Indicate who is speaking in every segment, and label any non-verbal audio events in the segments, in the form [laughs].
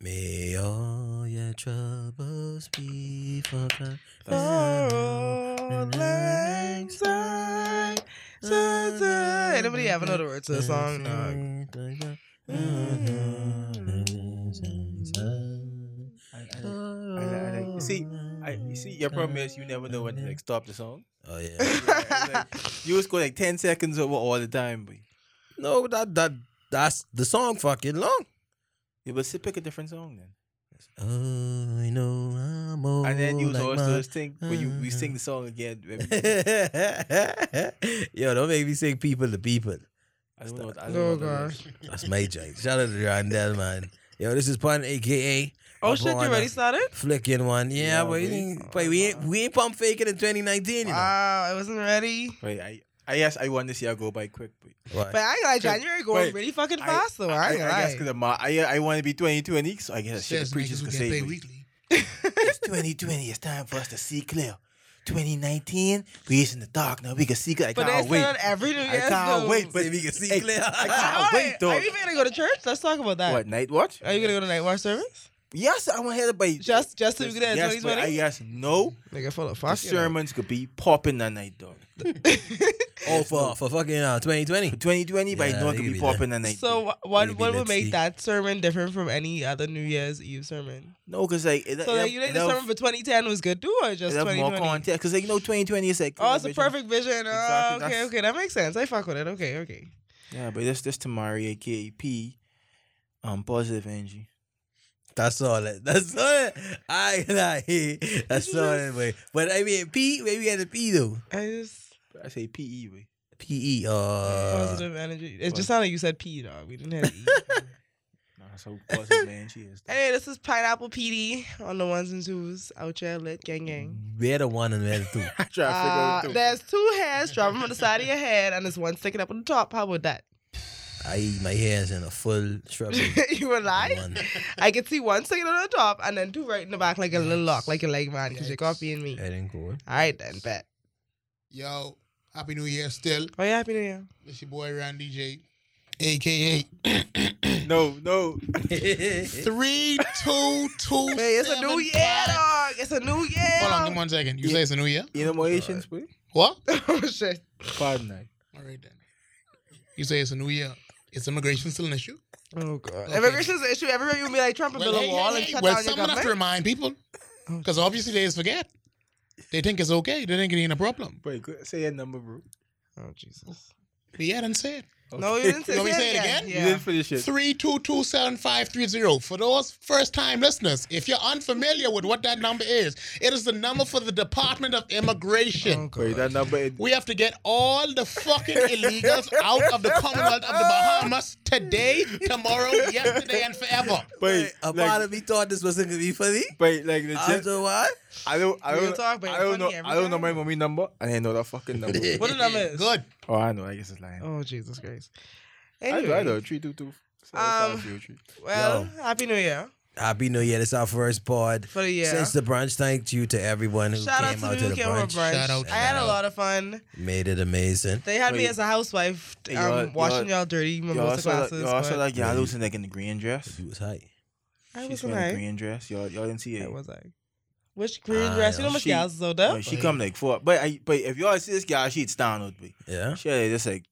Speaker 1: May all your troubles be forgotten.
Speaker 2: Oh,
Speaker 3: Anybody have [laughs] another words to the song? No.
Speaker 1: Mm-hmm.
Speaker 2: You see, I, you see, your problem is you never know when to like stop the song.
Speaker 1: Oh yeah.
Speaker 2: You just go like ten seconds over all the time. But
Speaker 1: No, that that that's the song fucking long.
Speaker 2: you but sit pick a different song then,
Speaker 1: Oh, I know I'm old.
Speaker 2: and then you
Speaker 1: Oh, like
Speaker 2: also
Speaker 1: my-
Speaker 2: sing when you we sing the song again. when we-
Speaker 1: [laughs] Yo, don't make me sing people to people.
Speaker 2: I don't know. What, I don't
Speaker 3: Oh
Speaker 2: know what that
Speaker 3: gosh.
Speaker 2: is.
Speaker 1: That's my joint. Shout out to Rondell, man. Yo, this is Pun, aka
Speaker 3: Oh shit, you
Speaker 1: Bonner.
Speaker 3: already started?
Speaker 1: Flicking One. Yeah,
Speaker 2: Yeah,
Speaker 1: but, you
Speaker 2: we- Ah,
Speaker 1: think- but we ain't we ain't pump faking in 2019, you know.
Speaker 3: Wow, I wasn't ready.
Speaker 2: Wait, I I guess I want this year go by quick. But
Speaker 1: What?
Speaker 3: But I ain't gonna lie,
Speaker 2: Shit.
Speaker 3: January going
Speaker 2: Wait,
Speaker 3: really fucking
Speaker 2: I-
Speaker 3: fast though.
Speaker 2: I,
Speaker 3: I
Speaker 2: I
Speaker 3: ain't
Speaker 2: guess
Speaker 3: gonna
Speaker 2: because I I want to be twenty two and eek, so I guess I shit the
Speaker 4: Says
Speaker 2: preachers
Speaker 4: niggas
Speaker 2: could
Speaker 4: who get
Speaker 2: say
Speaker 4: paid
Speaker 2: we-
Speaker 4: weekly.
Speaker 2: [laughs] it's twenty twenty. It's time for us to see clear. Twenty nineteen, we is in the dark now. We can see clear. I
Speaker 3: But they
Speaker 2: can't
Speaker 3: said
Speaker 2: wait.
Speaker 3: on every New
Speaker 2: I
Speaker 3: Year's.
Speaker 2: can't
Speaker 3: though.
Speaker 2: wait. But
Speaker 1: See if you can see
Speaker 2: Hey, [laughs]
Speaker 1: clear.
Speaker 2: I
Speaker 3: All
Speaker 2: can't
Speaker 3: right,
Speaker 2: wait, dog.
Speaker 3: Are you even gonna go to church? Let's talk about that.
Speaker 2: What night watch?
Speaker 3: Are you gonna go to night watch service?
Speaker 2: Yes, I want to hear the by
Speaker 3: Just just so you
Speaker 2: Yes,
Speaker 3: get in
Speaker 2: yes, but I
Speaker 3: 2020?
Speaker 2: guess no.
Speaker 3: Nigga, full of
Speaker 2: The
Speaker 3: fuck. you know.
Speaker 2: sermons could be popping that night, dog.
Speaker 3: [laughs]
Speaker 1: oh, for, for fucking uh, 2020.
Speaker 2: For 2020, but
Speaker 1: Yeah,
Speaker 2: I know
Speaker 1: you
Speaker 2: it could
Speaker 1: be
Speaker 2: be popping that night.
Speaker 3: So uh,
Speaker 2: dog.
Speaker 3: wha- what
Speaker 1: Maybe
Speaker 3: what would
Speaker 1: let's
Speaker 3: make
Speaker 1: see.
Speaker 3: that sermon different from any other New Year's Eve sermon?
Speaker 2: no, because like it,
Speaker 3: So
Speaker 2: it,
Speaker 3: like, you think
Speaker 2: it
Speaker 3: the
Speaker 2: have-
Speaker 3: sermon for 2010 was good too, or
Speaker 2: it
Speaker 3: just
Speaker 2: have more
Speaker 3: 2020?
Speaker 2: context because like you know 2020 is like
Speaker 3: Oh, it's a
Speaker 2: vision.
Speaker 3: perfect vision. Oh,
Speaker 2: Exactly,
Speaker 3: okay,
Speaker 2: that's-
Speaker 3: okay, that makes sense. I fuck with it. Okay, okay.
Speaker 2: Yeah, but this this Tamari, aka P, um, positive energy.
Speaker 1: That's all it. That's all it. I [laughs] like That's all it. Wait. But I mean, P, maybe at a P though.
Speaker 3: I just
Speaker 2: I say P E.
Speaker 1: P E. Uh,
Speaker 3: positive energy. It just sounded like you said P, dog. We didn't have E.
Speaker 2: Nah, so positive energy is.
Speaker 3: [laughs] anyway, this is Pineapple PD on the ones and twos. Out your lit gang gang.
Speaker 1: we're the one and we're the
Speaker 2: [laughs]
Speaker 1: two.
Speaker 2: I try to figure
Speaker 3: Uh,
Speaker 2: out too.
Speaker 3: there's two hairs dropping from the side of your head, and there's one sticking up on the top. How about that? [laughs]
Speaker 1: I eat my hands in a full
Speaker 2: [laughs]
Speaker 1: shrubbery.
Speaker 3: you were lying.
Speaker 1: One.
Speaker 3: I could see one sticking on the top and then two right in the back, like a little lock, like you're like, man, because you're
Speaker 4: Yikes.
Speaker 3: copying me.
Speaker 1: That ain't
Speaker 2: [laughs]
Speaker 1: cool.
Speaker 3: All right, then, bet.
Speaker 4: Yo, happy new year still.
Speaker 3: Oh, yeah, happy new year.
Speaker 4: It's your boy Randy J, aka
Speaker 3: [coughs]
Speaker 2: No, no.
Speaker 4: three two two.
Speaker 3: Wait, it's a new year, dog. It's a new year.
Speaker 4: Hold on, give me one second. You say it's a new year?
Speaker 2: You know more Asians, boy?
Speaker 4: What?
Speaker 3: [laughs] oh, shit.
Speaker 2: Pardon that.
Speaker 4: All right then. You say it's a new year. Is immigration still an issue?
Speaker 3: Oh, God.
Speaker 4: Okay.
Speaker 3: Immigration's an issue everywhere. You'll be like Trump and build a wall and shut
Speaker 4: well,
Speaker 3: down your
Speaker 4: someone has to
Speaker 3: government. Oh,
Speaker 4: remind people, because obviously they just forget. They think it's okay. They think it ain't a problem.
Speaker 2: Wait, go- say your number, bro.
Speaker 3: Oh, Jesus.
Speaker 4: But yeah, then say it.
Speaker 3: No, you
Speaker 2: [laughs]
Speaker 3: didn't say,
Speaker 4: You want me to say it
Speaker 3: again.
Speaker 4: again?
Speaker 2: You
Speaker 3: Yeah.
Speaker 2: didn't finish it.
Speaker 4: Three two two seven five three zero. For those first-time listeners, if you're unfamiliar with what that number is, it is the number for the Department of Immigration.
Speaker 3: Oh,
Speaker 2: Wait, that number. It,
Speaker 4: We have to get all the fucking illegals out of the Commonwealth of the Bahamas today, tomorrow, yesterday,
Speaker 3: [laughs]
Speaker 4: and forever.
Speaker 2: wait,
Speaker 1: A part
Speaker 2: like,
Speaker 1: of me thought this wasn't gonna be funny.
Speaker 2: wait, like
Speaker 1: I
Speaker 2: legit.
Speaker 1: don't know why.
Speaker 2: I don't, I
Speaker 3: Real
Speaker 2: don't,
Speaker 3: talk, but
Speaker 2: I
Speaker 3: it's
Speaker 2: don't know,
Speaker 3: funny every
Speaker 2: I don't know
Speaker 3: time.
Speaker 2: my mommy number. I didn't know that fucking [laughs] number.
Speaker 3: What the number is?
Speaker 4: Good.
Speaker 2: oh, I know. I guess it's lying.
Speaker 3: Oh, Jesus Christ.
Speaker 2: I
Speaker 3: Anyway,
Speaker 2: know. I know. Three, two, two. seven,
Speaker 3: Um,
Speaker 2: five, zero, three.
Speaker 3: well,
Speaker 1: Yo.
Speaker 3: happy new year
Speaker 1: Happy New Year. This is our first pod.
Speaker 3: for the year.
Speaker 1: Since the brunch, thank you to everyone who
Speaker 3: Shout out
Speaker 1: came
Speaker 3: to
Speaker 1: out
Speaker 3: the
Speaker 1: to the
Speaker 3: came over
Speaker 1: brunch.
Speaker 3: brunch.
Speaker 4: Shout out.
Speaker 3: I had
Speaker 1: Shout
Speaker 3: a
Speaker 1: out.
Speaker 3: lot of fun.
Speaker 1: Made it amazing.
Speaker 3: They had me
Speaker 2: Wait.
Speaker 3: as a housewife, um,
Speaker 2: Hey, y'all-
Speaker 3: washing
Speaker 2: y'all-
Speaker 3: y'all dirty mimosa classes.
Speaker 2: y'all saw
Speaker 3: but-
Speaker 2: like y'all
Speaker 1: Yeah.
Speaker 2: losing like in the green dress.
Speaker 1: It was high.
Speaker 3: I
Speaker 2: She's
Speaker 3: was
Speaker 2: wearing a
Speaker 3: like,
Speaker 2: green dress. Y'all, y'all didn't see
Speaker 3: I
Speaker 2: it.
Speaker 3: was like, which green
Speaker 1: Ah,
Speaker 3: dress? You
Speaker 1: yeah.
Speaker 3: know how much
Speaker 2: She-
Speaker 3: gals though, though?
Speaker 2: Like, she come like four. But I, but if y'all see this guy, she'd stand out. But
Speaker 1: Yeah.
Speaker 2: she had this like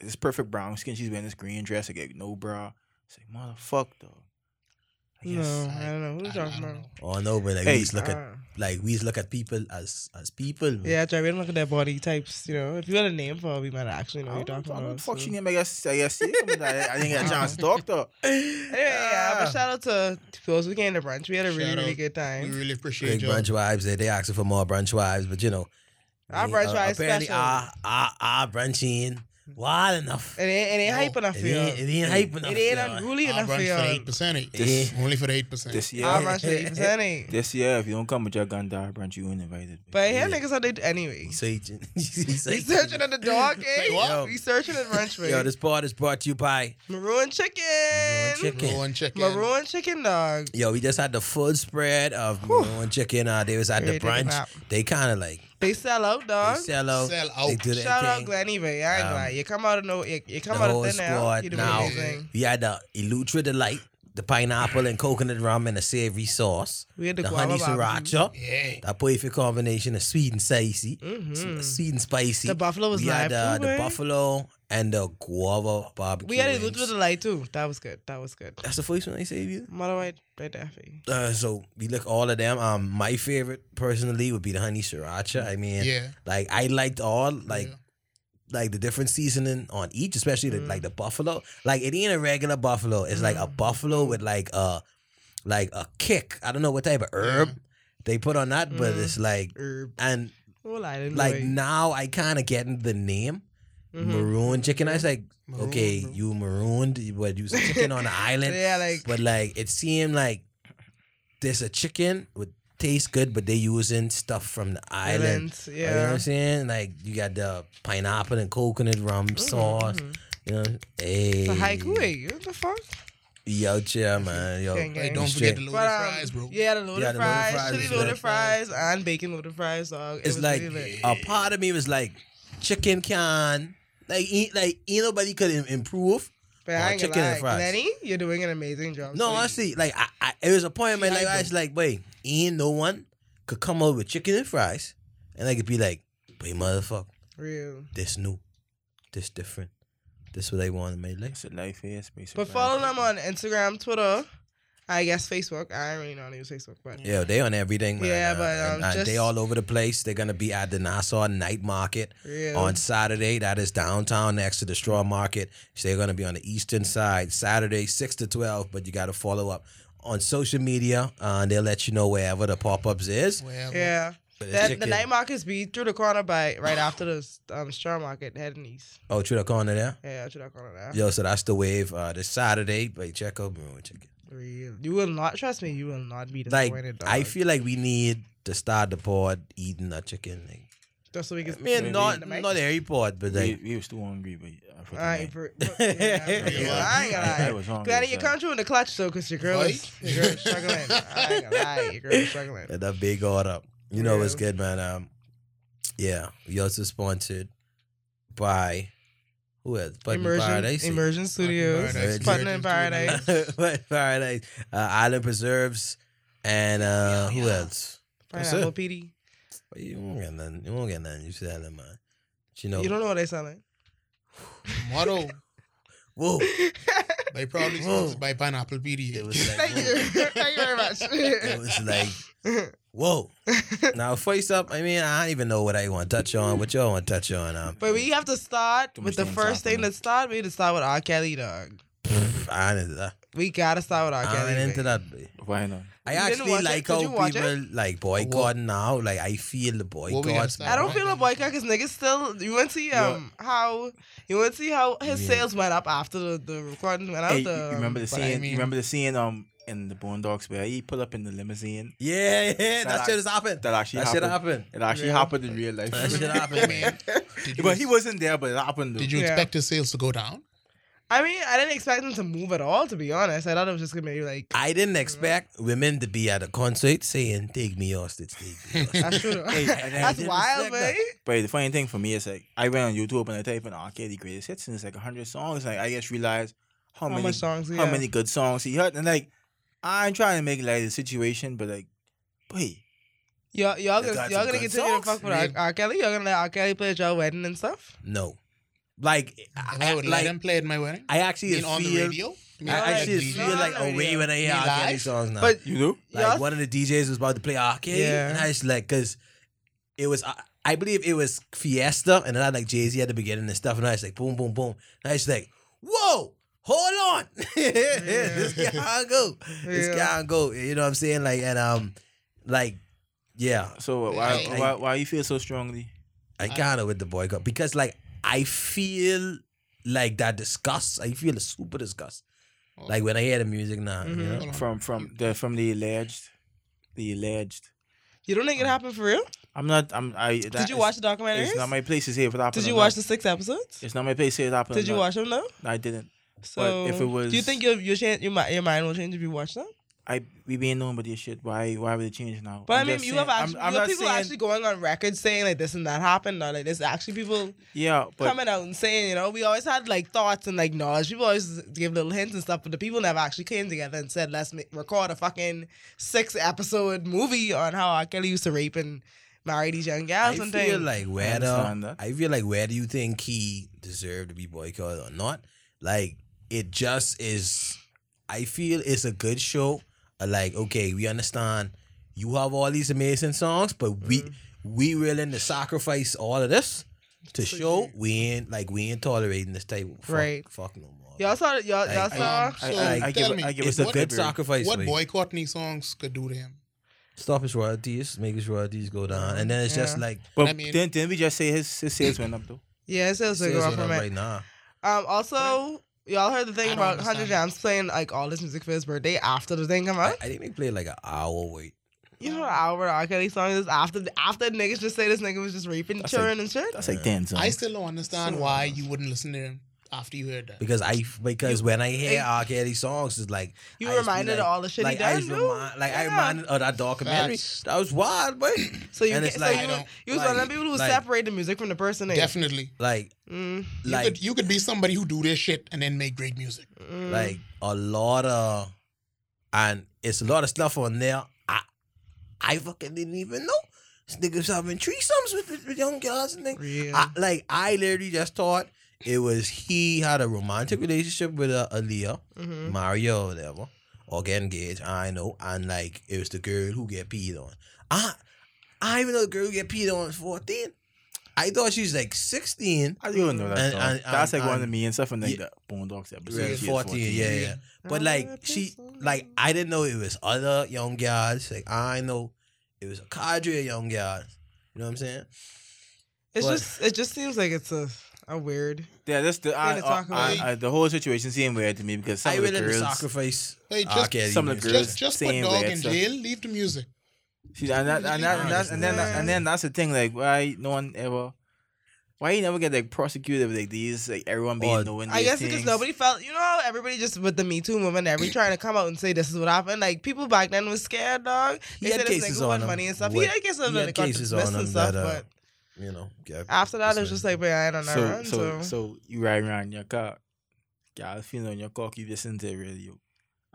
Speaker 2: this perfect brown skin. She's wearing this green dress. Like, like no bra. It's like motherfuck though. I guess.
Speaker 3: No,
Speaker 4: I-
Speaker 3: I don't know. Who you
Speaker 4: I- I
Speaker 3: talking
Speaker 4: don't
Speaker 3: about?
Speaker 4: know.
Speaker 1: Oh no, but like
Speaker 2: Hey.
Speaker 1: we just look at
Speaker 3: Ah.
Speaker 1: like we just look at people as as people. man.
Speaker 3: yeah, Jerry, we don't look at their body types, you know. If you had a name for her, we might actually know what
Speaker 2: I
Speaker 3: you're
Speaker 2: don't know
Speaker 3: talking about.
Speaker 2: fuck
Speaker 3: so.
Speaker 2: she name. I guess. I guess. see it, but I, I didn't get a chance to talk to her.
Speaker 3: Anyway, yeah, but shout out to to those who came to brunch. We had a really,
Speaker 4: Shout
Speaker 3: really
Speaker 4: out. Mm.
Speaker 3: good
Speaker 4: We
Speaker 3: time.
Speaker 4: really appreciate
Speaker 1: Big
Speaker 4: you.
Speaker 1: brunch vibes. They they asking for more brunch vibes, but you know,
Speaker 3: Our
Speaker 1: we, uh,
Speaker 3: brunch vibes
Speaker 1: apparently
Speaker 3: special.
Speaker 1: our our our brunching wild enough.
Speaker 3: And it, it ain't hype enough
Speaker 1: It
Speaker 3: for y'all.
Speaker 1: ain't, it ain't hype enough.
Speaker 3: It ain't
Speaker 1: y'all.
Speaker 3: unruly
Speaker 4: Our
Speaker 3: enough
Speaker 4: brunch
Speaker 3: for
Speaker 4: for the
Speaker 3: y'all. [laughs]
Speaker 4: eight percent.
Speaker 1: Yeah.
Speaker 4: Only for the eight percent.
Speaker 2: This year.
Speaker 3: Our brunch for
Speaker 2: [laughs]
Speaker 3: eight percent ain't.
Speaker 2: This year, if you don't come with your gun, die brunch, you ain't invited.
Speaker 3: But here
Speaker 1: Yeah.
Speaker 3: niggas how they do anyway.
Speaker 1: He's [laughs] searching. He's
Speaker 3: [laughs] We
Speaker 1: searching.
Speaker 3: searching at the dog, eh?
Speaker 4: Say what?
Speaker 1: Yo.
Speaker 3: We searching at brunch for
Speaker 1: Yo, this pod is brought to you by
Speaker 3: Maroon
Speaker 1: Maroon
Speaker 3: chicken.
Speaker 1: Chicken.
Speaker 4: Go and check in.
Speaker 3: Maroon chicken dog.
Speaker 1: Yo, we just had the full spread of
Speaker 3: Whew.
Speaker 1: Maroon Chicken. Uh, they was at the
Speaker 3: Ready to go
Speaker 1: brunch.
Speaker 3: out.
Speaker 1: They kind of like
Speaker 3: They sell out,
Speaker 1: they
Speaker 3: dog.
Speaker 1: sell out.
Speaker 4: Sell
Speaker 1: They
Speaker 4: out.
Speaker 1: do their
Speaker 3: Shout out
Speaker 1: thing.
Speaker 3: Glenny Bay. I ain't
Speaker 1: Um,
Speaker 3: gonna lie. You come out of no you, you come
Speaker 1: the
Speaker 3: out
Speaker 1: whole
Speaker 3: of thin air.
Speaker 1: squad
Speaker 3: You do
Speaker 1: now.
Speaker 3: amazing.
Speaker 1: We had the Elutra Delight. the pineapple and coconut rum and a savory sauce,
Speaker 3: We had the,
Speaker 1: the
Speaker 3: guava
Speaker 1: honey
Speaker 3: barbecue.
Speaker 1: sriracha,
Speaker 4: Yeah.
Speaker 1: that perfect combination of sweet and spicy.
Speaker 3: Mhm.
Speaker 1: s- Sweet and spicy.
Speaker 3: The buffalo was
Speaker 1: we
Speaker 3: live.
Speaker 1: had uh,
Speaker 3: too,
Speaker 1: the
Speaker 3: right?
Speaker 1: buffalo and the guava barbecue.
Speaker 3: We had it
Speaker 1: wings.
Speaker 3: with the light too. That was good. That was good.
Speaker 1: That's the first one I say you.
Speaker 3: Mother right, right there for you.
Speaker 1: Uh, so we look all of them. Um, my favorite personally would be the honey sriracha. I mean,
Speaker 4: Yeah.
Speaker 1: like I liked all like
Speaker 4: Yeah.
Speaker 1: like the different seasoning on each, especially the,
Speaker 3: Mm.
Speaker 1: like the buffalo. Like it ain't a regular buffalo. It's like a
Speaker 3: Mm.
Speaker 1: buffalo with like a like a kick. I don't know what type of herb
Speaker 4: Yeah.
Speaker 1: they put on that, but
Speaker 3: Mm.
Speaker 1: it's like
Speaker 3: Herb.
Speaker 1: and
Speaker 3: Well, I didn't
Speaker 1: like now I kind of getting the name
Speaker 3: Mm-hmm.
Speaker 1: maroon chicken. I was like,
Speaker 4: Maroon,
Speaker 1: okay,
Speaker 4: maroon.
Speaker 1: you marooned, but you was a chicken
Speaker 3: [laughs]
Speaker 1: on an island.
Speaker 3: Yeah, like
Speaker 1: But like it seemed like there's a chicken would taste good, but they using stuff from the island.
Speaker 3: islands.
Speaker 1: You know what
Speaker 3: Yeah.
Speaker 1: I'm saying? Like you got the pineapple and coconut rum sauce.
Speaker 3: Mhm.
Speaker 1: You know, hey,
Speaker 3: It's a haiku. eh? What the fuck?
Speaker 1: Yo, chill, man. Yo,
Speaker 3: Gang, gang.
Speaker 4: Hey, don't
Speaker 1: Straight.
Speaker 4: forget the loaded
Speaker 3: But, um,
Speaker 4: fries, bro.
Speaker 3: Yeah, the loaded
Speaker 1: Yeah, the loaded
Speaker 3: fries,
Speaker 1: fries
Speaker 3: chili
Speaker 1: is
Speaker 3: loaded
Speaker 1: lit.
Speaker 3: fries, and bacon loaded fries, dog. It
Speaker 1: it's
Speaker 3: was
Speaker 1: like
Speaker 3: really lit.
Speaker 1: a part of me was like chicken can. Like, ain't- like ain't nobody could im- improve.
Speaker 3: But I
Speaker 1: uh,
Speaker 3: ain't gonna
Speaker 1: chicken and
Speaker 3: lie,
Speaker 1: fries.
Speaker 3: Lenny, you're doing an amazing job.
Speaker 1: No,
Speaker 3: So
Speaker 1: honestly, like I, I, it was a point in my
Speaker 4: She
Speaker 1: life.
Speaker 4: hyped
Speaker 1: I was like, wait, ain't no one could come up with chicken and fries, and I could be like, wait, motherfucker,
Speaker 3: real.
Speaker 1: this new, this different, this what I want in my life.
Speaker 2: That's what life is, basically.
Speaker 3: But follow them on Instagram, Twitter, I guess Facebook. I don't really know how to use Facebook, but
Speaker 1: Yeah, they on everything. Man.
Speaker 3: Yeah,
Speaker 1: Uh,
Speaker 3: but,
Speaker 1: and-
Speaker 3: um,
Speaker 1: and they
Speaker 3: just-
Speaker 1: all over the place. They're gonna be at the Nassau Night Market
Speaker 3: real.
Speaker 1: on Saturday. That is downtown next to the Straw Market. So they're gonna be on the eastern side Saturday, six to twelve. But you gotta follow up on social media. Uh, they'll let you know wherever the pop ups is.
Speaker 4: Wherever.
Speaker 3: yeah.
Speaker 1: But it's
Speaker 3: That, the
Speaker 1: chicken.
Speaker 3: night markets be through the corner by right after the um, Star Market heading east.
Speaker 1: Oh, true the corner there.
Speaker 3: Yeah, through that corner there.
Speaker 1: Yo, so that's the wave. Uh, this Saturday, but check out Maroon Chicken.
Speaker 3: Real. You will not trust me. You will not be
Speaker 1: Like
Speaker 3: disappointed. dog.
Speaker 1: I feel like we need to start the pod eating a chicken. Like,
Speaker 3: Just so we
Speaker 1: I
Speaker 3: can.
Speaker 1: mean,
Speaker 2: Maybe.
Speaker 1: not not every pod, but
Speaker 2: We,
Speaker 1: like
Speaker 2: we was too hungry, but I forgot.
Speaker 3: I
Speaker 1: [laughs]
Speaker 3: ain't, br- br- yeah, I ain't gonna lie. [laughs] I ain't
Speaker 2: [laughs] I, I
Speaker 3: gonna lie.
Speaker 2: was hungry.
Speaker 3: Glad you
Speaker 2: so-
Speaker 3: come through in the clutch though, cause your girl
Speaker 4: Boy.
Speaker 3: is your girl is struggling. I ain't gonna lie, your
Speaker 2: [laughs]
Speaker 3: girl is struggling.
Speaker 1: And that big order. You know what's
Speaker 3: Yeah.
Speaker 1: good, man. Um, yeah, we also sponsored by who else? But Paradise. [laughs]
Speaker 3: Immersion, Immersion Studios,
Speaker 1: Paradise.
Speaker 3: Partner in Paradise,
Speaker 1: But Paradise, uh, Island Preserves, and uh, who else? That's
Speaker 3: Pineapple
Speaker 1: it.
Speaker 3: PD.
Speaker 1: But You won't get nothing. You won't get nothing. You sell them, man. But You know.
Speaker 3: You don't know what they're selling. [laughs]
Speaker 4: Motto.
Speaker 1: [sighs] whoa.
Speaker 4: They probably
Speaker 1: Whoa. [clears throat]
Speaker 4: sponsored by Pineapple PD.
Speaker 1: It was like,
Speaker 3: Thank
Speaker 1: whoa.
Speaker 3: you, thank you very
Speaker 1: It
Speaker 3: much.
Speaker 1: was like, whoa. Now, first up, I mean, I don't even know what I want to touch on. What y'all want to touch on? Um,
Speaker 3: [laughs] But we have to start
Speaker 2: Too
Speaker 3: with
Speaker 2: much
Speaker 3: the
Speaker 2: things
Speaker 3: first thing
Speaker 2: happening.
Speaker 3: to start. We need to start with R. Kelly, dog.
Speaker 1: I ain't into that.
Speaker 3: We gotta start with
Speaker 1: I
Speaker 3: R.
Speaker 1: ain't
Speaker 3: Kelly.
Speaker 1: into
Speaker 3: babe.
Speaker 1: that. babe.
Speaker 2: Why not?
Speaker 1: I
Speaker 3: You didn't
Speaker 1: actually
Speaker 3: watch it?
Speaker 1: like
Speaker 3: Did you
Speaker 1: how
Speaker 3: watch
Speaker 1: people like boycott now. Like I feel the
Speaker 4: What we gotta
Speaker 1: boycott.
Speaker 4: stop?
Speaker 3: I don't feel a boycott because niggas still. You want to see um how you want to see how his
Speaker 1: Yeah.
Speaker 3: sales went up after the, the recording went out.
Speaker 2: Hey, you
Speaker 3: the,
Speaker 2: you remember the
Speaker 4: but I
Speaker 2: scene? you
Speaker 4: mean-
Speaker 2: remember the scene um in the Boondocks where he pulled up in the limousine?
Speaker 1: Yeah, [laughs] yeah, that,
Speaker 2: That
Speaker 1: shit has happened.
Speaker 2: That actually
Speaker 1: That shit
Speaker 2: happened.
Speaker 1: happened.
Speaker 2: It actually
Speaker 3: Yeah.
Speaker 2: happened in real life.
Speaker 1: That
Speaker 2: [laughs]
Speaker 1: shit happened, man.
Speaker 4: [laughs] Did you,
Speaker 2: but he wasn't there, but it happened. Though.
Speaker 4: did you
Speaker 3: Yeah.
Speaker 4: expect his sales to go down?
Speaker 3: I mean, I didn't expect him to move at all. To be honest, I thought it was just gonna be like.
Speaker 1: I didn't expect women to be at a concert saying "Take me hostage, take me hostage."
Speaker 3: [laughs] [laughs] That's true. though.
Speaker 2: Hey, I- I
Speaker 3: That's
Speaker 1: didn't
Speaker 3: wild,
Speaker 1: expect that.
Speaker 3: man.
Speaker 2: But the funny thing for me is like I went on YouTube and I type in R. Kelly greatest hits and it's like hundred songs. Like I just realized
Speaker 3: How
Speaker 2: how, many
Speaker 3: much songs?
Speaker 2: how
Speaker 3: yeah.
Speaker 2: many good songs he had. And like I'm trying to make like the situation, but like, wait,
Speaker 3: Y'all, y'all gonna,
Speaker 2: They got
Speaker 3: y'all
Speaker 2: some
Speaker 3: gonna
Speaker 2: good
Speaker 3: continue to
Speaker 2: songs,
Speaker 3: fuck with R.
Speaker 4: man.
Speaker 3: R. Kelly? Y'all gonna let R. Kelly play at your wedding and stuff?
Speaker 1: no, like
Speaker 4: If
Speaker 1: I,
Speaker 4: I
Speaker 1: I-
Speaker 4: would let
Speaker 1: like
Speaker 4: him play at my wedding.
Speaker 1: I
Speaker 4: Being
Speaker 1: actually
Speaker 4: on the
Speaker 1: feel
Speaker 4: radio. Being
Speaker 1: I
Speaker 4: on
Speaker 3: like
Speaker 1: actually
Speaker 4: the
Speaker 3: these-
Speaker 1: feel
Speaker 4: DJ.
Speaker 1: like
Speaker 3: Not on the
Speaker 1: away
Speaker 3: radio.
Speaker 1: when I hear
Speaker 4: Me
Speaker 1: R. Kelly
Speaker 4: live?
Speaker 1: songs now.
Speaker 3: But
Speaker 2: you do?
Speaker 1: like
Speaker 3: y'all,
Speaker 1: one of the DJs was about to play R. Kelly,
Speaker 3: Yeah.
Speaker 1: and I was like, because it was I, I believe it was Fiesta, and then I had like Jay Z at the beginning and stuff, and I was like, boom, boom, boom, and I was like, whoa. Hold on, [laughs] this can't go. This
Speaker 3: Yeah.
Speaker 1: can't go. You know what I'm saying? Like and um, like yeah,
Speaker 2: So uh, why,
Speaker 4: I-
Speaker 2: why why you feel so strongly?
Speaker 1: I kind of with the boycott because like I feel like that disgust. I feel super disgust.
Speaker 4: Oh.
Speaker 1: Like when I hear the music now, you
Speaker 3: Mhm.
Speaker 1: know?
Speaker 4: Hold on.
Speaker 2: From from the from the alleged, the alleged.
Speaker 3: you don't think it happened for real?
Speaker 2: I'm not. I'm. I.
Speaker 3: Did
Speaker 2: Um, that
Speaker 3: you
Speaker 2: is-
Speaker 3: watch the documentaries?
Speaker 2: It's not my place to say if it happened.
Speaker 3: Did
Speaker 2: or
Speaker 3: you
Speaker 2: not.
Speaker 3: watch the six episodes?
Speaker 2: It's not my place to say it happened. or
Speaker 3: Did you
Speaker 2: not.
Speaker 3: watch them though?
Speaker 2: I didn't.
Speaker 3: So
Speaker 2: if it was-
Speaker 3: do you think your your, chan- your mi- your mind will change if you watch them?
Speaker 2: I we being known by this shit. Why why would it change now?
Speaker 3: But i
Speaker 2: I'm
Speaker 3: mean,
Speaker 2: just
Speaker 3: you
Speaker 2: saying-
Speaker 3: have actually
Speaker 2: I'm, I'm
Speaker 3: you have
Speaker 2: not
Speaker 3: people
Speaker 2: saying,
Speaker 3: actually going on record saying like this and that happened. Now, like there's actually people
Speaker 2: yeah, but
Speaker 3: coming out and saying, you know, we always had like thoughts and like knowledge. People always give little hints and stuff, but the people never actually came together and said, let's make, record a fucking six episode movie on how R. Kelly used to rape and marry these young
Speaker 1: I
Speaker 3: gals and
Speaker 1: feel
Speaker 3: things.
Speaker 1: like where
Speaker 2: understand
Speaker 1: the,
Speaker 2: that.
Speaker 1: I feel like where do you think he deserved to be boycotted or not? Like it just is. I feel it's a good show. Uh, Like okay, we understand you have all these amazing songs, but we
Speaker 3: Mm-hmm.
Speaker 1: we willing to sacrifice all of this to
Speaker 3: So
Speaker 1: show
Speaker 3: you-
Speaker 1: we ain't like we ain't tolerating this type. Of fuck,
Speaker 3: Right.
Speaker 1: Fuck no more.
Speaker 3: y'all saw it- y'all,
Speaker 1: I-
Speaker 3: y'all
Speaker 1: I-
Speaker 3: saw
Speaker 4: Um,
Speaker 2: I,
Speaker 4: So
Speaker 2: I, I give,
Speaker 4: tell
Speaker 2: it-
Speaker 4: me,
Speaker 2: I give
Speaker 1: it's
Speaker 2: it
Speaker 1: a
Speaker 2: to
Speaker 1: good
Speaker 2: February.
Speaker 1: sacrifice.
Speaker 4: What
Speaker 1: like,
Speaker 4: boycotting songs could do to him?
Speaker 1: Stop his royalties, make his royalties go down, and then it's just
Speaker 3: Yeah.
Speaker 1: like
Speaker 2: But
Speaker 4: I mean-
Speaker 2: then then we just say his, his sales went up though.
Speaker 3: yeah, it sales
Speaker 1: sales
Speaker 3: go up
Speaker 1: went
Speaker 3: from
Speaker 1: up
Speaker 3: it.
Speaker 1: right now.
Speaker 3: Um, also, y'all heard the thing
Speaker 4: I don't
Speaker 3: about Hundred
Speaker 4: understand.
Speaker 3: Jams playing like all this music for his birthday after the thing come
Speaker 1: I,
Speaker 3: out.
Speaker 1: I think they played like an hour wait.
Speaker 3: You know what Albert R. Kelly song is after the, after niggas just say this nigga was just raping
Speaker 2: That's
Speaker 3: children and shit.
Speaker 2: That's like Denzel.
Speaker 4: I still don't understand
Speaker 2: So-
Speaker 4: why you wouldn't listen to him after you heard that.
Speaker 1: Because I because when I hear
Speaker 3: Hey.
Speaker 1: R. Kelly songs, it's like I
Speaker 3: You
Speaker 1: just be
Speaker 3: reminded
Speaker 1: like-
Speaker 3: of all the shit
Speaker 1: like
Speaker 3: he done,
Speaker 1: I
Speaker 3: dude.
Speaker 1: remind, like I
Speaker 3: Yeah.
Speaker 1: reminded of that documentary.
Speaker 4: Facts.
Speaker 1: That was wild, but
Speaker 3: So you
Speaker 1: and
Speaker 3: can
Speaker 1: it's
Speaker 3: so
Speaker 1: like-
Speaker 3: you,
Speaker 4: I
Speaker 3: were-
Speaker 4: don't-
Speaker 3: you was one of
Speaker 1: like-
Speaker 3: the people who
Speaker 1: like-
Speaker 3: separate the music from the person. eh?
Speaker 4: Definitely.
Speaker 1: [clears throat] like
Speaker 3: Mm,
Speaker 4: You,
Speaker 1: like
Speaker 4: could, you could be somebody who do this shit and then make great music.
Speaker 3: mm.
Speaker 1: like a lot of and it's a lot of stuff on there. I I fucking didn't even know. This nigga's having threesomes with, with young girls and things.
Speaker 3: real.
Speaker 1: I, like I literally just thought it was he had a romantic relationship with uh, Aaliyah,
Speaker 2: Mm-hmm.
Speaker 3: Mhm.
Speaker 1: Mario, or whatever, or get engaged. I know, and like it was the girl who get peed on. I I even know the girl who get peed on is fourteen. I thought she was like sixteen.
Speaker 2: I don't know that
Speaker 1: And-
Speaker 2: song.
Speaker 1: and-
Speaker 2: That's like
Speaker 1: and-
Speaker 2: one of the me and stuff and like
Speaker 1: Yeah.
Speaker 2: the Boondocks episode.
Speaker 1: Yeah,
Speaker 2: She is
Speaker 1: 14, yeah, yeah. But like she, like I didn't know it was other young guys. Like I know it was a cadre of young guys. You know what I'm saying?
Speaker 3: it's
Speaker 1: what?
Speaker 3: just it just seems like it's a a weird.
Speaker 2: Yeah, that's the
Speaker 3: Thing
Speaker 2: I,
Speaker 3: to talk
Speaker 2: I-
Speaker 4: about.
Speaker 2: I- the whole situation seemed weird to me because some
Speaker 1: I
Speaker 2: of the
Speaker 1: willing to
Speaker 2: girls,
Speaker 1: sacrifice.
Speaker 4: Hey,
Speaker 1: R.
Speaker 4: just,
Speaker 1: Kelly
Speaker 2: some of the
Speaker 1: music.
Speaker 2: girls-
Speaker 4: just, just put
Speaker 2: saying
Speaker 4: dog
Speaker 2: weird
Speaker 4: in
Speaker 2: stuff.
Speaker 4: jail, leave the music.
Speaker 2: she's, and, that, and, that, and, that's, and then
Speaker 3: Yeah.
Speaker 2: and then that's the thing like why no one ever why you never get like prosecuted with like these like everyone being
Speaker 1: Or-
Speaker 2: knowing
Speaker 3: I
Speaker 2: these
Speaker 3: guess
Speaker 2: things.
Speaker 3: because nobody felt, you know, how everybody just with the Me Too movement, every trying to come out and say this is what happened. Like people back then was scared, dog.
Speaker 1: He
Speaker 3: They
Speaker 1: had
Speaker 3: said this
Speaker 1: cases
Speaker 3: nigga
Speaker 1: on
Speaker 3: want
Speaker 1: him.
Speaker 3: money and stuff. He
Speaker 1: What-
Speaker 3: had cases
Speaker 1: he
Speaker 3: on him.
Speaker 1: had
Speaker 3: that got
Speaker 1: cases
Speaker 3: dismissed
Speaker 1: on
Speaker 3: and
Speaker 1: him
Speaker 3: stuff,
Speaker 1: that, uh,
Speaker 3: but
Speaker 1: You know. get-
Speaker 2: Ah.
Speaker 3: after that, it was
Speaker 1: dismissed.
Speaker 3: just like, man, I don't know.
Speaker 2: so
Speaker 3: run,
Speaker 2: so
Speaker 3: so-
Speaker 2: so you ride around in your car, guys feeling on your cock, you listen to the radio,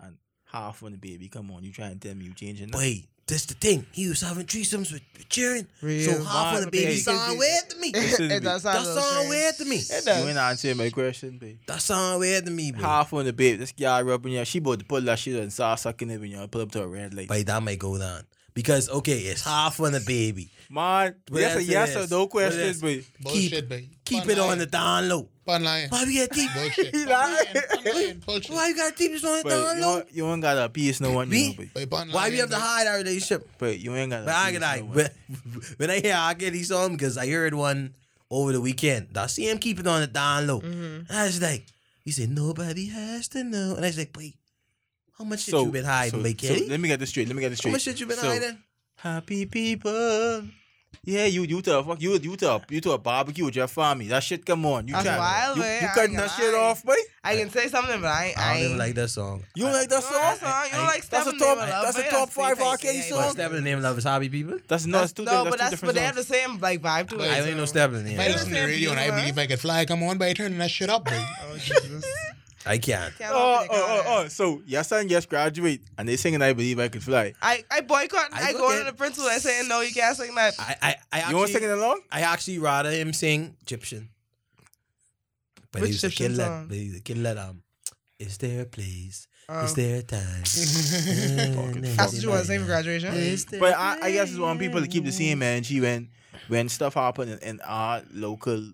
Speaker 2: and half on the baby come on, you try and tell me you changing. that.
Speaker 1: Wait, that's the thing. He was having threesomes with, with children.
Speaker 3: Real.
Speaker 1: So half of the
Speaker 2: Why?
Speaker 1: baby
Speaker 2: Because
Speaker 1: sound
Speaker 2: they-
Speaker 1: weird to me.
Speaker 2: This
Speaker 3: [laughs]
Speaker 2: is
Speaker 3: it
Speaker 2: me.
Speaker 3: does sound
Speaker 1: That
Speaker 3: a little
Speaker 1: sound
Speaker 3: strange.
Speaker 1: weird to me.
Speaker 3: It
Speaker 2: You
Speaker 3: does.
Speaker 2: ain't answering my question, babe.
Speaker 1: That sound weird to me, bro.
Speaker 2: Half on the babe, this guy rubbing your, she about to pull that shit and start sucking it when you pull up to a red light.
Speaker 1: But that might go down. Because okay, it's half on the baby.
Speaker 2: Man,
Speaker 1: Well,
Speaker 2: that's a
Speaker 1: that's
Speaker 2: yes
Speaker 1: it.
Speaker 2: or no
Speaker 1: Well,
Speaker 2: question,
Speaker 1: that's-
Speaker 2: but
Speaker 4: Bullshit, babe.
Speaker 1: Keep
Speaker 4: Pun
Speaker 1: it on
Speaker 4: lying.
Speaker 1: the down low.
Speaker 4: Pun lying.
Speaker 1: Why we gotta keep
Speaker 4: Bullshit. Pun lying.
Speaker 2: lying.
Speaker 1: [laughs]
Speaker 4: Pun lying. Bullshit.
Speaker 1: why you gotta keep this on the
Speaker 2: but
Speaker 1: down
Speaker 2: you,
Speaker 1: low?
Speaker 2: don't, you ain't got a piece no one,
Speaker 1: Me?
Speaker 2: you know, but,
Speaker 4: Babe, pun
Speaker 1: Why we
Speaker 4: lying,
Speaker 1: have to
Speaker 4: babe.
Speaker 1: hide our relationship?
Speaker 2: but you ain't got.
Speaker 1: But I can
Speaker 2: I
Speaker 1: I when, when I hear I get these songs because I heard one over the weekend. I see him keep it on the down low.
Speaker 3: Mm. Mm-hmm.
Speaker 1: And I was like, he said, Nobody has to know. And I was like, wait, how much shit you been hiding,
Speaker 2: so,
Speaker 1: big kitty?
Speaker 2: let me get this straight. Let me get this
Speaker 1: How
Speaker 2: straight.
Speaker 1: much shit you been
Speaker 2: So,
Speaker 1: hiding?
Speaker 2: Happy people. Yeah, you you to a fuck you you to a, you to a barbecue with your family. That shit come on. You
Speaker 3: That's
Speaker 2: trying-
Speaker 3: wild,
Speaker 2: you,
Speaker 3: man.
Speaker 2: you
Speaker 3: I
Speaker 2: cutting
Speaker 3: ain't
Speaker 2: that
Speaker 3: gonna
Speaker 2: shit
Speaker 3: lie.
Speaker 2: off, boy.
Speaker 3: I can say something, but I,
Speaker 1: I
Speaker 3: I,
Speaker 1: don't even
Speaker 3: ain't-
Speaker 1: like that song.
Speaker 2: You don't like that
Speaker 3: No, that's
Speaker 2: song?
Speaker 3: all. You don't like
Speaker 2: that's a
Speaker 3: Step in the Name
Speaker 2: top-
Speaker 3: of Love,
Speaker 2: that's a
Speaker 3: but yeah,
Speaker 2: top
Speaker 3: that's
Speaker 2: five
Speaker 3: pretty tight.
Speaker 2: RK
Speaker 3: Yeah, yeah,
Speaker 2: song.
Speaker 1: But
Speaker 3: yeah.
Speaker 1: Step in the Name of Love is Hobby People.
Speaker 2: That's no, it's two,
Speaker 3: no,
Speaker 2: that's
Speaker 3: but
Speaker 2: two
Speaker 3: that's
Speaker 2: different
Speaker 3: but they have
Speaker 2: songs.
Speaker 3: the same like vibe to it.
Speaker 1: I don't even know
Speaker 3: so- [laughs]
Speaker 1: Step in the
Speaker 4: If I
Speaker 1: Name of
Speaker 4: listen
Speaker 1: Love.
Speaker 4: to the radio and I
Speaker 3: Huh?
Speaker 4: believe I could fly, come on by turning that shit up, [laughs] babe.
Speaker 3: Oh Jesus!
Speaker 1: I can't.
Speaker 3: Can't
Speaker 2: Oh,
Speaker 3: open the
Speaker 2: oh,
Speaker 3: car.
Speaker 2: oh, oh. So yes and yes, graduate, and they singing "I Believe I Could Fly."
Speaker 3: I I boycott.
Speaker 1: I
Speaker 3: I,
Speaker 1: look
Speaker 3: go to
Speaker 1: at-
Speaker 3: the principal and say no, you can't sing that.
Speaker 1: I, I, I
Speaker 2: you want
Speaker 1: actually,
Speaker 2: singing along?
Speaker 1: I actually rather him sing Egyptian. But
Speaker 3: Which
Speaker 1: he's a
Speaker 3: Egyptian
Speaker 1: kid let,
Speaker 3: song?
Speaker 1: but he's a kid let, um, is there a place?
Speaker 3: Um,
Speaker 2: Oh.
Speaker 1: Is there a
Speaker 2: [laughs]
Speaker 1: time?
Speaker 3: that's what you want
Speaker 1: [laughs]
Speaker 3: to say for graduation.
Speaker 2: But I, I guess it's want people to keep the same energy when when stuff happen in, in our local.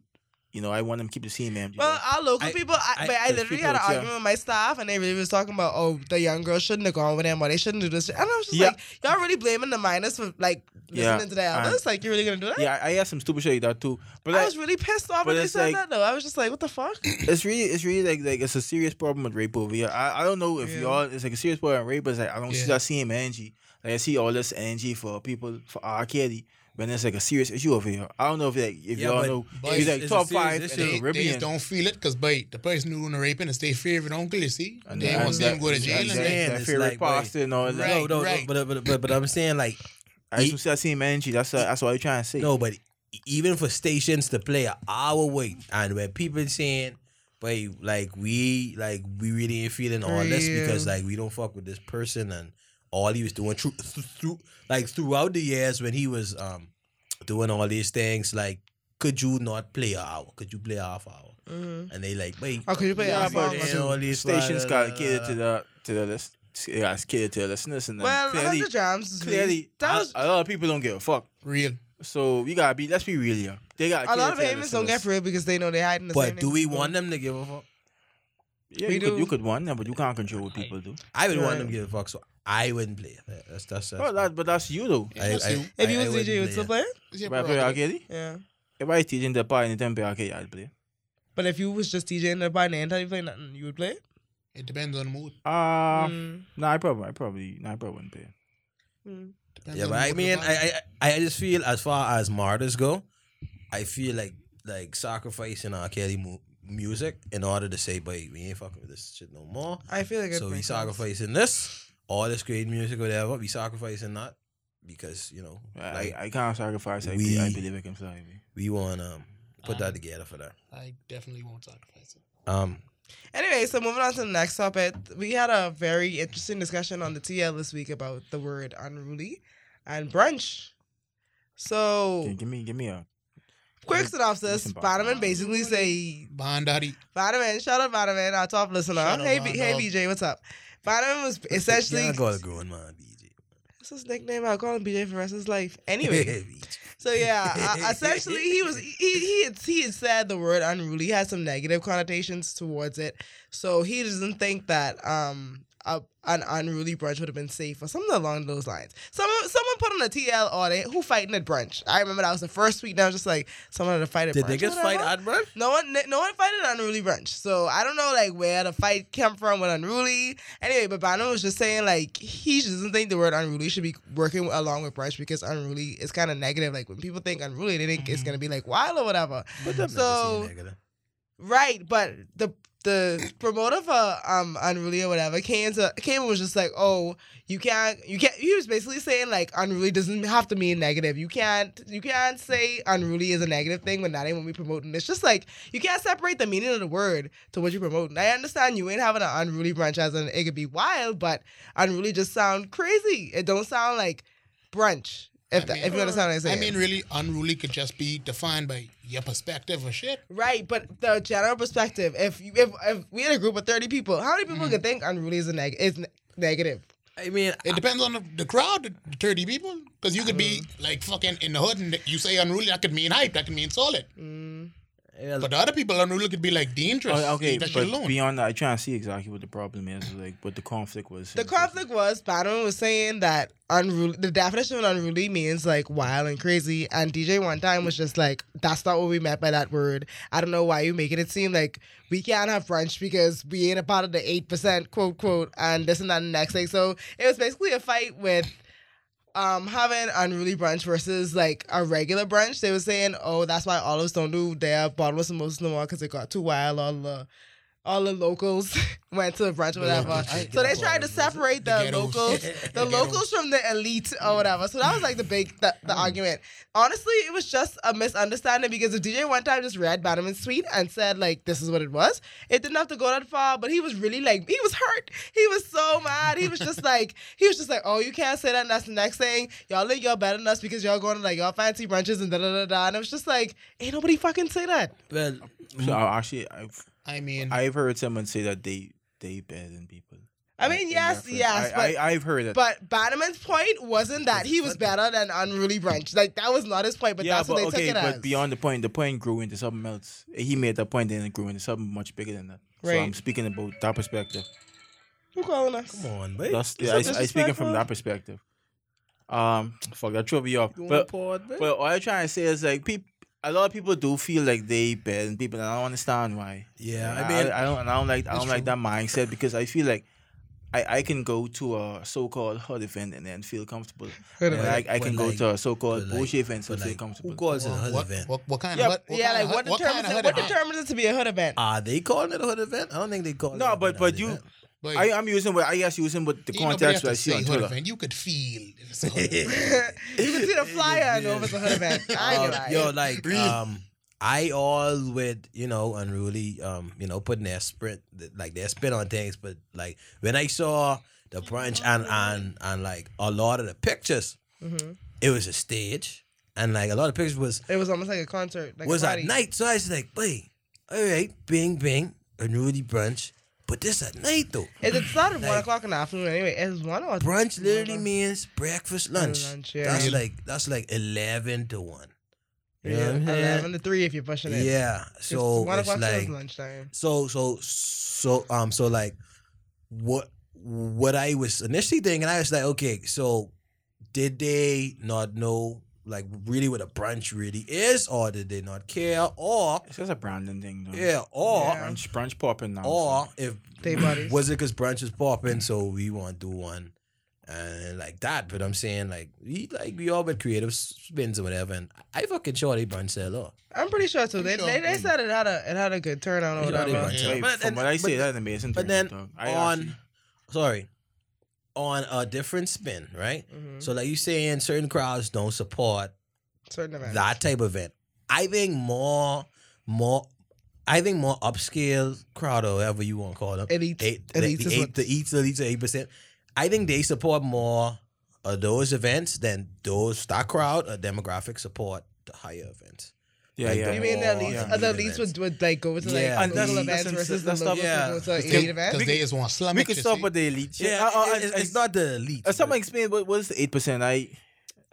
Speaker 2: You know, I want them to keep the same energy.
Speaker 3: Well, our local
Speaker 1: I-
Speaker 3: people, I,
Speaker 1: I-
Speaker 3: but I
Speaker 2: there's
Speaker 3: literally had an
Speaker 2: people that- yeah.
Speaker 3: argument with my staff, and they really was talking about, oh, the young girls shouldn't have gone with them, or they shouldn't do this. And I was just
Speaker 2: Yeah.
Speaker 3: like, y'all really blaming the minors for like
Speaker 2: Yeah.
Speaker 3: listening to the
Speaker 2: And-
Speaker 3: elders? Like, you really gonna do that?
Speaker 2: yeah, I, I had some stupid shit like that too. But
Speaker 3: I
Speaker 2: like,
Speaker 3: was really pissed off
Speaker 2: but
Speaker 3: when they
Speaker 2: it's
Speaker 3: said
Speaker 2: like-
Speaker 3: that though. I was just like, what the fuck?
Speaker 2: it's really, it's really like like it's a serious problem with rape over here. I, I don't know if
Speaker 3: Yeah.
Speaker 2: y'all it's like a serious problem with rape, but it's like I don't see
Speaker 4: Yeah.
Speaker 2: that same energy. Like I see all this energy for people for R. Kelly, But it's like a serious issue over here. I don't know if like if
Speaker 1: Yeah,
Speaker 2: y'all
Speaker 1: but
Speaker 2: know
Speaker 4: it's-
Speaker 2: he's like
Speaker 1: it's a
Speaker 2: top
Speaker 1: serious
Speaker 2: five in
Speaker 1: issue.
Speaker 2: the
Speaker 4: They, they
Speaker 2: Caribbean.
Speaker 4: just don't feel it because, bite the person who doing the raping is their favorite uncle, you see?
Speaker 2: And
Speaker 4: they
Speaker 2: that-
Speaker 4: want to see
Speaker 2: that-
Speaker 4: them go to
Speaker 2: that-
Speaker 4: jail.
Speaker 1: that's it.
Speaker 4: and that.
Speaker 2: that
Speaker 1: saying, it's
Speaker 2: favorite
Speaker 1: like,
Speaker 2: pastor and all that.
Speaker 4: Right,
Speaker 1: no, no,
Speaker 4: right.
Speaker 1: But, but but but I'm saying like
Speaker 2: I used to see that same energy. That's what, that's what I'm trying to say.
Speaker 1: no, but e- even for stations to play an hour wait, and where people saying, "But like we like we really ain't feeling all this
Speaker 3: Yeah.
Speaker 1: because like we don't fuck with this person and all he was doing through, through like throughout the years when he was um doing all these things like." Could you not play an hour? Could you play a half hour?
Speaker 2: Mm-hmm.
Speaker 3: Mhm.
Speaker 1: And they like, wait,
Speaker 3: Oh, could you play
Speaker 2: Yeah,
Speaker 3: yeah,
Speaker 2: but
Speaker 3: Alpha?
Speaker 1: and all these uh,
Speaker 2: stations
Speaker 1: blah, blah,
Speaker 2: got
Speaker 1: blah,
Speaker 2: catered
Speaker 1: blah,
Speaker 2: to
Speaker 1: blah.
Speaker 2: the to the list. Yeah, it's catered to the listeners and then
Speaker 3: Well,
Speaker 2: clearly,
Speaker 3: 100 jams. is really-
Speaker 2: clearly,
Speaker 3: that
Speaker 2: a-
Speaker 3: was,
Speaker 2: a lot of people don't give a fuck.
Speaker 4: Real.
Speaker 2: So we gotta be. Let's be real here. They got
Speaker 3: a lot of payments don't get free because they know they're hiding the same
Speaker 1: But do we
Speaker 3: things.
Speaker 1: want them to give a fuck?
Speaker 2: Yeah,
Speaker 3: We
Speaker 2: you could, you
Speaker 3: do.
Speaker 2: could want them, but you can't control what people do.
Speaker 1: I would want
Speaker 3: Right.
Speaker 1: them to give a fuck, so I wouldn't play. That- That's that's. that's
Speaker 2: Oh, that, but that's you though.
Speaker 1: I,
Speaker 4: That's
Speaker 1: I-
Speaker 4: you.
Speaker 3: If you
Speaker 1: I- I
Speaker 3: was
Speaker 1: wouldn't
Speaker 3: DJ, you would still
Speaker 1: it.
Speaker 3: play it?
Speaker 4: It's your
Speaker 2: But I play
Speaker 4: prerogative.
Speaker 2: arcade.
Speaker 3: Yeah.
Speaker 2: If I teaching the part anything play arcade, I'd play.
Speaker 3: But if you was just DJing the band and you play nothing, you would play it?
Speaker 4: It depends on the mood.
Speaker 2: Uh,
Speaker 3: Mm,
Speaker 2: no, I probably, I probably, no, I probably wouldn't play.
Speaker 3: mm.
Speaker 4: Depends
Speaker 1: Yeah,
Speaker 4: on
Speaker 1: but
Speaker 4: the
Speaker 1: I
Speaker 4: mood
Speaker 1: mean,
Speaker 4: of the
Speaker 1: I, I I just feel as far as martyrs go, I feel like like sacrificing our Kelly mu- music in order to say, "But we ain't fucking with this shit no more."
Speaker 3: I feel like it
Speaker 1: So we
Speaker 3: makes sense.
Speaker 1: sacrificing this, all this great music, whatever. We sacrificing that because you know,
Speaker 2: I,
Speaker 1: like
Speaker 2: I can't sacrifice. I,
Speaker 1: we-
Speaker 2: be, I believe I can fly. me.
Speaker 1: we want um put that
Speaker 4: Um,
Speaker 1: together for that.
Speaker 4: band. I definitely won't sacrifice it.
Speaker 1: Um,
Speaker 3: Anyway, so moving on to the next topic, we had a very interesting discussion on the TL this week about the word unruly and brunch.
Speaker 2: Okay,
Speaker 3: So,
Speaker 2: give me, give me a.
Speaker 3: quick synopsis:
Speaker 2: Listen, Bob.
Speaker 3: Bannerman basically say,
Speaker 4: Bond Daddy.
Speaker 3: Bannerman, shout out Bannerman, our top listener.
Speaker 4: Shout out
Speaker 3: hey, B- hey,
Speaker 4: Bono.
Speaker 3: BJ, what's up? Bannerman was essentially
Speaker 1: yeah, I got a grown man, BJ.
Speaker 3: that's his nickname. I'll call him BJ for the rest of his life.
Speaker 1: [laughs]
Speaker 3: Anyway, So yeah, uh, essentially he was he he had, he had said the word unruly had some negative connotations towards it. So he doesn't think that um a, an unruly brunch would have been safe or something along those lines. Someone someone put on a TL audit who fighting at brunch. I remember that was the first week. That I was just like someone had to fight at
Speaker 1: Did
Speaker 3: brunch.
Speaker 1: niggas fight
Speaker 3: whatever.
Speaker 1: Admiral?
Speaker 3: [laughs] No one, no one fighted unruly brunch. So I don't know like where the fight came from with unruly. Anyway, but Bono was just saying like he just doesn't think the word unruly should be working along with brunch because unruly is kind of negative. Like when people think unruly, they think it's
Speaker 4: Mhm.
Speaker 3: gonna be like wild or whatever.
Speaker 1: But that's
Speaker 3: So- Right, but the the promoter for um unruly or whatever came to came and was just like, oh, you can't, you can't. He was basically saying like unruly doesn't have to mean negative. You can't, you can't say unruly is a negative thing when that ain't what we promoting. It's just like you can't separate the meaning of the word to what you're promoting. I understand you ain't having an unruly brunch as an it could be wild, but unruly just sound crazy. It don't sound like brunch. If,
Speaker 4: I
Speaker 3: that
Speaker 4: mean-
Speaker 3: if you understand what I'm
Speaker 4: I
Speaker 3: saying.
Speaker 4: mean, really, unruly could just be defined by your perspective or shit.
Speaker 3: Right, but the general perspective. If you, if if we had a group of thirty people, how many people could think unruly is a neg- is ne- negative?
Speaker 1: I mean,
Speaker 4: It depends on the, the crowd, the 30 people. Because you could be like fucking in the hood and you say unruly, that could mean hype, that could mean solid.
Speaker 1: yeah,
Speaker 4: But the other people, unruly could be like dangerous.
Speaker 2: Oh, okay,
Speaker 4: Leave that shit
Speaker 2: but
Speaker 4: alone.
Speaker 2: beyond that, I try and see exactly what the problem is, like what the conflict was.
Speaker 3: The conflict was Bannerman was saying that unruly. The definition of unruly means like wild and crazy, and DJ one time was just like, "That's not what we meant by that word." I don't know why you making it seem like we can't have brunch because we ain't a part of the eight percent quote quote and this and that and the next thing. So it was basically a fight with um having unruly brunch versus like a regular brunch, they were saying, oh, that's why all of us don't do their bottomless mimosas no more because it got too wild. All the all the locals [laughs] went to brunch or whatever.
Speaker 4: locals, yeah.
Speaker 3: so they tried to separate the,
Speaker 4: The
Speaker 3: [laughs]
Speaker 4: ghettos.
Speaker 3: locals, the
Speaker 4: The
Speaker 3: locals from the elite or whatever. So that was like the big the, the argument. Honestly, it was just a misunderstanding because if DJ one time just read Bannerman's tweet and said like this is what it was, it didn't have to go that far. But he was really like he was hurt. He was so mad. He was just like he was just like oh you can't say that. And that's the next thing y'all think y'all better than us because y'all going to like y'all fancy brunches and da da da da. And it was just like ain't nobody fucking say that.
Speaker 1: well,
Speaker 3: Mm-hmm.
Speaker 2: So I- actually, I've
Speaker 4: I mean,
Speaker 2: I've heard someone say that they they better than people.
Speaker 3: I
Speaker 2: In
Speaker 3: mean yes
Speaker 2: reference.
Speaker 3: yes
Speaker 2: I,
Speaker 3: but.
Speaker 2: I, I've heard that.
Speaker 3: but Bannerman's point wasn't that he was better than Unruly Brunch. Like that was not his point, but that's what they took it
Speaker 2: but
Speaker 3: as.
Speaker 2: beyond the point, the point grew into something else. He made that point and it grew into something much bigger than that. So
Speaker 3: Right.
Speaker 2: I'm speaking about that perspective.
Speaker 3: Who calling us?
Speaker 1: come on, babe.
Speaker 2: That's,
Speaker 3: Is
Speaker 2: I, I
Speaker 3: that
Speaker 2: speaking
Speaker 3: disrespectful?
Speaker 2: from that perspective. Um, fuck that threw me off.
Speaker 1: You wanna
Speaker 2: But
Speaker 1: pod, babe?
Speaker 2: but all I'm trying to say is like people, a lot of people do feel like they better than people, and I don't understand why.
Speaker 1: yeah,
Speaker 2: I,
Speaker 1: I mean,
Speaker 2: I, don't, and I don't like, I
Speaker 4: It's
Speaker 2: don't like
Speaker 4: true.
Speaker 2: that mindset because I feel like I, I can go to a so-called hot event and then feel comfortable.
Speaker 3: Hood
Speaker 2: And
Speaker 1: event.
Speaker 2: I, I can
Speaker 1: But
Speaker 2: go
Speaker 1: like-
Speaker 2: to a so-called
Speaker 1: but like-
Speaker 2: bullshit event
Speaker 1: but
Speaker 2: and feel
Speaker 1: like, who
Speaker 2: comfortable.
Speaker 1: calls it a hood
Speaker 4: what,
Speaker 1: event?
Speaker 4: What, what kind
Speaker 2: Yeah,
Speaker 4: of what, what
Speaker 3: yeah,
Speaker 4: kind
Speaker 3: like
Speaker 4: of
Speaker 3: what
Speaker 4: hood- what kind
Speaker 3: determines
Speaker 4: of
Speaker 3: it,
Speaker 4: hood
Speaker 3: what
Speaker 4: event?
Speaker 3: determines it to be a
Speaker 1: [laughs]
Speaker 3: hood event?
Speaker 1: Are they calling it a hood event? I don't think they call it.
Speaker 2: No,
Speaker 1: a
Speaker 2: but
Speaker 1: hood
Speaker 2: but
Speaker 1: event.
Speaker 2: you,
Speaker 4: But
Speaker 2: I I'm using what I guess using with the
Speaker 4: ain't nobody have
Speaker 2: context
Speaker 4: to
Speaker 2: that I see
Speaker 4: say
Speaker 2: on
Speaker 4: hood
Speaker 2: Twitter.
Speaker 4: event. You could feel if it's a hood event.
Speaker 3: you can see the flyer and know if it's a hood event.
Speaker 2: uh,
Speaker 3: I ain't
Speaker 1: Um,
Speaker 3: gonna lie.
Speaker 1: yo, like um, I all with you know unruly um, you know putting their sprint like their spin on things, but like when I saw the brunch and and and like a lot of the pictures,
Speaker 3: Mhm.
Speaker 1: it was a stage, and like a lot of pictures was
Speaker 3: It was almost like a concert. Like
Speaker 1: was
Speaker 3: a
Speaker 1: at
Speaker 3: party.
Speaker 1: night. So I was like, wait, all right, bing bing, unruly brunch, but this at night though.
Speaker 3: It it started one
Speaker 1: Like-
Speaker 3: o'clock in the afternoon anyway. It's one or
Speaker 1: Brunch literally
Speaker 3: Whatever.
Speaker 1: means breakfast, lunch.
Speaker 3: lunch, yeah.
Speaker 1: That's
Speaker 4: Yeah.
Speaker 1: like that's like eleven to one. You know
Speaker 3: yeah,
Speaker 1: what I'm saying?
Speaker 3: eleven to three if you're pushing it.
Speaker 1: Yeah.
Speaker 3: It's
Speaker 1: So
Speaker 3: one
Speaker 1: it's
Speaker 3: o'clock till
Speaker 1: like
Speaker 3: it's lunchtime.
Speaker 1: so so so um so like what what I was initially thinking, I was like, okay, so did they not know like really what a brunch really is, or did they not care, or
Speaker 2: It's just a branding thing, though.
Speaker 1: yeah, Oh, or
Speaker 3: Yeah.
Speaker 2: brunch brunch popping now.
Speaker 1: or if
Speaker 3: Day buddies.
Speaker 1: was it because brunch was popping, so we want to do one and like that. But I'm saying like we like we all been creative spins or whatever, and I fucking sure they brunch sell off.
Speaker 3: I'm pretty sure too.
Speaker 4: I'm
Speaker 3: They,
Speaker 4: sure.
Speaker 3: they they said it had a it had a good turnout or
Speaker 1: You know, they
Speaker 3: whatever.
Speaker 1: brunch
Speaker 4: Yeah.
Speaker 1: sell.
Speaker 2: Wait,
Speaker 1: But
Speaker 2: from
Speaker 1: then-
Speaker 2: what I
Speaker 1: but-
Speaker 2: say, that's amazing.
Speaker 1: but then
Speaker 2: thing, dog. I
Speaker 1: on
Speaker 2: actually-
Speaker 1: sorry on a different spin right
Speaker 3: Mhm.
Speaker 1: so like you saying certain crowds don't support
Speaker 3: Certain event.
Speaker 1: that type of event i think more more i think more upscale crowd or whatever you want to call them
Speaker 3: Elite-
Speaker 1: eight,
Speaker 3: elites
Speaker 1: the,
Speaker 3: is
Speaker 1: the, eight,
Speaker 3: what-
Speaker 1: the eats elites are eight percent i think they support more of those events than those that crowd or demographic support the higher events
Speaker 2: yeah,
Speaker 1: like,
Speaker 2: yeah.
Speaker 1: the-
Speaker 3: You mean
Speaker 1: Oh,
Speaker 3: that leads
Speaker 2: yeah.
Speaker 3: other
Speaker 1: Elite
Speaker 3: leats
Speaker 1: events.
Speaker 3: would, would like go to like
Speaker 1: Yeah.
Speaker 3: yeah.
Speaker 1: And
Speaker 2: that's-
Speaker 3: local events
Speaker 2: that's-
Speaker 3: versus
Speaker 2: that's
Speaker 3: the
Speaker 2: not-
Speaker 3: local
Speaker 1: yeah.
Speaker 3: people to
Speaker 1: Because
Speaker 3: elite
Speaker 4: Because
Speaker 3: events.
Speaker 4: they is want slum.
Speaker 2: we can stop with the elite. shit.
Speaker 1: yeah
Speaker 2: Uh, uh,
Speaker 1: it- it's, it's not the elite
Speaker 2: Uh, someone explain what what is the eight percent? I
Speaker 3: Okay,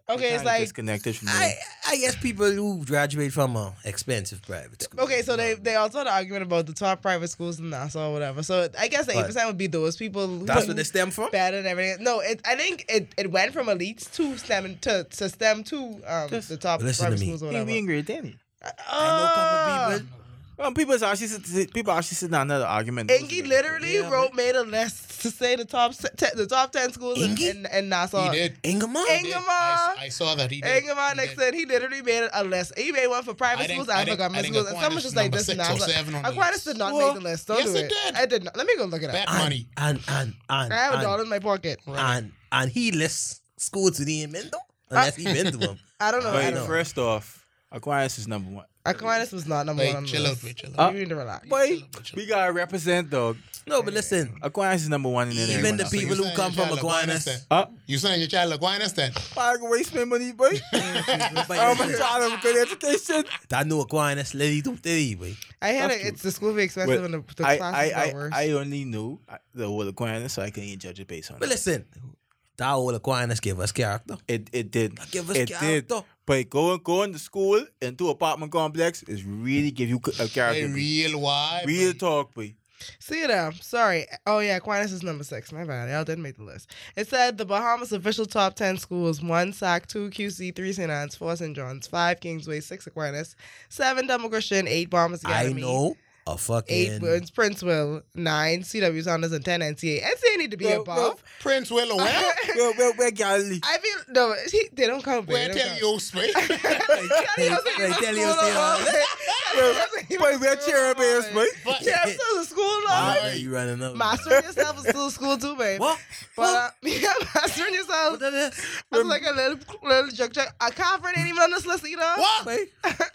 Speaker 3: it's
Speaker 2: kinda
Speaker 3: like
Speaker 2: disconnected from
Speaker 1: I,
Speaker 2: that.
Speaker 1: I guess people who graduate from an expensive private school.
Speaker 3: Okay, so they they also had an argument about the top private schools in Nassau or whatever. So I guess the
Speaker 1: But-
Speaker 3: eight percent would be those people who
Speaker 1: That's where they stem from.
Speaker 3: better and everything. No, it, I think it, it went from elites to STEM to, to STEM to um,
Speaker 2: Just
Speaker 3: the top
Speaker 1: listen to
Speaker 3: private
Speaker 1: me.
Speaker 3: schools or
Speaker 2: You
Speaker 3: whatever.
Speaker 2: being great, Danny.
Speaker 1: I know a couple people.
Speaker 2: Um, people is actually sit- people actually sitting on another argument.
Speaker 3: Ingy literally
Speaker 1: Yeah,
Speaker 3: wrote made a list to say the top se- te- the top ten schools in,
Speaker 1: Ingy?
Speaker 3: in, in Nassau.
Speaker 4: He did.
Speaker 1: Ingemar.
Speaker 4: He
Speaker 3: Eng-
Speaker 4: did.
Speaker 3: Ingemar.
Speaker 4: I, I saw that he did.
Speaker 3: Ingemar
Speaker 4: He did.
Speaker 3: next said he literally made a list. He made one for private
Speaker 4: I think-
Speaker 3: schools and
Speaker 4: I
Speaker 3: for
Speaker 4: think- I
Speaker 3: government
Speaker 4: think
Speaker 3: schools. And someone
Speaker 4: Aquinas
Speaker 3: just like
Speaker 4: number
Speaker 3: this is
Speaker 4: six or
Speaker 3: Nassau.
Speaker 4: seven on the
Speaker 3: Aquinas
Speaker 4: list.
Speaker 3: did not
Speaker 2: Well,
Speaker 3: make the list. Don't
Speaker 4: yes,
Speaker 3: do
Speaker 4: it
Speaker 3: it.
Speaker 4: did.
Speaker 3: I did not. Let me go look it up.
Speaker 4: Bet
Speaker 1: and,
Speaker 4: money.
Speaker 1: And and and
Speaker 3: I have a
Speaker 1: and,
Speaker 3: dollar in my pocket.
Speaker 1: and and he lists schools to the Mendo unless he been to them.
Speaker 3: I don't know. I
Speaker 2: But
Speaker 3: don't know.
Speaker 2: first off, Aquinas is number one.
Speaker 3: Aquinas was not number
Speaker 4: Like,
Speaker 3: one on the
Speaker 4: chill out,
Speaker 3: list.
Speaker 4: man, chill
Speaker 2: Uh,
Speaker 4: out.
Speaker 3: You need to relax.
Speaker 2: Boy, we gotta represent dog.
Speaker 1: No, but listen,
Speaker 2: Aquinas is number one in
Speaker 1: Even
Speaker 2: everyone
Speaker 1: the
Speaker 2: else.
Speaker 1: people- who
Speaker 4: saying
Speaker 1: come
Speaker 4: your
Speaker 1: from
Speaker 4: child
Speaker 1: Aquinas.
Speaker 4: then?
Speaker 2: Uh,
Speaker 4: You saying your child Aquinas then?
Speaker 2: I can waste my money, boy.
Speaker 1: [laughs]
Speaker 2: [laughs] I'm a child of a good education.
Speaker 1: that new Aquinas lady don't tell boy.
Speaker 3: I had it.
Speaker 2: That's true.
Speaker 3: It's the school fee expensive
Speaker 2: Well,
Speaker 3: and the, the
Speaker 2: I,
Speaker 3: classes
Speaker 2: I,
Speaker 3: are
Speaker 2: I,
Speaker 3: worse.
Speaker 2: I only knew uh, the whole Aquinas, so I couldn't judge it based on
Speaker 1: But
Speaker 2: it.
Speaker 1: listen, that old Aquinas give us character.
Speaker 2: It, it did.
Speaker 1: Give us
Speaker 2: it did.
Speaker 1: character.
Speaker 2: But going going to school into apartment complex is really give you a
Speaker 4: Hey,
Speaker 2: character. boy.
Speaker 4: real why?
Speaker 2: Real talk,
Speaker 4: [laughs]
Speaker 2: boy.
Speaker 3: See them. Sorry. Oh yeah, Aquinas is number six. My bad. Y'all didn't make the list. It said the Bahamas official top ten schools: one Sac, two QC, three St. Anne's, four St. John's, five Kingsway, six Aquinas, seven Double Christian, eight Bombers
Speaker 1: I
Speaker 3: Academy.
Speaker 1: know a
Speaker 3: Eight
Speaker 1: fucking.
Speaker 3: Burns Princeville, nine CW Saunders, and ten NCA. NCA need to be
Speaker 2: No,
Speaker 3: above.
Speaker 4: Prince Willow. Where?
Speaker 2: Where, where, where, Galilee?
Speaker 3: I feel no, he, they don't count. babe,
Speaker 4: Where
Speaker 3: they don't [laughs]
Speaker 4: tell
Speaker 3: count.
Speaker 4: you, sweet?
Speaker 3: Tell you,
Speaker 1: They tell you,
Speaker 3: [laughs]
Speaker 2: Boy, where Cherub is, boy?
Speaker 4: But
Speaker 3: Yeah, I'm still in school,
Speaker 1: Why
Speaker 3: though.
Speaker 1: are you running up?
Speaker 3: [laughs] Mastering yourself is still school too, babe.
Speaker 1: What?
Speaker 3: But uh, [laughs] yeah, mastering
Speaker 1: What
Speaker 3: yourself.
Speaker 1: that is?
Speaker 3: That's like a little little joke. joke. A conference ain't even on this list either.
Speaker 4: what?
Speaker 1: Boy,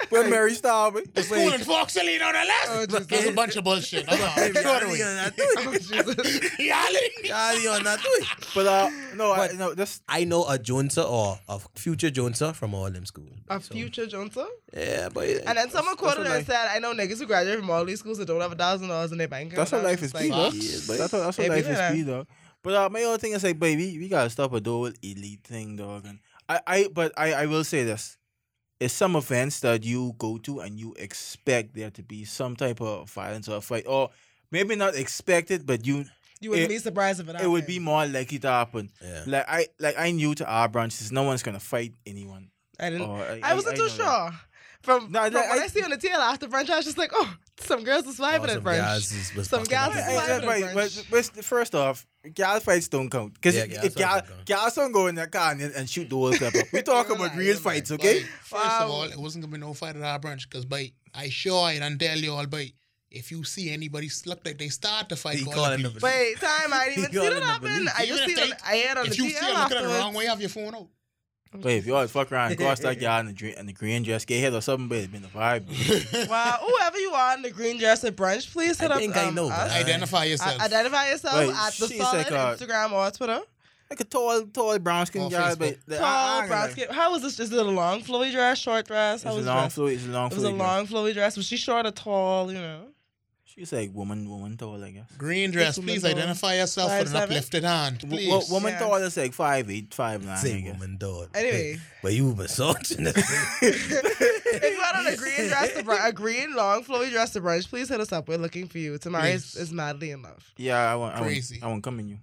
Speaker 2: Where Mary Star, boy?
Speaker 4: The school in Fox Hill ain't on the
Speaker 3: Oh,
Speaker 4: list.
Speaker 3: Jesus.
Speaker 4: That's a bunch of bullshit. Hold on. Throw it
Speaker 1: Y'all [laughs]
Speaker 4: away.
Speaker 1: ain't gonna do it.
Speaker 3: [laughs] Oh, Jesus.
Speaker 4: Yali.
Speaker 1: Y'all ain't gonna do it.
Speaker 2: But uh, no, I, no, that's
Speaker 1: I know a Jonesa or a future Jonesa from all them schools.
Speaker 3: A
Speaker 1: So,
Speaker 3: future Johnson.
Speaker 1: Yeah, but
Speaker 3: And then someone
Speaker 2: That's- that's
Speaker 3: quoted
Speaker 2: what
Speaker 3: her and said, I know niggas who graduate from all these schools that don't have a thousand dollars in their bank account.
Speaker 2: that's what
Speaker 3: I was
Speaker 2: life is,
Speaker 3: just
Speaker 2: be,
Speaker 3: like,
Speaker 2: dog.
Speaker 1: Yes,
Speaker 2: That's what that's what
Speaker 3: Yeah,
Speaker 2: life
Speaker 3: be
Speaker 2: is,
Speaker 3: that.
Speaker 2: be, dog. But uh, my other thing is like, baby, we gotta stop with the whole elite thing, dog. And I, I, but I, I will say this: it's some events that you go to and you expect there to be some type of violence or fight, or maybe not expect it, but you,
Speaker 3: You wouldn't
Speaker 2: It-
Speaker 3: be surprised if it
Speaker 2: it
Speaker 3: happened.
Speaker 2: would be more likely to happen.
Speaker 1: Yeah.
Speaker 2: Like I, like I knew to our branches, no one's gonna fight anyone.
Speaker 3: I didn't.
Speaker 2: Or
Speaker 3: I wasn't too
Speaker 2: know that.
Speaker 3: sure. From,
Speaker 2: No, I-
Speaker 3: from what
Speaker 2: I-
Speaker 3: I see on the TL after brunch, I was just like, oh, Some girls is
Speaker 1: Or
Speaker 3: vibing at
Speaker 1: some
Speaker 3: first.
Speaker 1: guys is- was
Speaker 3: Some
Speaker 1: fucking
Speaker 3: guys
Speaker 1: up
Speaker 3: is
Speaker 1: that
Speaker 2: Hey,
Speaker 1: bitch.
Speaker 3: why I
Speaker 2: hey,
Speaker 3: don't
Speaker 2: right,
Speaker 3: brush.
Speaker 2: but- but first off, gal fights don't count because
Speaker 1: Yeah,
Speaker 2: if,
Speaker 1: gal
Speaker 2: if
Speaker 1: fights
Speaker 2: gal
Speaker 1: don't count.
Speaker 2: gals don't go in that car and, and shoot the whole clip up,
Speaker 3: [laughs]
Speaker 2: we talk
Speaker 3: You're
Speaker 2: about
Speaker 3: lying,
Speaker 2: real
Speaker 3: you're lying.
Speaker 2: fights, okay?
Speaker 4: Like, first of
Speaker 3: Wow.
Speaker 4: all, it wasn't gonna be no fight at our brunch because, by I sure I done tell you all, by if you see anybody s- look like they start to fight,
Speaker 1: He
Speaker 4: call
Speaker 1: call
Speaker 4: the
Speaker 1: it
Speaker 4: police.
Speaker 1: number-
Speaker 3: Wait, time I didn't even
Speaker 1: He
Speaker 3: see
Speaker 1: calling
Speaker 3: that
Speaker 1: the
Speaker 3: happen.
Speaker 1: police.
Speaker 3: I
Speaker 4: Even
Speaker 3: just
Speaker 4: if
Speaker 3: see it.
Speaker 4: they-
Speaker 3: I had on
Speaker 4: If
Speaker 3: the
Speaker 4: you
Speaker 3: TL
Speaker 4: still looking at the wrong
Speaker 3: afterwards.
Speaker 4: way, have your phone out.
Speaker 2: Wait, if you always fuck around, cross
Speaker 3: [laughs]
Speaker 2: that gal in the, dre- in the green dress, get hit or something, but it's been a vibe. bro.
Speaker 3: Wow, whoever you are in the green dress at brunch, please hit
Speaker 1: I
Speaker 3: up.
Speaker 1: think I
Speaker 3: um,
Speaker 1: know,
Speaker 3: us.
Speaker 1: man.
Speaker 4: [laughs] Identify
Speaker 3: I-
Speaker 4: yourself.
Speaker 3: identify yourself
Speaker 2: Wait,
Speaker 3: at the
Speaker 2: she's
Speaker 3: solid
Speaker 2: like
Speaker 1: uh,
Speaker 2: a-
Speaker 3: Instagram or Twitter.
Speaker 2: Like a tall, tall brown
Speaker 4: On
Speaker 2: skin gal, but
Speaker 4: Facebook.
Speaker 2: the- I- I
Speaker 3: Tall,
Speaker 2: ain't
Speaker 3: brown
Speaker 2: gonna-
Speaker 3: skin. How was this? Is it a long flowy dress, short dress?
Speaker 2: It's
Speaker 3: How
Speaker 2: a
Speaker 3: was
Speaker 2: long
Speaker 3: dress?
Speaker 2: fluid. It's a long
Speaker 3: It was a
Speaker 2: fluid.
Speaker 3: long flowy dress. Was she short or tall? You
Speaker 1: [laughs]
Speaker 3: know.
Speaker 2: She's like woman, woman tall, I guess.
Speaker 4: Green dress,
Speaker 3: Yes,
Speaker 4: please
Speaker 3: woman.
Speaker 4: identify yourself
Speaker 3: Five
Speaker 4: with an
Speaker 3: seven?
Speaker 4: uplifted hand,
Speaker 2: W-
Speaker 4: please.
Speaker 2: w-
Speaker 4: [laughs]
Speaker 2: woman
Speaker 3: Yeah.
Speaker 2: tall is like five eight, five nine. I
Speaker 1: Say
Speaker 2: guess. [laughs]
Speaker 1: woman, dog.
Speaker 3: Anyway.
Speaker 1: But you were [laughs] searching
Speaker 3: if you are on a green dress
Speaker 2: [laughs]
Speaker 3: to brunch, a green long flowy dress to brunch, please hit us up. We're looking for you. Tamari is,
Speaker 4: Please.
Speaker 3: is madly in love.
Speaker 2: Yeah, I won't. I
Speaker 4: Crazy.
Speaker 2: won't, I won't come in you.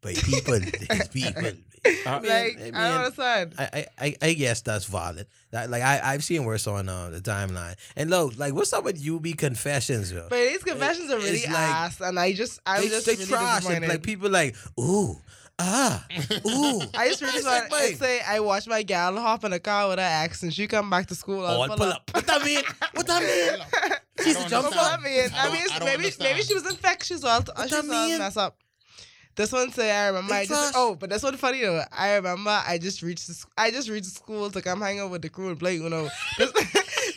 Speaker 1: But people, these people.
Speaker 2: Uh,
Speaker 3: [laughs] like
Speaker 1: I
Speaker 3: I don't
Speaker 1: mean-
Speaker 3: understand.
Speaker 1: I, I, I, I guess that's valid. That, like I, I've seen worse on uh, the timeline. And look, like what's up with UB confessions, bro?
Speaker 3: But these confessions are
Speaker 1: it's
Speaker 3: really
Speaker 1: like-
Speaker 3: ass, and I just I'm
Speaker 1: they,
Speaker 3: just
Speaker 1: they
Speaker 3: really
Speaker 1: trash and
Speaker 3: disappointed.
Speaker 1: like people like ooh ah ooh.
Speaker 3: I just really
Speaker 1: It's like,
Speaker 3: want to
Speaker 1: wait,
Speaker 3: say I watch my gal hop in a car with her ex, and she come back to school. I'll
Speaker 1: all Oh, pull up. What that mean? What
Speaker 4: [laughs]
Speaker 1: that mean?
Speaker 4: She's
Speaker 1: She's a
Speaker 3: But
Speaker 1: jump
Speaker 3: what I
Speaker 1: up.
Speaker 3: mean,
Speaker 4: I
Speaker 3: I
Speaker 4: don't-
Speaker 3: mean,
Speaker 4: I don't
Speaker 3: maybe maybe
Speaker 4: understand.
Speaker 3: she was infectious. Or
Speaker 1: What
Speaker 3: she
Speaker 1: I
Speaker 3: was all
Speaker 1: mean?
Speaker 3: mess up. This one say I remember. I
Speaker 1: It's
Speaker 3: just,
Speaker 1: us.
Speaker 3: oh, but this one funny though. I remember I just reached the, sc- I just reached school to come hang out with the crew and play Uno. [laughs] This,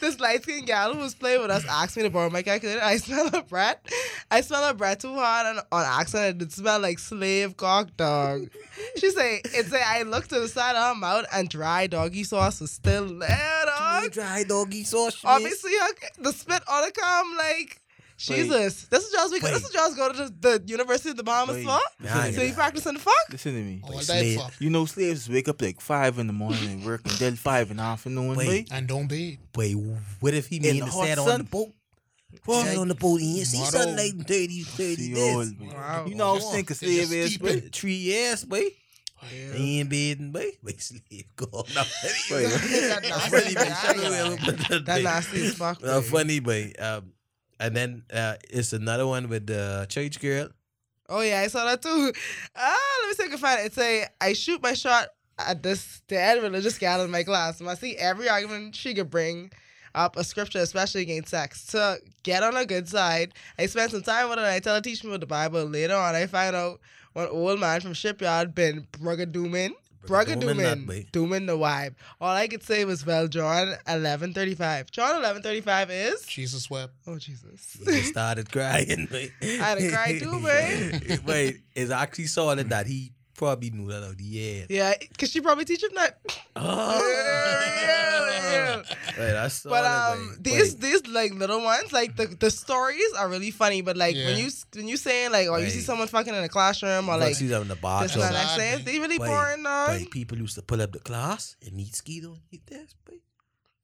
Speaker 3: this light skinned gal who was playing with us asked me to borrow my calculator. I [laughs] smell a brat. I smell a brat too hard and on accident. It smelled like slave cock dog. she say it say I looked to the side of her mouth and dry doggy sauce was still there. Dog.
Speaker 1: Dry doggy sauce. miss.
Speaker 3: Obviously, her, the spit on her come like Jesus. This is John's because this is
Speaker 1: Wait.
Speaker 3: John's go to the, the University of the Bahamas
Speaker 2: Wait.
Speaker 3: for.
Speaker 1: Nah,
Speaker 3: So he
Speaker 1: yeah.
Speaker 3: practicing the fuck.
Speaker 2: Listen to me.
Speaker 4: All that
Speaker 1: Slade.
Speaker 4: fuck.
Speaker 2: You know, slaves wake up like five in the morning and work until five in the afternoon.
Speaker 1: Wait.
Speaker 2: Wait.
Speaker 4: And don't be.
Speaker 1: Wait, what if he mean
Speaker 2: the
Speaker 1: to
Speaker 2: hot
Speaker 1: stand on
Speaker 2: sun?
Speaker 1: the boat?
Speaker 2: What?
Speaker 1: Sat on the boat and he see
Speaker 4: Motto.
Speaker 1: something like dirty, dirty
Speaker 2: See
Speaker 1: this.
Speaker 2: all, boy.
Speaker 3: Wow.
Speaker 2: You know, I was
Speaker 4: Wow.
Speaker 2: thinking
Speaker 4: It's just
Speaker 2: slave is,
Speaker 4: steeping.
Speaker 2: but
Speaker 1: But three years, boy. He ain't bedding, boy. Wait, sleep, go on.
Speaker 3: [laughs]
Speaker 1: Not funny,
Speaker 2: Wait.
Speaker 3: that
Speaker 1: Not funny,
Speaker 3: nasty.
Speaker 1: boy.
Speaker 3: That-
Speaker 1: Shout out
Speaker 3: That
Speaker 1: to him.
Speaker 3: nasty as
Speaker 1: [laughs]
Speaker 3: fuck.
Speaker 1: Not
Speaker 3: babe.
Speaker 1: funny, boy. Um, and then uh, it's another one with the church girl.
Speaker 3: Oh yeah, I saw that too. Ah, let me see if I can find it. It say I shoot my shot at this dead religious gal in my class. And I see every argument she could bring up a scripture, especially against sex. To get on her good side, I spent some time with her and I tell her teach me about the Bible. Later on I find out one old man from shipyard been Brugadooming.
Speaker 1: Brugadooming that
Speaker 3: [laughs]
Speaker 1: way.
Speaker 3: Brugadooming. Dooming the vibe. All I could say was well John eleven thirty five. John eleven thirty five is
Speaker 4: Jesus wept.
Speaker 3: Oh Jesus.
Speaker 1: He [laughs] just started crying. Mate. I
Speaker 3: had to cry too,
Speaker 1: [laughs]
Speaker 3: man.
Speaker 1: Wait, it's actually solid that he probably knew that out the year.
Speaker 3: [laughs]
Speaker 1: [laughs]
Speaker 3: yeah, cause she probably teach him that [laughs]
Speaker 1: Oh. Wait, that's solid.
Speaker 3: But um,
Speaker 1: wait,
Speaker 3: these
Speaker 1: wait.
Speaker 3: these like little ones, like the, the stories are really funny. But like when
Speaker 4: Yeah.
Speaker 3: you s- when you saying like, oh, you see
Speaker 1: Wait.
Speaker 3: someone fucking in a classroom or like
Speaker 1: Look, she's having the bar
Speaker 3: this
Speaker 4: That's
Speaker 3: and
Speaker 1: show.
Speaker 4: not-
Speaker 3: that, saying they really
Speaker 1: Wait,
Speaker 3: boring um, dog.
Speaker 1: But people used to pull up the class and eat skeeto and eat this. But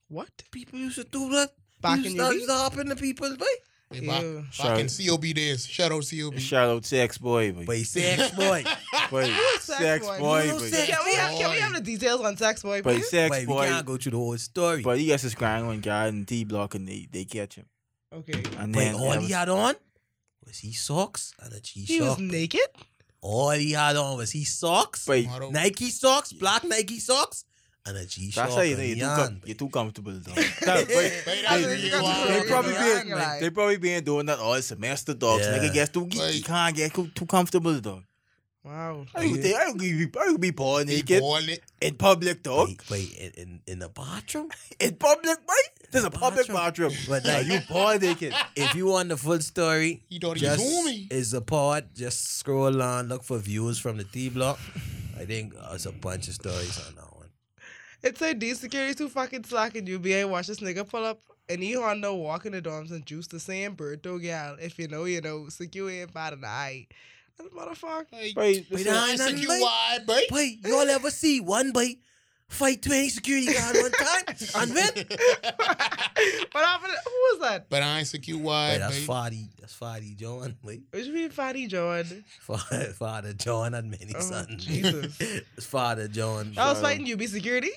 Speaker 3: What?
Speaker 1: people used to do that.
Speaker 3: Back
Speaker 1: used
Speaker 3: in
Speaker 1: to-
Speaker 3: your
Speaker 1: used to hop in the people. But
Speaker 4: They Back,
Speaker 3: Ew.
Speaker 4: back in
Speaker 2: Shout-
Speaker 4: COB days. Shout out COB.
Speaker 2: shout out sex boy, boy.
Speaker 1: wait,
Speaker 4: [laughs]
Speaker 1: sex boy.
Speaker 2: [laughs] Wait,
Speaker 3: Sex
Speaker 1: [laughs]
Speaker 2: sex
Speaker 3: boy.
Speaker 2: boy,
Speaker 1: You know
Speaker 2: boy.
Speaker 1: sex-
Speaker 3: Can we have can we have the details on sex boy?
Speaker 2: But
Speaker 3: please?
Speaker 2: sex
Speaker 1: wait, we
Speaker 2: boy,
Speaker 1: can't go through the whole story.
Speaker 2: but he gets his grind on guy in D block and they, they catch him.
Speaker 3: Okay.
Speaker 2: And
Speaker 1: Wait,
Speaker 2: then
Speaker 1: all
Speaker 2: that
Speaker 1: he
Speaker 2: was-
Speaker 1: had on was he socks and a G
Speaker 3: He was
Speaker 1: shock.
Speaker 3: naked.
Speaker 1: All he had on was he socks.
Speaker 2: wait,
Speaker 4: Motto.
Speaker 1: Nike socks, black Nike socks, and a G Shock.
Speaker 2: that's how you know you're too, com- you're too
Speaker 1: [laughs]
Speaker 2: comfortable though. That- wait,
Speaker 4: Wait,
Speaker 3: That's
Speaker 4: they-
Speaker 3: what he
Speaker 4: they-
Speaker 3: got to
Speaker 2: they
Speaker 3: do.
Speaker 2: probably
Speaker 3: Yeah,
Speaker 2: been-
Speaker 3: I ain't gonna lie.
Speaker 2: They probably been doing that all semester, dogs.
Speaker 1: Yeah.
Speaker 2: Nigga gets too geek.
Speaker 4: Like-
Speaker 2: You can't get co- too comfortable, dog.
Speaker 3: Wow.
Speaker 2: I would, think, I would be, I would be born
Speaker 4: They
Speaker 2: naked
Speaker 4: boil it.
Speaker 2: in public, dog.
Speaker 1: Wait, wait, in, in, in the bathroom?
Speaker 2: In public, mate. There's a public
Speaker 1: Bathroom.
Speaker 2: bathroom.
Speaker 1: But,
Speaker 2: But
Speaker 1: like-
Speaker 2: you born naked.
Speaker 1: If you want the full story,
Speaker 4: He thought he
Speaker 1: just
Speaker 4: was me.
Speaker 1: is a part. Just scroll on, look for views from the T block. I think uh, it's a bunch of stories on that one.
Speaker 3: It's a D security too fucking slacking. You be ain't watch this nigga pull up and he Honda walk in the dorms and juice the same bird though gal. If you know, you know, secure ain't bad an eye. That motherfucker. [laughs]
Speaker 2: Wait,
Speaker 4: Like,
Speaker 1: Wait,
Speaker 2: listen,
Speaker 1: nah,
Speaker 4: I
Speaker 1: ain't
Speaker 4: said
Speaker 1: nothing,
Speaker 4: you
Speaker 1: mate.
Speaker 4: why, boy?
Speaker 1: Wait, y'all ever see one boy fight 20 security guard one time? And
Speaker 4: [laughs]
Speaker 1: when?
Speaker 3: what happened? Who was that?
Speaker 4: But I ain't secure
Speaker 1: Wait,
Speaker 4: why,
Speaker 1: that's
Speaker 4: boy.
Speaker 1: Fadi. That's Fadi John. Wait,
Speaker 3: Which mean Fatty Jordan.
Speaker 1: Father, [laughs] Father John and many
Speaker 3: Oh,
Speaker 1: sons. [laughs]
Speaker 3: Jesus. Ah.
Speaker 1: it's Father John.
Speaker 3: I was
Speaker 2: Jordan.
Speaker 3: fighting UB security.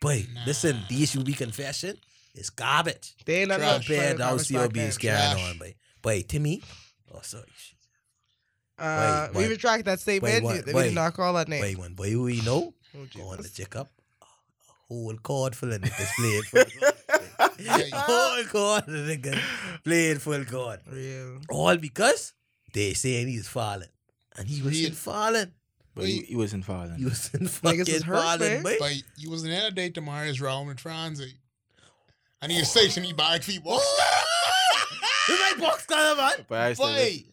Speaker 1: Boy,
Speaker 4: Nah.
Speaker 1: listen, these will be confession. It's garbage
Speaker 3: They ain't nothing
Speaker 4: Trash.
Speaker 3: but
Speaker 1: compared to how COB is
Speaker 3: COBs.
Speaker 1: carrying
Speaker 4: Trash.
Speaker 1: on. But, but hey, Timmy. Oh, sorry. shit.
Speaker 3: Uh,
Speaker 1: Wait,
Speaker 3: we
Speaker 1: wait.
Speaker 3: retract that statement.
Speaker 1: what?
Speaker 3: we
Speaker 1: Wait.
Speaker 3: did not call that name.
Speaker 1: Wait, one boy who we know
Speaker 3: Oh, Jesus.
Speaker 1: going to check up a whole card full of niggas playing full
Speaker 4: Hey.
Speaker 1: A whole card of niggas playing full card.
Speaker 3: Real.
Speaker 1: [laughs] All because they saying he's falling. And he wasn't
Speaker 4: He-
Speaker 1: falling.
Speaker 2: But he, he wasn't falling.
Speaker 1: He
Speaker 3: [laughs]
Speaker 1: wasn't fucking
Speaker 3: is hurt,
Speaker 1: falling,
Speaker 3: man.
Speaker 1: boy.
Speaker 4: But you was in the other day tomorrow is Raul and Transit. I need a station, he buy a feet walk.
Speaker 1: This ain't box color, man.
Speaker 2: but I said,
Speaker 4: Wait.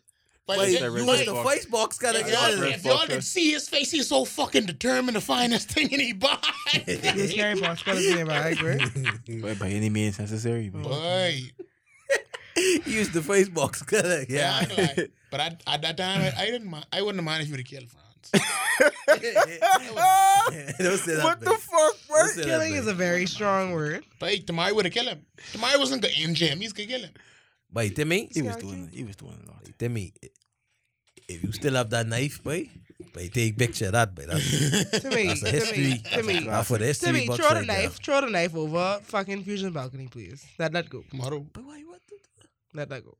Speaker 4: But
Speaker 1: Wait,
Speaker 4: if
Speaker 2: the
Speaker 1: you
Speaker 4: you-
Speaker 2: red
Speaker 1: was the
Speaker 2: box.
Speaker 1: face box color.
Speaker 4: if
Speaker 1: get out of
Speaker 4: y'all,
Speaker 1: there.
Speaker 4: if y'all
Speaker 2: Motherfucker.
Speaker 4: can see his face, he's so fucking determined to find this thing and he buy.
Speaker 1: [laughs]
Speaker 3: Yes, Harry Boss, call his name, I agree.
Speaker 2: by, by any means necessary. But
Speaker 4: Boy.
Speaker 1: Use the face box color. Yeah.
Speaker 4: Yeah, I like- but I, at that time, I, I didn't mind. I wouldn't mind if you would have killed France.
Speaker 1: Don't say [laughs] that,
Speaker 2: what the
Speaker 1: baby.
Speaker 2: fuck, bro?
Speaker 1: Don't say that,
Speaker 3: Killing is
Speaker 1: baby.
Speaker 3: a very strong word.
Speaker 4: But hey, Tamari would have killed him. Tamari wasn't gonna injure him. He's gonna kill him.
Speaker 1: Boy, Timmy.
Speaker 2: He was doing. He was doing a lot.
Speaker 1: Timmy. If you still have that knife, boy, boy, take picture of that, boy. That's, [laughs]
Speaker 3: Timmy,
Speaker 1: that's a history.
Speaker 3: Timmy, Timmy,
Speaker 1: That's for the history
Speaker 3: Timmy,
Speaker 1: box
Speaker 3: throw the
Speaker 1: right there.
Speaker 3: knife, throw the knife over fucking fusion balcony, please. Let that go.
Speaker 4: Tomorrow.
Speaker 1: But why what the
Speaker 3: Let that go.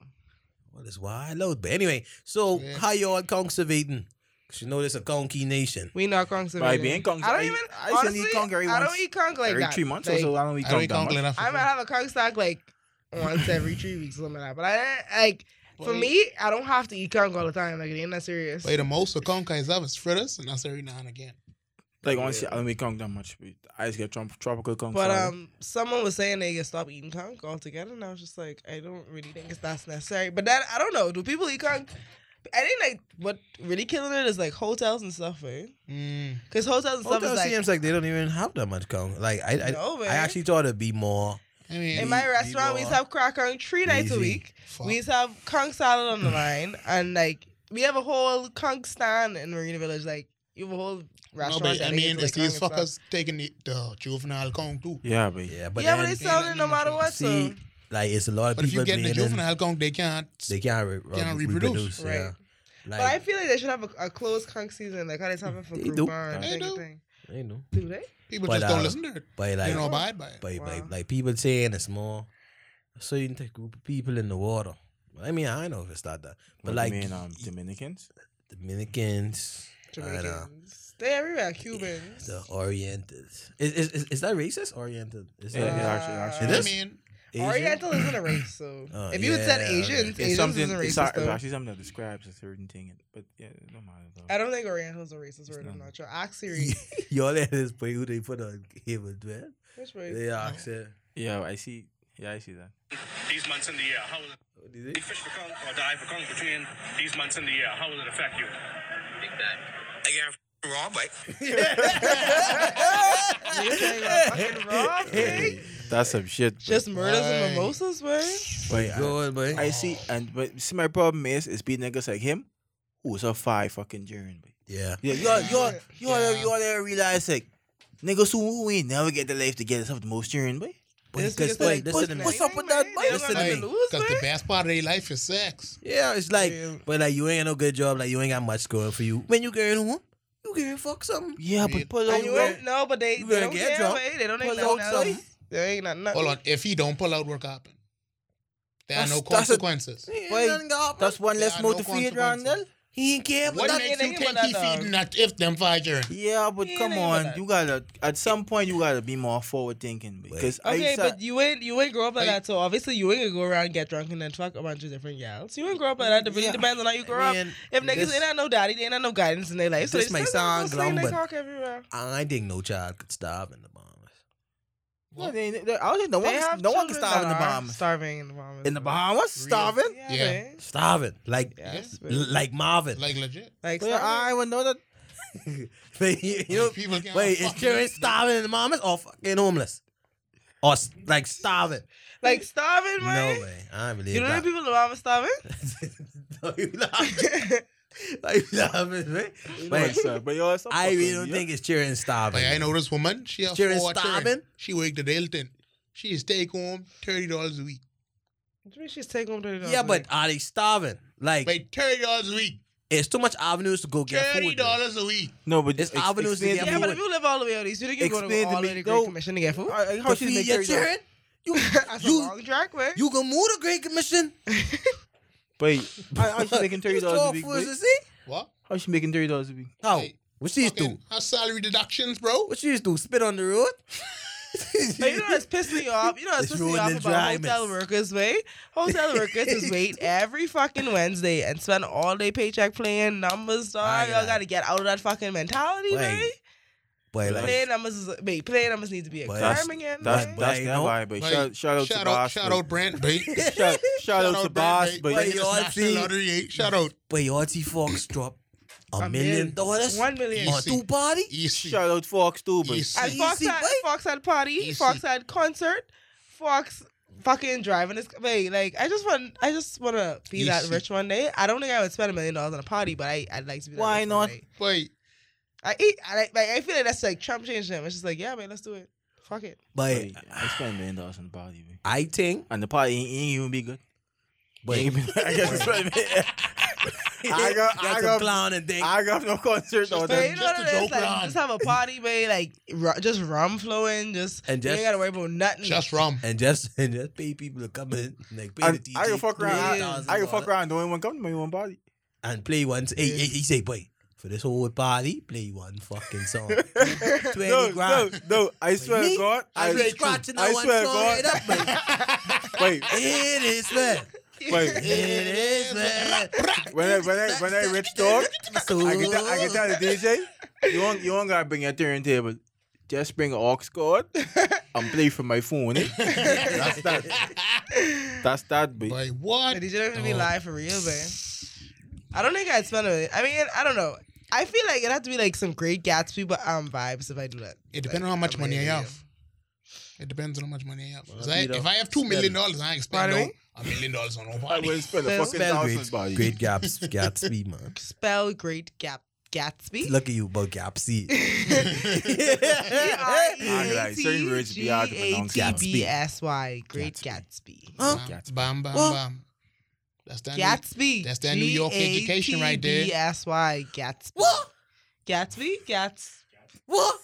Speaker 1: Well, it's wild out. But anyway, so
Speaker 4: Yeah.
Speaker 1: how y'all conservating? Because you know this a conky nation.
Speaker 3: We not conch
Speaker 2: But I be in conch-
Speaker 3: I don't
Speaker 2: I-
Speaker 3: even.
Speaker 2: I used to
Speaker 3: honestly,
Speaker 2: eat conch every
Speaker 3: I don't
Speaker 2: once-
Speaker 3: eat conch like
Speaker 2: every
Speaker 3: that.
Speaker 2: three months
Speaker 3: Like,
Speaker 2: or so. I don't eat
Speaker 4: I don't
Speaker 2: conch
Speaker 4: eat
Speaker 2: that
Speaker 4: conch
Speaker 2: much.
Speaker 4: enough.
Speaker 3: I might have a conch snack like once every three weeks, or something like that. But I like for
Speaker 4: Wait.
Speaker 3: me, I don't have to eat conch all the time. Like it ain't that serious.
Speaker 4: But the most of Conkai is of is fritters, and that's every now and again.
Speaker 2: Like honestly, I don't eat conch that much. but I just get trop- tropical conch.
Speaker 3: But
Speaker 2: salad.
Speaker 3: um, someone was saying they could stop eating conch altogether, and I was just like, I don't really think it's that's necessary. But that I don't know. Do people eat conch? I think like what really killing it is like hotels and stuff, right?
Speaker 4: Mm.
Speaker 3: Because hotels and stuff
Speaker 1: Hotel
Speaker 3: is like
Speaker 1: seems like they don't even have that much conk. Like I, I,
Speaker 3: no, man.
Speaker 1: I actually thought it'd be more.
Speaker 4: I mean,
Speaker 3: in my
Speaker 1: Be-
Speaker 3: restaurant, we
Speaker 1: be
Speaker 3: used to have crack conch three nights a
Speaker 1: Easy.
Speaker 3: week.
Speaker 4: fuck.
Speaker 3: We used to have conch salad on the line, and like we have a whole conch stand in Marina Village. Like you have a whole
Speaker 4: no,
Speaker 3: restaurant.
Speaker 4: but I
Speaker 3: dedicated to,
Speaker 4: mean,
Speaker 3: like,
Speaker 4: it's these
Speaker 3: conch and
Speaker 4: fuckers taking the, the juvenile Kong too.
Speaker 2: yeah, but
Speaker 1: Yeah,
Speaker 3: stuff.
Speaker 1: but
Speaker 3: Yeah, but
Speaker 1: then,
Speaker 3: they sell it no matter what.
Speaker 1: see,
Speaker 3: So
Speaker 1: like it's a lot of
Speaker 4: But if
Speaker 1: people
Speaker 4: you get the
Speaker 1: being in,
Speaker 4: juvenile Kong, they can't.
Speaker 1: they can't, re-
Speaker 4: can't
Speaker 1: re- reproduce.
Speaker 4: reproduce.
Speaker 3: Right.
Speaker 1: Yeah. Like
Speaker 3: But I feel like they should have a, a closed conch season, like how they have it for
Speaker 1: They
Speaker 3: Groupon.
Speaker 1: do.
Speaker 3: and
Speaker 4: They
Speaker 3: thing and
Speaker 4: do.
Speaker 3: thing.
Speaker 1: you know,
Speaker 3: Do they?
Speaker 4: People
Speaker 1: But,
Speaker 4: just don't
Speaker 1: uh,
Speaker 4: listen to it.
Speaker 1: but
Speaker 4: They
Speaker 1: like,
Speaker 4: don't abide by it.
Speaker 1: but
Speaker 3: Wow.
Speaker 1: like, like people saying it's more. So you take group of people in the water. I mean, I know if it's not that, but
Speaker 2: What do
Speaker 1: like
Speaker 2: you mean, um, Dominicans.
Speaker 1: Dominicans, I know.
Speaker 3: Jamaicans. They everywhere. Cubans.
Speaker 1: The oriented. Is, is, is, is that racist? Oriented. Is
Speaker 2: Yeah,
Speaker 1: that
Speaker 3: Uh,
Speaker 2: actually, actually,
Speaker 1: It
Speaker 4: I
Speaker 1: is?
Speaker 4: mean,
Speaker 1: Asian?
Speaker 3: Oriental isn't a race, so
Speaker 1: Oh,
Speaker 3: if you had said
Speaker 1: yeah,
Speaker 3: Asians,
Speaker 1: okay.
Speaker 2: It's
Speaker 3: Asians
Speaker 2: something.
Speaker 3: isn't
Speaker 2: It's,
Speaker 3: racist.
Speaker 2: not, it's
Speaker 3: though.
Speaker 2: actually something that describes a certain thing. But yeah, it don't matter though.
Speaker 3: I don't think Oriental is a racist word.
Speaker 2: not.
Speaker 3: I'm not sure.
Speaker 1: [laughs]
Speaker 3: Actually,
Speaker 1: Y'all at this point who they put on here with man.
Speaker 3: which race?
Speaker 1: They ask uh,
Speaker 2: yeah, I see. Yeah, I see that.
Speaker 5: these months in the year, how will it
Speaker 1: what do you [laughs]
Speaker 5: you
Speaker 1: think?
Speaker 5: fish for conch or dive for conch between these months in the year? How will it affect you? Big bang. Again, raw bite.
Speaker 3: You saying
Speaker 1: [laughs]
Speaker 3: I'm fucking wrong, eh?
Speaker 2: That's some shit. but-
Speaker 3: Just murders and
Speaker 4: Right.
Speaker 3: mimosas, way.
Speaker 2: Wait, I-
Speaker 1: Go on, boy.
Speaker 3: [sighs]
Speaker 2: I see, and but see, my problem is, is being niggas like him, who's a five fucking German. But
Speaker 1: yeah.
Speaker 2: yeah, you all,
Speaker 3: [laughs]
Speaker 2: you all, you all,
Speaker 4: Yeah.
Speaker 2: you all there realize like niggas who, who ain't never get their life together, some of the most German. But
Speaker 1: Boy,
Speaker 3: This
Speaker 1: cause,
Speaker 3: nigga
Speaker 1: wait,
Speaker 3: said
Speaker 1: listen to me.
Speaker 3: pussy
Speaker 2: What's up with
Speaker 3: man,
Speaker 2: that,
Speaker 3: man?
Speaker 2: man?
Speaker 3: They don't
Speaker 1: Listen
Speaker 3: got
Speaker 1: to
Speaker 3: nothing
Speaker 1: me.
Speaker 3: lose,
Speaker 4: because the
Speaker 3: man.
Speaker 4: best part of their life is sex.
Speaker 1: Yeah, it's like,
Speaker 3: Yeah.
Speaker 1: but like you ain't no good job. Like you ain't got much going for you. When you get home, you can fuck something.
Speaker 2: yeah,
Speaker 4: Real.
Speaker 2: but pull
Speaker 3: And
Speaker 2: out.
Speaker 3: you
Speaker 1: bro.
Speaker 3: ain't- No, but they,
Speaker 1: You
Speaker 3: they
Speaker 1: better
Speaker 3: don't
Speaker 1: get
Speaker 3: care,
Speaker 1: drunk.
Speaker 3: way. They don't
Speaker 1: Pull
Speaker 3: ain't
Speaker 1: out
Speaker 3: nothing
Speaker 1: something.
Speaker 3: else. They ain't nothing.
Speaker 4: Hold on, if he don't pull out, what happen? There are
Speaker 2: That's-
Speaker 4: no
Speaker 2: that's a-
Speaker 4: consequences.
Speaker 1: Ain't
Speaker 2: Wait,
Speaker 1: nothing got up.
Speaker 2: That's one
Speaker 4: There
Speaker 2: less
Speaker 4: are
Speaker 2: mouth
Speaker 4: no
Speaker 2: to feed,
Speaker 4: consequences.
Speaker 2: Randall.
Speaker 1: He ain't care about
Speaker 4: What
Speaker 1: that.
Speaker 3: that
Speaker 4: makes
Speaker 3: nigga
Speaker 4: you
Speaker 3: with
Speaker 4: think
Speaker 3: that
Speaker 4: he
Speaker 3: dog.
Speaker 4: feeding that if them five urine?
Speaker 2: uh, Yeah, but
Speaker 3: He
Speaker 2: come
Speaker 3: ain't
Speaker 2: on,
Speaker 3: even-
Speaker 2: you gotta at some point you gotta be more forward thinking because
Speaker 3: Okay,
Speaker 2: I saw,
Speaker 3: but you ain't you ain't grow up like
Speaker 4: Like-
Speaker 3: that, so obviously you ain't gonna go around and get drunk and then fuck a bunch of different gals. You ain't grow up like that. It really
Speaker 1: Yeah.
Speaker 3: depends on how you grow up.
Speaker 1: Man,
Speaker 3: If niggas
Speaker 1: this-
Speaker 3: ain't had no daddy, they ain't had no guidance in their life. So
Speaker 1: this
Speaker 3: they
Speaker 1: may
Speaker 3: still gonna
Speaker 1: sound
Speaker 3: go sling
Speaker 1: glum,
Speaker 3: their
Speaker 1: but-
Speaker 3: cock everywhere.
Speaker 1: I think no child could starve in the Bahamas.
Speaker 2: No, they- they- I don't think no
Speaker 3: They
Speaker 2: one,
Speaker 3: have
Speaker 2: can- no one can
Speaker 3: children
Speaker 2: starve in the
Speaker 3: that are
Speaker 2: Bahamas.
Speaker 3: Starving in the Bahamas.
Speaker 2: In the Bahamas, starving.
Speaker 3: Yeah.
Speaker 4: Yeah.
Speaker 3: man.
Speaker 1: Starving like
Speaker 3: Yes,
Speaker 1: l-
Speaker 3: man.
Speaker 1: like Marvin.
Speaker 4: Like legit.
Speaker 3: Like,
Speaker 2: Well, I would know that.
Speaker 1: But [laughs] you, you know,
Speaker 4: people can't
Speaker 1: Wait, is
Speaker 4: fucking-
Speaker 1: Karen starving in the mamas or fucking homeless? Or s- like starving?
Speaker 3: like starving,
Speaker 1: No
Speaker 3: man.
Speaker 1: way. I don't believe
Speaker 3: You know the
Speaker 1: that.
Speaker 3: people in the
Speaker 1: [laughs]
Speaker 3: Bahamas starving?
Speaker 1: no, you laughing. Like, you laughing, man.
Speaker 2: [laughs]
Speaker 1: Wait,
Speaker 2: but you're some
Speaker 1: I really
Speaker 2: fucking-
Speaker 1: don't
Speaker 2: yeah.
Speaker 1: think it's cheering starving.
Speaker 4: Like, I know this woman. She has
Speaker 1: Karen
Speaker 4: four children.
Speaker 1: starving?
Speaker 4: She worked at Elton. She is take home thirty dollars a week.
Speaker 3: What do you mean she's taking over the
Speaker 1: Yeah, but are they starving? Like,
Speaker 4: Wait, thirty dollars a week.
Speaker 1: it's too much avenues to go get
Speaker 4: Thirty
Speaker 1: food. man.
Speaker 4: dollars a week.
Speaker 2: No, but
Speaker 1: It's
Speaker 2: ex-
Speaker 1: avenues to
Speaker 2: explain
Speaker 1: get
Speaker 3: Yeah,
Speaker 1: food.
Speaker 3: but if you live all the way out east, you think you go to
Speaker 2: Explain to
Speaker 3: all the
Speaker 2: me,
Speaker 3: way to
Speaker 2: though.
Speaker 3: Great Commission to get food?
Speaker 2: I- I-
Speaker 1: To
Speaker 2: How she's
Speaker 1: feed your
Speaker 2: making
Speaker 1: children? You
Speaker 3: [laughs] That's
Speaker 1: uh, You-
Speaker 3: a long track, man.
Speaker 1: you can move the Great Commission.
Speaker 2: But I, I
Speaker 1: [laughs]
Speaker 2: should making thirty
Speaker 1: These
Speaker 2: dollars a
Speaker 1: tall
Speaker 2: week.
Speaker 1: fools
Speaker 2: babe.
Speaker 1: to see.
Speaker 4: What?
Speaker 2: I should making thirty dollars a week.
Speaker 1: How?
Speaker 4: Hey,
Speaker 1: What she used to?
Speaker 4: Fucking Our salary deductions, bro.
Speaker 1: What she used to? Spit on the road?
Speaker 3: But you know what's pissed me off? You know what's
Speaker 1: It's
Speaker 3: pissed me
Speaker 1: ruined
Speaker 3: off
Speaker 1: the
Speaker 3: about
Speaker 1: dryness.
Speaker 3: hotel workers, wait? Hotel workers
Speaker 1: [laughs]
Speaker 3: is wait every fucking Wednesday and spend all day paycheck playing numbers,
Speaker 1: I
Speaker 3: dog.
Speaker 1: gotta-
Speaker 3: Y'all gotta get out of that fucking mentality,
Speaker 1: Wait,
Speaker 3: man.
Speaker 1: [laughs] Boy, like,
Speaker 3: Playing numbers is wait, playing numbers need to be a
Speaker 1: But
Speaker 2: that's-
Speaker 3: crime again,
Speaker 2: That's
Speaker 1: Right.
Speaker 3: man.
Speaker 2: that's
Speaker 1: Right,
Speaker 2: that
Speaker 1: no.
Speaker 2: vibe. But
Speaker 4: Like,
Speaker 2: shout, shout out to boss.
Speaker 4: shout out Brent, babe.
Speaker 2: [laughs] Shout, shout, out, to
Speaker 4: Brent,
Speaker 2: boss.
Speaker 4: babe.
Speaker 2: But
Speaker 1: Wait,
Speaker 2: [laughs]
Speaker 4: Winning
Speaker 1: yo,
Speaker 4: this
Speaker 1: I've
Speaker 4: national
Speaker 1: seen-
Speaker 4: lottery, eh? Shout out.
Speaker 1: Boy, Auntie Fox dropped a,
Speaker 3: A
Speaker 1: million,
Speaker 3: million.
Speaker 1: dollars
Speaker 3: One million.
Speaker 1: on
Speaker 4: Easy.
Speaker 1: two party.
Speaker 4: Easy.
Speaker 2: shout out Fox too. But
Speaker 4: Easy.
Speaker 3: And Fox
Speaker 1: Easy,
Speaker 3: had,
Speaker 1: boy.
Speaker 3: Fox had party,
Speaker 4: Easy.
Speaker 3: Fox had concert, Fox fucking driving his wait, like I just want I just wanna be that
Speaker 4: Easy.
Speaker 3: rich one day. I don't think I would spend a million dollars on a party, but I, I'd like to be that
Speaker 2: Why
Speaker 3: rich One
Speaker 2: not?
Speaker 3: day.
Speaker 4: Wait,
Speaker 3: I eat. I like. like, I feel like that's like Trump changed them. It's just like, yeah, man, let's do it. Fuck it.
Speaker 1: But
Speaker 2: Wait, I spent a million dollars on the party, babe.
Speaker 1: I think,
Speaker 2: and the party ain't, ain't even be good.
Speaker 1: but [laughs]
Speaker 2: Ain't even- I got to spend a million. I
Speaker 1: I
Speaker 2: got-
Speaker 1: got,
Speaker 2: [laughs] I
Speaker 1: some
Speaker 2: got-
Speaker 1: clown and thing.
Speaker 2: I got no concert or
Speaker 3: But
Speaker 4: Then
Speaker 3: you
Speaker 2: that.
Speaker 3: know what
Speaker 4: just to
Speaker 3: it is?
Speaker 4: joke around.
Speaker 3: Like, just have a party, man. Like, ru- just rum flowing. Just
Speaker 1: And
Speaker 3: you
Speaker 1: just-
Speaker 3: ain't gotta worry about
Speaker 2: Mm.
Speaker 3: nothing. [laughs]
Speaker 4: just rum.
Speaker 1: and just [laughs] and just pay people to come in, like pay
Speaker 2: I,
Speaker 1: the DJ.
Speaker 2: I can fuck around. I,
Speaker 1: $3,000
Speaker 2: I can fuck around. Don't even come to my own party.
Speaker 1: and play one. Hey, hey, he say, boy, for this whole party, play one fucking
Speaker 2: [laughs]
Speaker 1: song. Twenty
Speaker 2: no,
Speaker 1: grand.
Speaker 2: No, no, I swear
Speaker 1: Me?
Speaker 2: to God.
Speaker 1: I
Speaker 2: I,
Speaker 1: be scratching
Speaker 2: I
Speaker 1: that one
Speaker 2: swear to
Speaker 1: song
Speaker 2: God.
Speaker 1: right up, man.
Speaker 2: wait,
Speaker 1: It is
Speaker 2: [laughs]
Speaker 1: man.
Speaker 2: wait.
Speaker 1: It is man.
Speaker 2: When I when I when I rich dog,
Speaker 1: [laughs] So
Speaker 2: I can tell, I can tell the DJ, you don't you don't gotta bring your turntable. Just bring an aux cord. I'm play from my phone. eh? That's that. That's that, babe.
Speaker 4: Wait,
Speaker 3: But
Speaker 4: what?
Speaker 3: did you don't have to be
Speaker 4: Oh.
Speaker 3: live for real, man? I don't think I'd spend a million. I mean, I don't know. I feel like it'd have to be like some great Gatsby but, um vibes if I do that.
Speaker 4: It depends on how much
Speaker 3: a
Speaker 4: money I
Speaker 3: million.
Speaker 4: have. It depends on how much money I have. 'Cause
Speaker 1: Well,
Speaker 4: I-
Speaker 1: you know,
Speaker 4: if I have two million dollars, I ain't spend
Speaker 3: Pardon
Speaker 4: no, a million dollars on no
Speaker 2: I
Speaker 4: party. [laughs]
Speaker 2: will spend a
Speaker 3: Spell-
Speaker 2: fucking
Speaker 1: Spell
Speaker 2: thousand,
Speaker 1: great,
Speaker 2: buddy.
Speaker 1: great gaps, Gatsby, man.
Speaker 3: Spell great Gap Gatsby. [laughs]
Speaker 1: Look at you, but Gapsy.
Speaker 2: like, certain words be hard to pronounce.
Speaker 3: G-A-T-B-S-Y. Great Gatsby.
Speaker 1: Huh?
Speaker 4: Bam, bam, bam,
Speaker 1: What?
Speaker 4: bam. That's that. new-
Speaker 3: Gatsby.
Speaker 4: That's that New York education right there.
Speaker 3: G-A-T-B-S-Y. Gatsby.
Speaker 1: What?
Speaker 3: Gatsby? Gats.
Speaker 1: What?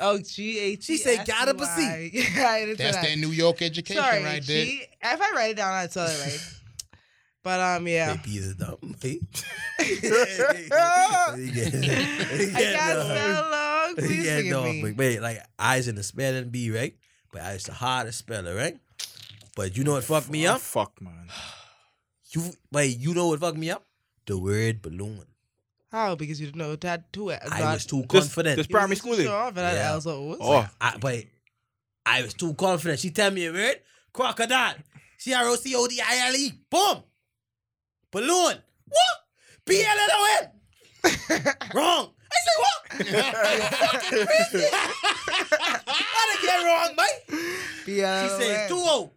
Speaker 3: Oh, G-A-T-S-Y.
Speaker 1: She said
Speaker 3: [laughs]
Speaker 1: Gattabussy.
Speaker 3: Yeah, I didn't say
Speaker 4: That's
Speaker 3: that.
Speaker 4: that New York education
Speaker 3: Sorry,
Speaker 4: right there.
Speaker 3: G- If I write it down, I'd tell it right.
Speaker 1: [laughs]
Speaker 3: But, um, yeah.
Speaker 1: Maybe he's a dumb. [laughs] Hey.
Speaker 3: [laughs] I can't spell long. Please
Speaker 1: yeah,
Speaker 3: forgive
Speaker 1: no,
Speaker 3: me.
Speaker 1: but wait, like I's in the spelling bee, right? But I used to hard to spell it, right? But you know what fucked me
Speaker 2: Oh,
Speaker 1: up?
Speaker 2: Fuck, man.
Speaker 1: You wait, you know what fucked me up? The word balloon.
Speaker 3: How? Oh, Because you didn't know that too.
Speaker 1: I was too
Speaker 2: Just-
Speaker 1: confident.
Speaker 2: just- primary school then.
Speaker 3: Sure, but I
Speaker 1: Yeah.
Speaker 3: also was.
Speaker 2: Oh,
Speaker 1: I, but I was too confident. She tell me a word, crocodile. C R O C O D I L E. Boom. Balloon. What? B L L O N.
Speaker 3: [laughs]
Speaker 1: Wrong. I say what? I done get wrong, mate.
Speaker 3: Uh,
Speaker 1: She said two O.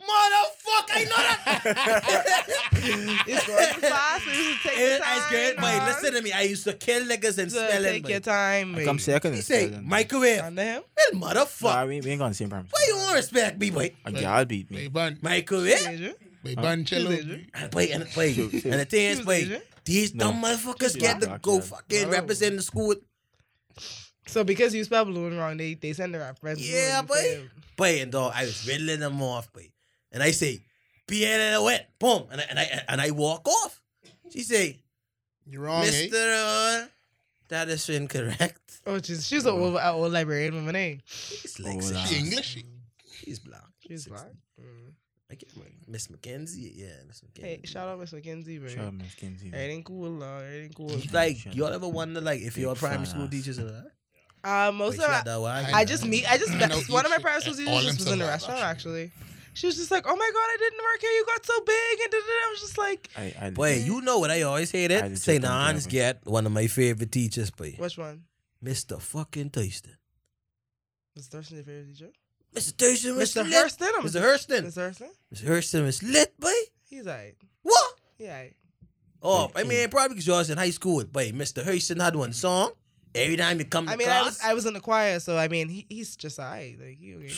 Speaker 1: Motherfucker, I know that.
Speaker 3: [laughs] It's going
Speaker 1: [laughs]
Speaker 3: too fast. so You should take your
Speaker 1: It-
Speaker 3: time.
Speaker 1: It's good, but
Speaker 3: dog.
Speaker 1: listen to me. I used to kill niggas and
Speaker 3: So
Speaker 1: smell it.
Speaker 3: take your
Speaker 1: mate.
Speaker 3: time.
Speaker 2: I come
Speaker 3: baby. [laughs]
Speaker 2: second.
Speaker 1: He
Speaker 2: in
Speaker 1: say
Speaker 2: spelling, man.
Speaker 1: microwave.
Speaker 3: Under him.
Speaker 1: Well, motherfucker.
Speaker 2: Nah, we, we ain't gonna see him.
Speaker 1: Why you won't respect me, boy?
Speaker 2: A gal beat me.
Speaker 4: Wait, bun,
Speaker 1: Microwave?
Speaker 3: Major.
Speaker 4: wait, bun, cello.
Speaker 3: Major.
Speaker 1: And play and play.
Speaker 2: Shoot, shoot.
Speaker 1: And the thing is,
Speaker 3: Tuesday,
Speaker 1: play.
Speaker 3: Jay.
Speaker 1: These dumb motherfuckers get
Speaker 2: Yeah.
Speaker 1: to go
Speaker 2: Yeah.
Speaker 1: fucking
Speaker 3: Oh.
Speaker 1: represent the school.
Speaker 3: So because you spell balloon wrong, they they send their friends.
Speaker 1: Yeah, boy. Boy, and dog, I was riddling them off, boy. And I say, be in the wet. Boom. And I, and I and I walk off. She say,
Speaker 4: You're wrong, eh?
Speaker 1: Mr. Uh, that is incorrect.
Speaker 3: Oh, she's she's an old, an old librarian woman, eh?
Speaker 1: She's like,
Speaker 2: Oh,
Speaker 1: six-
Speaker 4: She English.
Speaker 1: she's black.
Speaker 3: She's
Speaker 1: Six-
Speaker 3: black.
Speaker 1: I get my Miss McKenzie. Yeah, Miss McKenzie.
Speaker 3: Hey, shout out Miss McKenzie,
Speaker 2: Shut up,
Speaker 3: bro.
Speaker 2: Miss Kinsey.
Speaker 3: Everything cool, love. Everything cool.
Speaker 1: [laughs] It's Like,
Speaker 2: Shut
Speaker 1: y'all
Speaker 2: up.
Speaker 1: ever wonder, like, if
Speaker 2: Big
Speaker 1: your primary
Speaker 2: fat
Speaker 1: school
Speaker 2: ass.
Speaker 1: teachers are that?
Speaker 3: Uh, most of my, I just meet. I just
Speaker 4: I
Speaker 3: met
Speaker 4: know
Speaker 3: one of my
Speaker 4: each-
Speaker 3: private school
Speaker 4: all
Speaker 3: teachers
Speaker 4: them
Speaker 3: just was in the
Speaker 4: survived,
Speaker 3: restaurant actually. She was just like, "Oh my god, I didn't work here. You got so big," and da, da, da. I was just like,
Speaker 2: I, I,
Speaker 1: Boy, you know what I always
Speaker 2: I
Speaker 1: hated?
Speaker 2: just
Speaker 1: St.
Speaker 2: don't care,
Speaker 1: Anne's
Speaker 2: boy.
Speaker 1: get one of my favorite teachers, boy.
Speaker 3: "Which one?"
Speaker 1: Mr. fucking Thurston.
Speaker 3: Mr. Thurston, your favorite teacher?
Speaker 1: Mr. Thurston was
Speaker 3: Mr.
Speaker 1: lit.
Speaker 3: Hurston. or
Speaker 1: Mr. Hurston.
Speaker 3: Mr. Hurston.
Speaker 1: Mr. Hurston was lit, boy.
Speaker 3: He's alright.
Speaker 1: What?
Speaker 3: He alright.
Speaker 1: Oh, I mean, probably because you was in high school, but Mr. Hurston had one song. Every time you come to
Speaker 3: I mean, I
Speaker 1: [sniffs]
Speaker 3: was
Speaker 1: class,
Speaker 3: I was in the choir, so I mean, he, he's just alright. Like he okay.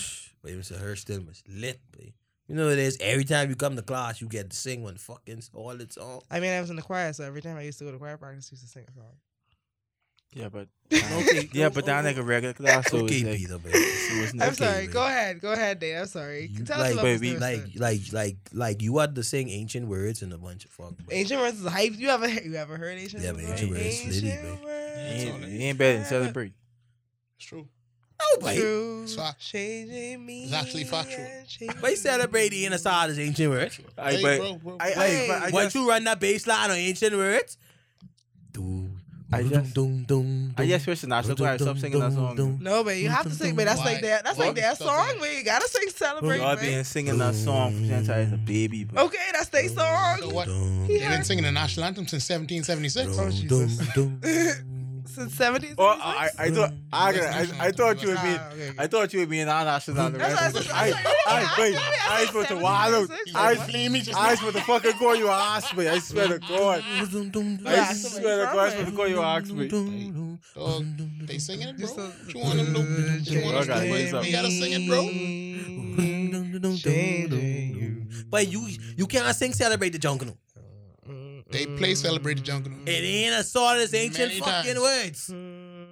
Speaker 1: Boy, Mr. Hurston was lit, boy. You know what it is? Every time you come to class, you get to sing one fucking all the song.
Speaker 3: I mean, I was in the choir, so every time I used to go to choir practice, I used to sing a song.
Speaker 1: [laughs]
Speaker 2: Yeah, but
Speaker 1: Okay.
Speaker 2: yeah, but that like a regular class. So
Speaker 1: okay,
Speaker 2: it's like,
Speaker 3: [laughs]
Speaker 1: Peter, man.
Speaker 2: so it's
Speaker 3: I'm
Speaker 2: not-
Speaker 3: sorry.
Speaker 1: man.
Speaker 3: Go ahead. Go ahead, Dave. I'm sorry.
Speaker 1: You
Speaker 3: Tell
Speaker 1: like
Speaker 3: us about this
Speaker 2: baby,
Speaker 3: new
Speaker 1: like
Speaker 3: episode.
Speaker 1: like like like you are the saying ancient words and a bunch of fuck. but-
Speaker 3: Ancient words is hype. You ever you ever heard ancient
Speaker 1: Yeah,
Speaker 3: words?
Speaker 1: but ancient words is lit, man.
Speaker 3: words.
Speaker 2: Ain't, ain't better than celebrate.
Speaker 4: It's true.
Speaker 1: Nobody.
Speaker 3: True.
Speaker 4: It's fact.
Speaker 3: Changing me.
Speaker 4: It's actually factual.
Speaker 3: and changing
Speaker 1: But celebrate the inner side is ancient words.
Speaker 2: I,
Speaker 4: Hey,
Speaker 2: but
Speaker 4: bro, bro,
Speaker 2: I,
Speaker 4: bro.
Speaker 2: I, but I
Speaker 1: Once
Speaker 2: just,
Speaker 1: you run that bass line on ancient words, do.
Speaker 2: I just-
Speaker 1: dum, dum,
Speaker 2: I
Speaker 1: dum.
Speaker 2: just wish the national choir stop singing that song.
Speaker 3: No, but you have to sing. But that's like
Speaker 4: Why?
Speaker 3: their that's
Speaker 4: Why?
Speaker 3: like their
Speaker 4: Stop
Speaker 3: song.
Speaker 4: that.
Speaker 3: Man, you gotta sing celebrate.
Speaker 2: I've
Speaker 3: man.
Speaker 2: been singing that song since I was a baby. But
Speaker 3: Okay, that's their
Speaker 4: So
Speaker 3: song
Speaker 4: what? They've been singing the national anthem since 1776.
Speaker 3: Bro. Jesus. since seventies.
Speaker 2: Oh, I, I thought I, I, I thought you would be.
Speaker 3: Ah, okay, okay.
Speaker 2: I thought you would be an national anthem.
Speaker 3: That's what I said.
Speaker 2: I, I, wait, I was about to wild out. I, was-
Speaker 4: Flee me [laughs] just
Speaker 2: I was about to fucking call you ask me. I swear to God. I
Speaker 3: Yeah,
Speaker 2: swear to God, I was about to call you ask me.
Speaker 4: Dog, they singing it, bro.
Speaker 3: Just a-
Speaker 4: What you want them to what you want them to
Speaker 2: Okay,
Speaker 4: do?
Speaker 2: so-
Speaker 4: We gotta sing it, bro.
Speaker 3: Changing
Speaker 1: But you you cannot sing celebrate the jungle.
Speaker 4: They
Speaker 3: Mm.
Speaker 4: play Celebrate the Jungle.
Speaker 1: It
Speaker 2: Mm.
Speaker 1: ain't a sort of ancient
Speaker 4: Many
Speaker 1: fucking
Speaker 4: times.
Speaker 1: words.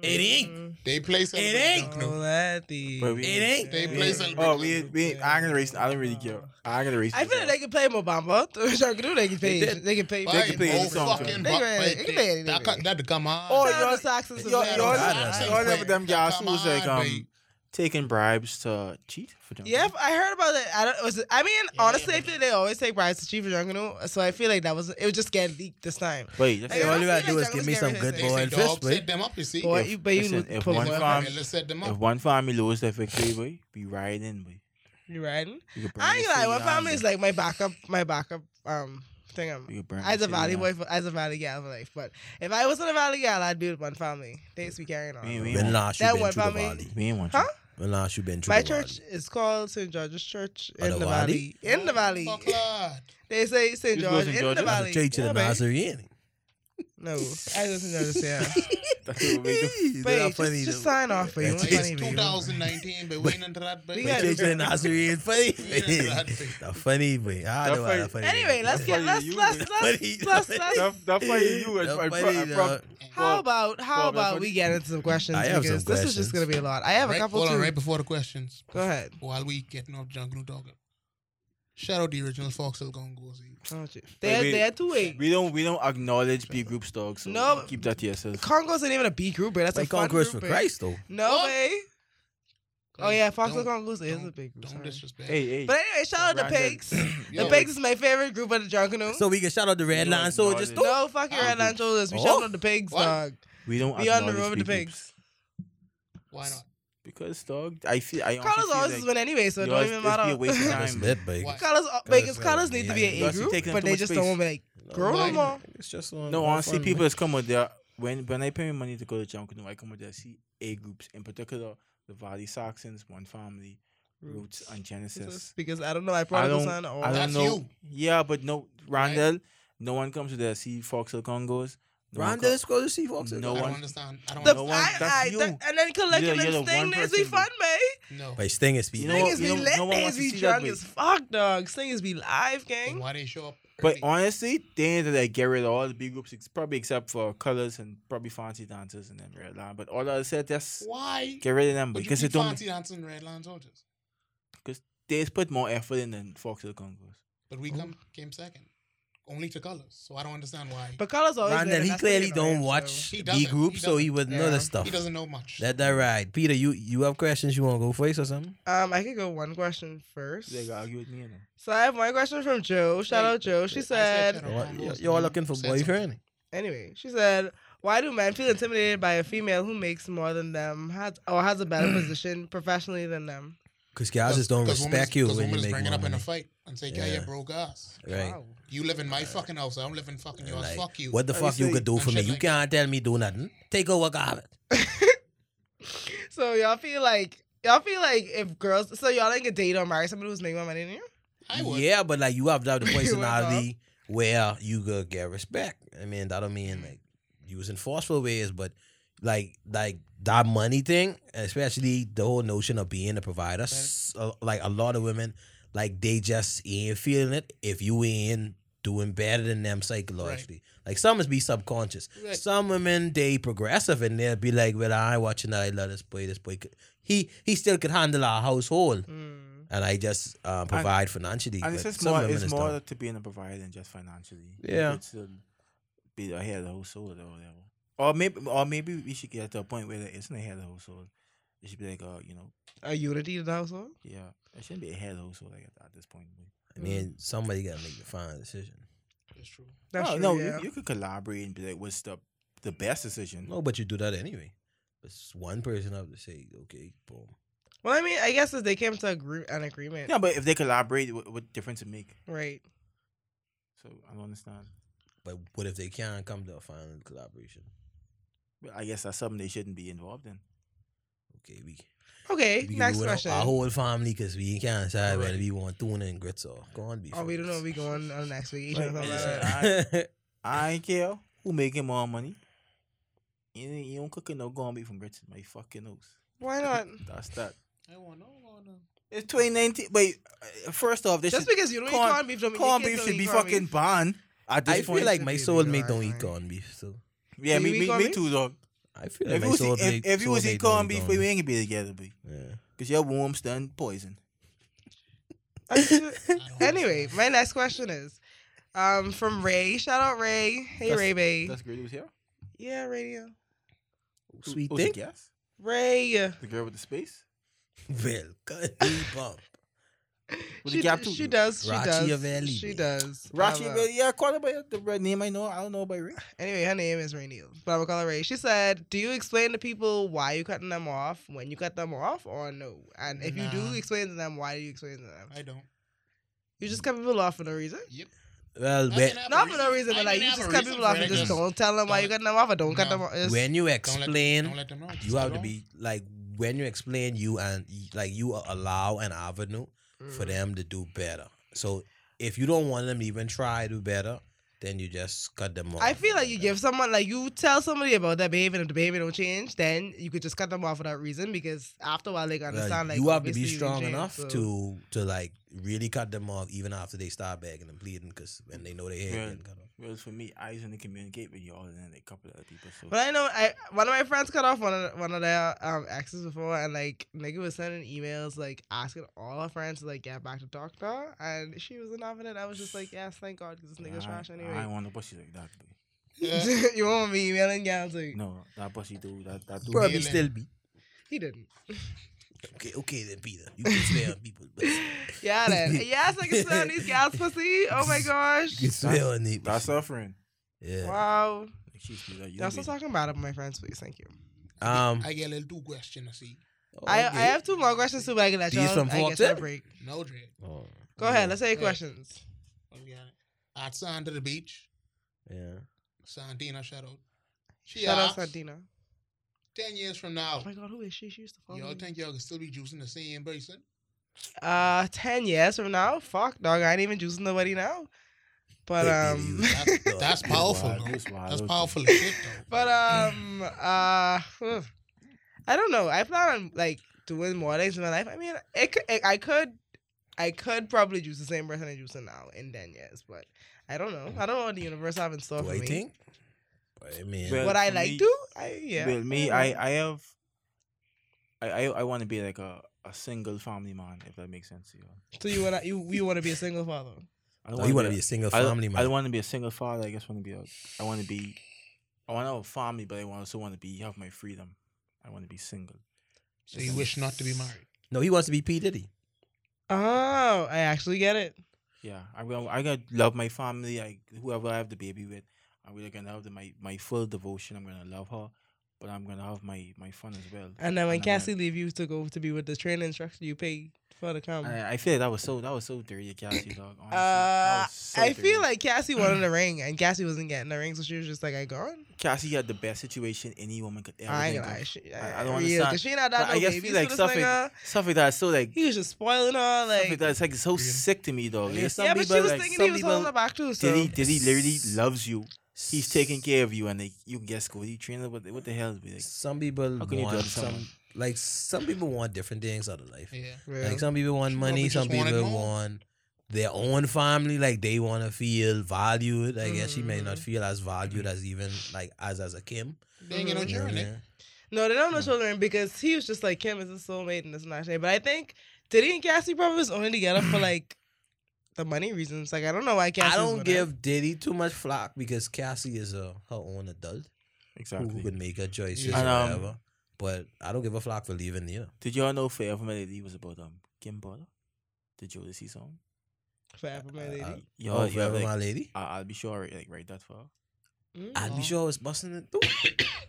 Speaker 1: It ain't.
Speaker 4: They play Celebrate
Speaker 1: ain't.
Speaker 4: the Jungle.
Speaker 2: But we-
Speaker 1: It ain't.
Speaker 4: They play Celebrate
Speaker 2: Oh,
Speaker 4: the
Speaker 2: we,
Speaker 4: Jungle.
Speaker 2: we, I'm gonna race. I don't really care. I'm gonna race.
Speaker 3: I feel like they can play Mobamba. [laughs] Sharkado, they can play.
Speaker 1: They did.
Speaker 3: They can play.
Speaker 4: Why
Speaker 2: can play
Speaker 4: no
Speaker 2: any song to
Speaker 3: them.
Speaker 4: fucking
Speaker 3: They can-
Speaker 4: rock-
Speaker 3: they can play anything.
Speaker 4: That cut- That come on.
Speaker 2: Oh,
Speaker 3: Sound
Speaker 2: y'all-
Speaker 3: of saxes and
Speaker 2: Y'all,
Speaker 3: sound
Speaker 2: y'all,
Speaker 3: of
Speaker 1: Saxons.
Speaker 2: y'all never them guys who
Speaker 4: Come
Speaker 2: was like
Speaker 4: on,
Speaker 2: um
Speaker 4: babe.
Speaker 2: taking bribes to cheat for them.
Speaker 3: Yep, I heard about it. I don't. Was it, I mean,
Speaker 4: Yeah,
Speaker 3: honestly,
Speaker 4: yeah,
Speaker 3: I feel they always take bribes to Chief Jungle, so I feel like that was it. Was just getting leaked this time.
Speaker 2: Wait, that's
Speaker 1: Hey,
Speaker 3: I
Speaker 1: all
Speaker 3: don't
Speaker 1: you gotta
Speaker 3: feel
Speaker 1: do
Speaker 3: like
Speaker 1: is give
Speaker 3: Jungle
Speaker 1: me
Speaker 3: Scared
Speaker 1: some
Speaker 3: is
Speaker 1: good
Speaker 3: innocent.
Speaker 1: boy
Speaker 4: They
Speaker 1: and
Speaker 4: say
Speaker 1: fish,
Speaker 4: dog
Speaker 1: boy.
Speaker 4: set them up, you see.
Speaker 3: Boy,
Speaker 2: If-
Speaker 3: you, but you
Speaker 2: listen, if
Speaker 3: put
Speaker 2: one
Speaker 3: one
Speaker 2: farm-
Speaker 4: Let's set them
Speaker 2: if
Speaker 4: up.
Speaker 2: one family loses their victory, boy, we riding, boy.
Speaker 3: You riding?
Speaker 2: You could burn
Speaker 3: I ain't gonna
Speaker 2: the
Speaker 3: lie.
Speaker 2: city
Speaker 3: One
Speaker 2: down,
Speaker 3: family
Speaker 2: boy.
Speaker 3: is like my backup. My backup. Um, thing. I'm.
Speaker 2: You could burn the
Speaker 3: As a
Speaker 2: city
Speaker 3: valley
Speaker 2: down.
Speaker 3: boy, for, as a valley gal for life. But if I wasn't a valley gal, I'd be with one family. They used to be carrying on.
Speaker 2: We ain't- we ain't
Speaker 1: When
Speaker 2: want-
Speaker 1: last you
Speaker 3: That
Speaker 1: been
Speaker 3: one
Speaker 1: through the
Speaker 3: about me.
Speaker 1: valley?
Speaker 2: we ain't want.
Speaker 3: [laughs] Huh?
Speaker 1: When last you been through
Speaker 3: My
Speaker 1: the
Speaker 3: church
Speaker 1: valley?
Speaker 3: is called St. George's Church
Speaker 1: By
Speaker 3: in
Speaker 1: the
Speaker 3: the,
Speaker 1: valley?
Speaker 3: valley. In the valley.
Speaker 4: Fuck Lord.
Speaker 3: They say St.
Speaker 2: You go
Speaker 3: George
Speaker 2: St.
Speaker 3: in the
Speaker 2: George's?
Speaker 1: That's a
Speaker 3: valley.
Speaker 1: church to
Speaker 3: Yeah,
Speaker 1: the
Speaker 3: babe.
Speaker 1: Nazarene.
Speaker 3: No, I go to St.
Speaker 1: [laughs]
Speaker 3: George's, yeah.
Speaker 1: That's
Speaker 3: Babe,
Speaker 1: not
Speaker 3: just,
Speaker 1: funny,
Speaker 3: just
Speaker 1: though.
Speaker 3: sign off, babe.
Speaker 1: That's
Speaker 3: It's
Speaker 1: just
Speaker 3: funny,
Speaker 4: It's
Speaker 3: babe.
Speaker 4: 2019, but we ain't into that,
Speaker 3: We
Speaker 4: baby.
Speaker 1: My
Speaker 3: got
Speaker 1: church to the Nazarene. Funny.
Speaker 4: Yeah, that's funny.
Speaker 1: That's funny, boy. I know why that's funny.
Speaker 3: Anyway, let's
Speaker 2: That's
Speaker 3: get
Speaker 2: funny,
Speaker 3: let's
Speaker 2: you-
Speaker 3: let's
Speaker 1: that's funny, [laughs]
Speaker 3: let's let's
Speaker 1: that's
Speaker 3: let's.
Speaker 2: That, that fight you, I,
Speaker 1: That
Speaker 2: I,
Speaker 1: funny,
Speaker 2: I, I,
Speaker 1: dog.
Speaker 3: How
Speaker 2: Well,
Speaker 3: about how
Speaker 2: well,
Speaker 3: about
Speaker 2: that's
Speaker 3: we
Speaker 2: funny.
Speaker 3: get into some questions
Speaker 1: I have some
Speaker 3: because this is
Speaker 1: questions.
Speaker 3: just gonna be a lot. I have a
Speaker 4: Right-
Speaker 3: couple
Speaker 4: Hold
Speaker 3: too.
Speaker 4: on, right before the questions.
Speaker 3: Go ahead.
Speaker 4: While we getting off Jungle Dog. Shout out the original Fox Hill Gongozi.
Speaker 3: Oh, gee. They're
Speaker 2: wait.
Speaker 3: they're too weak.
Speaker 2: we don't we don't acknowledge B groups, dog. So
Speaker 3: No.
Speaker 2: keep that to yourself.
Speaker 3: Congo's not even a B group, but that's
Speaker 1: That's
Speaker 3: a fun
Speaker 1: Congress for
Speaker 3: group, babe.
Speaker 1: Christ, though.
Speaker 3: No
Speaker 4: What?
Speaker 3: way. Oh yeah, Fox
Speaker 4: Don't-
Speaker 3: and Congo's is
Speaker 4: don't-
Speaker 3: a big group.
Speaker 4: Don't
Speaker 3: sorry.
Speaker 4: disrespect.
Speaker 2: Hey, hey. [clears throat]
Speaker 3: But anyway, shout out to
Speaker 2: Brandon.
Speaker 3: Pigs.
Speaker 4: Yo.
Speaker 3: The Pigs is my favorite group of the Junkanoo.
Speaker 1: So we can shout out the Red
Speaker 2: No,
Speaker 1: Line
Speaker 2: no,
Speaker 1: Soldiers,
Speaker 2: I
Speaker 1: too.
Speaker 2: didn't.
Speaker 3: no fucking
Speaker 2: Wow.
Speaker 3: red line shoulders. We
Speaker 1: Oh.
Speaker 3: shout out the pigs,
Speaker 4: What?
Speaker 3: dog.
Speaker 2: we don't
Speaker 3: We on the
Speaker 2: acknowledge
Speaker 3: road with
Speaker 2: B
Speaker 3: the pigs.
Speaker 2: groups.
Speaker 4: Why not?
Speaker 2: Because dog, I feel I honestly
Speaker 3: Carlos
Speaker 2: feel
Speaker 3: always
Speaker 2: like
Speaker 3: is win anyway, so it
Speaker 2: yours
Speaker 3: don't even
Speaker 2: is be a waste of
Speaker 3: matter.
Speaker 1: That's
Speaker 2: time.
Speaker 1: lit, baby.
Speaker 4: Why?
Speaker 3: Colors, because
Speaker 1: Cause,
Speaker 3: colors
Speaker 1: uh,
Speaker 3: need
Speaker 1: yeah,
Speaker 3: to be
Speaker 1: you
Speaker 3: an A
Speaker 2: guys are
Speaker 3: group,
Speaker 2: taking
Speaker 3: but
Speaker 2: too
Speaker 3: they
Speaker 2: much
Speaker 3: just
Speaker 2: space.
Speaker 3: don't want to be like grow no
Speaker 4: Why?
Speaker 3: more.
Speaker 1: It's just on.
Speaker 2: No, honestly, people has come with their when when I pay me money to go to Jungle, no, I come with their C A groups, in particular the Valley Saxons, One Family, Roots, and Genesis.
Speaker 3: Because I don't know, I
Speaker 2: I
Speaker 3: probably
Speaker 2: don't,
Speaker 3: son or
Speaker 2: I don't
Speaker 4: Oh, That's
Speaker 2: know.
Speaker 4: you.
Speaker 2: Yeah, but no, Randall, no one comes with their C Fox or Congos. No one
Speaker 1: Ron
Speaker 2: co-
Speaker 1: Dennis go to see Fox.
Speaker 2: No
Speaker 4: I don't
Speaker 2: one-
Speaker 4: understand. I don't
Speaker 3: the
Speaker 2: no
Speaker 4: understand.
Speaker 2: one-
Speaker 3: I,
Speaker 2: that's
Speaker 3: I,
Speaker 2: you.
Speaker 3: that- and then
Speaker 2: You're- you're the
Speaker 3: collecting
Speaker 2: one
Speaker 3: thing is be
Speaker 2: person
Speaker 3: fun, man.
Speaker 4: No.
Speaker 1: But Sting is
Speaker 2: You
Speaker 1: speaking.
Speaker 2: know what?
Speaker 3: Things be
Speaker 2: no-
Speaker 3: lit,
Speaker 2: no one
Speaker 3: things
Speaker 2: wants to
Speaker 3: be
Speaker 2: see that
Speaker 3: drunk
Speaker 2: way.
Speaker 3: as fuck, dog. Things be live,
Speaker 4: Then
Speaker 3: gang.
Speaker 4: Why they show up?
Speaker 2: But
Speaker 4: early?
Speaker 2: honestly, they ain't like get rid of all the B groups, ex- probably except for Colors and probably Fancy Dancers and then Red Line. But all I said, just
Speaker 4: why?
Speaker 2: get rid of them
Speaker 4: Would you
Speaker 2: because they
Speaker 4: keep
Speaker 2: don't.
Speaker 4: fancy dancing Red Lion Soldiers?
Speaker 2: They put more effort in than Fox or Congos.
Speaker 4: But
Speaker 1: Oh.
Speaker 4: we come came second, only to colors. So I don't understand why.
Speaker 3: But colors always.
Speaker 1: Ron
Speaker 3: lit,
Speaker 1: Dennis,
Speaker 3: and
Speaker 1: he
Speaker 3: that's the
Speaker 1: clearly
Speaker 3: thing,
Speaker 1: don't
Speaker 3: right?
Speaker 1: watch
Speaker 3: So-
Speaker 4: He doesn't.
Speaker 1: B group,
Speaker 4: He
Speaker 1: so he wouldn't know
Speaker 3: Yeah.
Speaker 1: the stuff.
Speaker 4: he doesn't know much.
Speaker 1: Let that ride, Peter. You you have questions you want to go first or something?
Speaker 3: Um, I could go one question first.
Speaker 2: They argue with me, you know.
Speaker 3: So I have one question from Joe. Shout
Speaker 4: Wait,
Speaker 3: out Joe. She
Speaker 4: I said
Speaker 3: said,
Speaker 4: that.
Speaker 1: You're,
Speaker 4: Ron
Speaker 1: you're,
Speaker 4: Dennis
Speaker 1: you're
Speaker 4: never
Speaker 1: looking for
Speaker 4: said something.
Speaker 1: boyfriend.
Speaker 3: anyway, she said, why do men feel intimidated by a female who makes more than them, has or has a
Speaker 2: [clears throat]
Speaker 3: better position professionally than them?
Speaker 1: Cause guys just don't respect you
Speaker 4: Because
Speaker 1: when you
Speaker 4: women
Speaker 1: make
Speaker 4: bring it up in
Speaker 1: money.
Speaker 4: a fight and say, "Yeah,
Speaker 1: Yeah.
Speaker 4: yeah, bro, gas.
Speaker 1: Right.
Speaker 3: Wow.
Speaker 4: You live in my fucking house. I don't live in fucking yours.
Speaker 1: Like,
Speaker 4: Fuck you." Oh,
Speaker 1: What the
Speaker 2: How
Speaker 1: fuck
Speaker 2: you
Speaker 1: you
Speaker 2: say-
Speaker 1: could do for
Speaker 4: and
Speaker 1: me?
Speaker 4: shit
Speaker 1: You
Speaker 4: like-
Speaker 1: can't tell me do nothing. Take over God.
Speaker 3: So y'all feel like y'all feel like if girls, so y'all ain't get date or marry somebody who's making more money than you.
Speaker 4: I would.
Speaker 1: Yeah, but like you have to have the
Speaker 3: You would,
Speaker 1: personality where you could get respect. I mean, that don't mean like using forceful ways, but like like that money thing, especially the whole notion of being a provider. s- uh, like a lot of women, like they just ain't feeling it if you ain't doing better than them psychologically. Like some must be subconscious. Some women they progressive and they'll be like, "Well, I watching I love this boy. This boy could, he he still could handle our household,
Speaker 2: Hmm.
Speaker 1: and I just uh, provide financially."
Speaker 2: And
Speaker 1: but
Speaker 2: it's just
Speaker 1: some
Speaker 2: more.
Speaker 1: women
Speaker 2: It's
Speaker 1: is
Speaker 2: more
Speaker 1: dumb.
Speaker 2: to being a provider than just financially.
Speaker 1: Yeah.
Speaker 2: You could still be the head of the whole soul or whatever. Or maybe, or maybe we should get to a point where there isn't a head of the whole soul. It should be like, uh, you know,
Speaker 3: A unity in the household?
Speaker 2: yeah, it shouldn't be a head of the whole soul like at, at this point.
Speaker 1: I mean, somebody gotta make the final decision.
Speaker 4: That's true.
Speaker 3: That's
Speaker 2: no,
Speaker 3: true,
Speaker 2: Oh, no,
Speaker 3: yeah.
Speaker 2: you, you could collaborate and be like, what's the the best decision?
Speaker 1: No, but you do that anyway. It's one person have to say, "Okay, boom."
Speaker 3: Well, I mean, I guess if they came to agree- an agreement,
Speaker 2: Yeah, but if they collaborate, what, what difference it make?
Speaker 3: right?
Speaker 2: So I don't understand.
Speaker 1: But what if they can't come to a final collaboration?
Speaker 2: But I guess that's something they shouldn't be involved in.
Speaker 1: Okay, we
Speaker 3: Okay,
Speaker 1: We can
Speaker 3: next
Speaker 1: ruin
Speaker 3: question.
Speaker 1: Our whole family, because we can't decide whether
Speaker 2: Alright.
Speaker 1: we want tuna and grits or corn beef.
Speaker 3: Oh, we don't know.
Speaker 1: [laughs]
Speaker 3: We going on next week.
Speaker 2: [laughs] Wait,
Speaker 3: Something
Speaker 2: wait,
Speaker 3: like
Speaker 2: so
Speaker 3: that.
Speaker 2: I- I ain't care who making more money. You, ain't- you don't cooking no gone beef from Britain, my fucking nose.
Speaker 3: Why not?
Speaker 2: [laughs] That's that.
Speaker 4: I want no one.
Speaker 2: It's 2019. Wait, uh, first off, this
Speaker 3: Just
Speaker 2: should,
Speaker 3: because you don't
Speaker 2: corn-
Speaker 3: eat corned beef, don't mean your
Speaker 2: corn
Speaker 3: kids
Speaker 2: beef
Speaker 3: don't
Speaker 2: should
Speaker 3: eat
Speaker 2: be
Speaker 3: corned
Speaker 2: fucking
Speaker 3: beef.
Speaker 2: banned
Speaker 1: [laughs]
Speaker 2: at this
Speaker 1: I feel
Speaker 2: point.
Speaker 1: like
Speaker 3: should
Speaker 1: my
Speaker 3: be
Speaker 1: soulmate
Speaker 3: legalized,
Speaker 1: don't eat
Speaker 3: right?
Speaker 1: corn beef, so
Speaker 2: yeah,
Speaker 3: Do
Speaker 2: me,
Speaker 3: you eat
Speaker 2: me,
Speaker 3: corn
Speaker 2: me
Speaker 3: beef?
Speaker 2: too, dog.
Speaker 1: I feel like
Speaker 2: If
Speaker 1: my
Speaker 2: you was eat,
Speaker 1: soulmate.
Speaker 2: if, if you was
Speaker 1: soulmate
Speaker 2: eat
Speaker 1: don't
Speaker 2: corn beef, we ain't be together, be
Speaker 1: Yeah.
Speaker 2: because your womb done poison.
Speaker 4: [laughs]
Speaker 3: That's- anyway, my next question is um, from Ray. Shout out Ray. Hey
Speaker 2: That's-
Speaker 3: Ray Bay.
Speaker 2: That's the girl who was here.
Speaker 3: Yeah, radio.
Speaker 2: Who-
Speaker 1: Sweet
Speaker 2: who was it,
Speaker 1: thing. [laughs]
Speaker 2: Yes,
Speaker 3: Ray.
Speaker 2: the girl with the space.
Speaker 1: Well, cut deep up.
Speaker 2: With
Speaker 3: She,
Speaker 2: the gap too.
Speaker 3: she does. She
Speaker 1: Rachi
Speaker 3: does.
Speaker 1: Aveli,
Speaker 3: She
Speaker 1: babe.
Speaker 3: does.
Speaker 2: Rachi,
Speaker 3: Um,
Speaker 2: but yeah, I called her by the red name I know. I don't know by Rick.
Speaker 3: Anyway, her name is Rainier, but I'm calling Ray. She said, "Do you explain to people why you cutting them off when you cut them off, or no? And if you
Speaker 4: Nah.
Speaker 3: do explain to them, why do you explain to them?
Speaker 4: I don't.
Speaker 3: You just cut people off for no reason.
Speaker 4: Yep.
Speaker 1: Well,
Speaker 4: I
Speaker 1: when,
Speaker 4: can have a
Speaker 3: Not for no reason,
Speaker 4: I
Speaker 3: but like
Speaker 4: can
Speaker 3: you
Speaker 4: have a
Speaker 3: just cut
Speaker 4: reason
Speaker 3: people off
Speaker 4: for
Speaker 3: and
Speaker 4: it,
Speaker 3: just don't tell them why you
Speaker 4: don't-
Speaker 3: cutting them off or don't cut
Speaker 4: no.
Speaker 3: them off. It's-
Speaker 1: when you
Speaker 4: don't let-
Speaker 1: explain,
Speaker 4: Don't let them know. Just
Speaker 1: you have
Speaker 4: cut
Speaker 1: to
Speaker 4: off.
Speaker 1: be like when you explain you and like you allow an avenue
Speaker 3: Mm.
Speaker 1: for them to do better. So if you don't want them to even try to do better, then you just cut them off.
Speaker 3: I feel like you give someone like you tell somebody about their behavior, and if the behavior don't change, then you could just cut them off for that reason because after a while they
Speaker 1: Well,
Speaker 3: gonna understand like
Speaker 1: you have to
Speaker 3: obviously
Speaker 1: be
Speaker 3: didn't
Speaker 1: strong
Speaker 3: change,
Speaker 1: enough
Speaker 3: so-
Speaker 1: to to like really cut them off even after they start begging and pleading because when they know they ain't
Speaker 2: Yeah.
Speaker 1: getting cut off.
Speaker 2: Whereas for me, I usually communicate with you all and then a couple other people. So
Speaker 3: But I know I one of my friends cut off one of one of their um exes before, and like nigga was sending emails like asking all her friends to like get back to doctor, and she was not having it. I was just like, yes, thank God, because this nigga's
Speaker 2: I,
Speaker 3: trash
Speaker 2: I
Speaker 3: anyway.
Speaker 2: want to pussy like that. Boy.
Speaker 4: Yeah.
Speaker 3: [laughs] you won't be emailing gals like
Speaker 2: No, that pussy do that. That do.
Speaker 1: Probably
Speaker 4: Really?
Speaker 1: still be [laughs]
Speaker 3: he didn't.
Speaker 1: okay. Okay then, Peter, you can swear on people,
Speaker 3: [laughs]
Speaker 1: but you
Speaker 3: Yeah, then yes, I can send these gals pussy. Oh
Speaker 1: [laughs]
Speaker 3: my gosh.
Speaker 1: can swear on it.
Speaker 2: That's suffering.
Speaker 1: yeah.
Speaker 3: Wow.
Speaker 2: Like she's be like, you
Speaker 3: Y'all
Speaker 2: be-
Speaker 3: still talking bad about my friends, please. Thank you.
Speaker 1: Um,
Speaker 4: I get a little two question. I see.
Speaker 3: I,
Speaker 1: Oh, okay.
Speaker 3: I have two more questions too, but I can let
Speaker 1: These
Speaker 3: y'all
Speaker 1: from
Speaker 3: I get
Speaker 1: Fulton?
Speaker 3: that break.
Speaker 4: No dread.
Speaker 1: Oh,
Speaker 3: Go ahead. Let's say your
Speaker 4: Hey.
Speaker 3: questions.
Speaker 4: What we got? At Sand to the beach.
Speaker 1: Yeah.
Speaker 4: Santina shout out. She
Speaker 3: Shout out
Speaker 4: asked,
Speaker 3: Santina.
Speaker 4: Ten years from now,
Speaker 3: Oh my God, who is she? She used to follow
Speaker 4: y'all
Speaker 3: me.
Speaker 4: think y'all can still be juicing the same person?
Speaker 3: Uh, ten years from now, fuck dog, I ain't even juicing nobody now. But
Speaker 1: Hey,
Speaker 3: um,
Speaker 1: baby, [laughs]
Speaker 3: [laughs]
Speaker 4: That's,
Speaker 1: No,
Speaker 4: that's
Speaker 1: it's
Speaker 4: powerful.
Speaker 2: wild,
Speaker 4: though.
Speaker 2: it's wild,
Speaker 4: That's
Speaker 2: okay.
Speaker 4: powerful as shit
Speaker 2: [laughs]
Speaker 4: though.
Speaker 3: but um, uh, ugh. I don't know. I plan on like doing more things in my life. I mean, it, could- it I could, I could probably juice the same person I'm juicing now in ten years, but I don't know. I don't know what the universe have in store
Speaker 1: Do
Speaker 3: for
Speaker 1: I
Speaker 3: me.
Speaker 1: think? I mean,
Speaker 2: Well,
Speaker 3: What I
Speaker 2: for me-
Speaker 3: like do? I yeah.
Speaker 2: Well, me,
Speaker 3: don't know.
Speaker 2: I, I have, I, I, I want to be like a, a single family man, if that makes sense to you.
Speaker 3: So you wanna you you wanna be a single father?
Speaker 2: I
Speaker 1: oh, you want to be a single
Speaker 2: I don't-
Speaker 1: family
Speaker 2: I
Speaker 1: man.
Speaker 2: want to be a single father. I guess want to be a, I want to be, I want to have a family, but I wanna- also want to be have my freedom. I want to be single.
Speaker 4: So you wish not to be married.
Speaker 1: no, he wants to be P Diddy.
Speaker 3: Oh, I actually get it.
Speaker 2: Yeah, I will. I gotta love my family. I whoever I have the baby with, I'm really gonna have the, my my full devotion. I'm gonna love her, but I'm gonna have my my fun as well.
Speaker 3: And then when
Speaker 2: And I'm
Speaker 3: Cassie leave you to go to be with the training instructor, you pay for the come.
Speaker 2: I, I feel that was so that was so dirty, Cassie dog. Honestly, that
Speaker 3: Uh,
Speaker 2: was so
Speaker 3: I feel
Speaker 2: dirty.
Speaker 3: like Cassie wanted [clears throat] the ring, and Cassie wasn't getting the ring, so she was just like, "I gone."
Speaker 2: Cassie had the best situation any woman could ever
Speaker 3: I ain't
Speaker 2: think
Speaker 3: gonna lie,
Speaker 2: of.
Speaker 3: she,
Speaker 2: I- I
Speaker 3: I,
Speaker 2: don't
Speaker 3: don't yeah,
Speaker 2: understand.
Speaker 3: cause she not
Speaker 2: But
Speaker 3: had
Speaker 2: I
Speaker 3: no
Speaker 2: guess feel
Speaker 3: babies
Speaker 2: like
Speaker 3: for this
Speaker 2: stuff
Speaker 3: nigga.
Speaker 2: like, stuff like that is so like,
Speaker 3: He was just spoiling her,
Speaker 2: stuff like
Speaker 3: like.
Speaker 2: that. It's like so
Speaker 4: Yeah.
Speaker 2: sick to me, dog.
Speaker 1: Yeah,
Speaker 2: Like,
Speaker 1: some
Speaker 3: Yeah, but she
Speaker 1: people,
Speaker 3: was
Speaker 1: like,
Speaker 3: thinking
Speaker 1: some
Speaker 3: he was holding
Speaker 1: people-
Speaker 3: her back too. So
Speaker 2: Diddy, Diddy literally loves you. He's taking care of you, and like you can get school. You train her, what, the- what the hell? Be like,
Speaker 1: Some people
Speaker 2: How can you do
Speaker 1: want
Speaker 2: that to someone?
Speaker 1: some like some people want different things out of life.
Speaker 4: Yeah.
Speaker 3: Yeah.
Speaker 1: Like some people want money,
Speaker 4: people
Speaker 1: some
Speaker 4: just want it
Speaker 1: people
Speaker 4: more.
Speaker 1: want their own family, like they want to feel valued. I guess she may not
Speaker 4: Mm.
Speaker 1: feel as valued as even like as as a Kim.
Speaker 4: They ain't get no
Speaker 3: Mhm.
Speaker 1: You know what I
Speaker 4: children. eh?
Speaker 1: mean?
Speaker 3: No, they don't know children because he was just like Kim is a soulmate and it's not shit. But I think Diddy and Cassie probably was only together
Speaker 2: [clears throat]
Speaker 3: for like the money reasons. Like I don't know why Cassie.
Speaker 1: I don't give Diddy too much flack because Cassie is a her own adult who, who
Speaker 2: Exactly.
Speaker 1: could make her choices
Speaker 4: Yeah.
Speaker 1: or
Speaker 2: And, um,
Speaker 1: whatever. But I don't give a flack for leaving you.
Speaker 2: Did y'all know Forever My Lady was about um Kim Butler? The Jodeci song?
Speaker 3: forever, my lady.
Speaker 1: Uh,
Speaker 2: Y'all,
Speaker 1: Oh,
Speaker 2: y'all
Speaker 1: forever
Speaker 2: like,
Speaker 1: my lady.
Speaker 2: I- I'll be sure I like write that for her.
Speaker 3: Mm.
Speaker 1: I'd be
Speaker 4: Aw.
Speaker 1: sure I was busting it. too.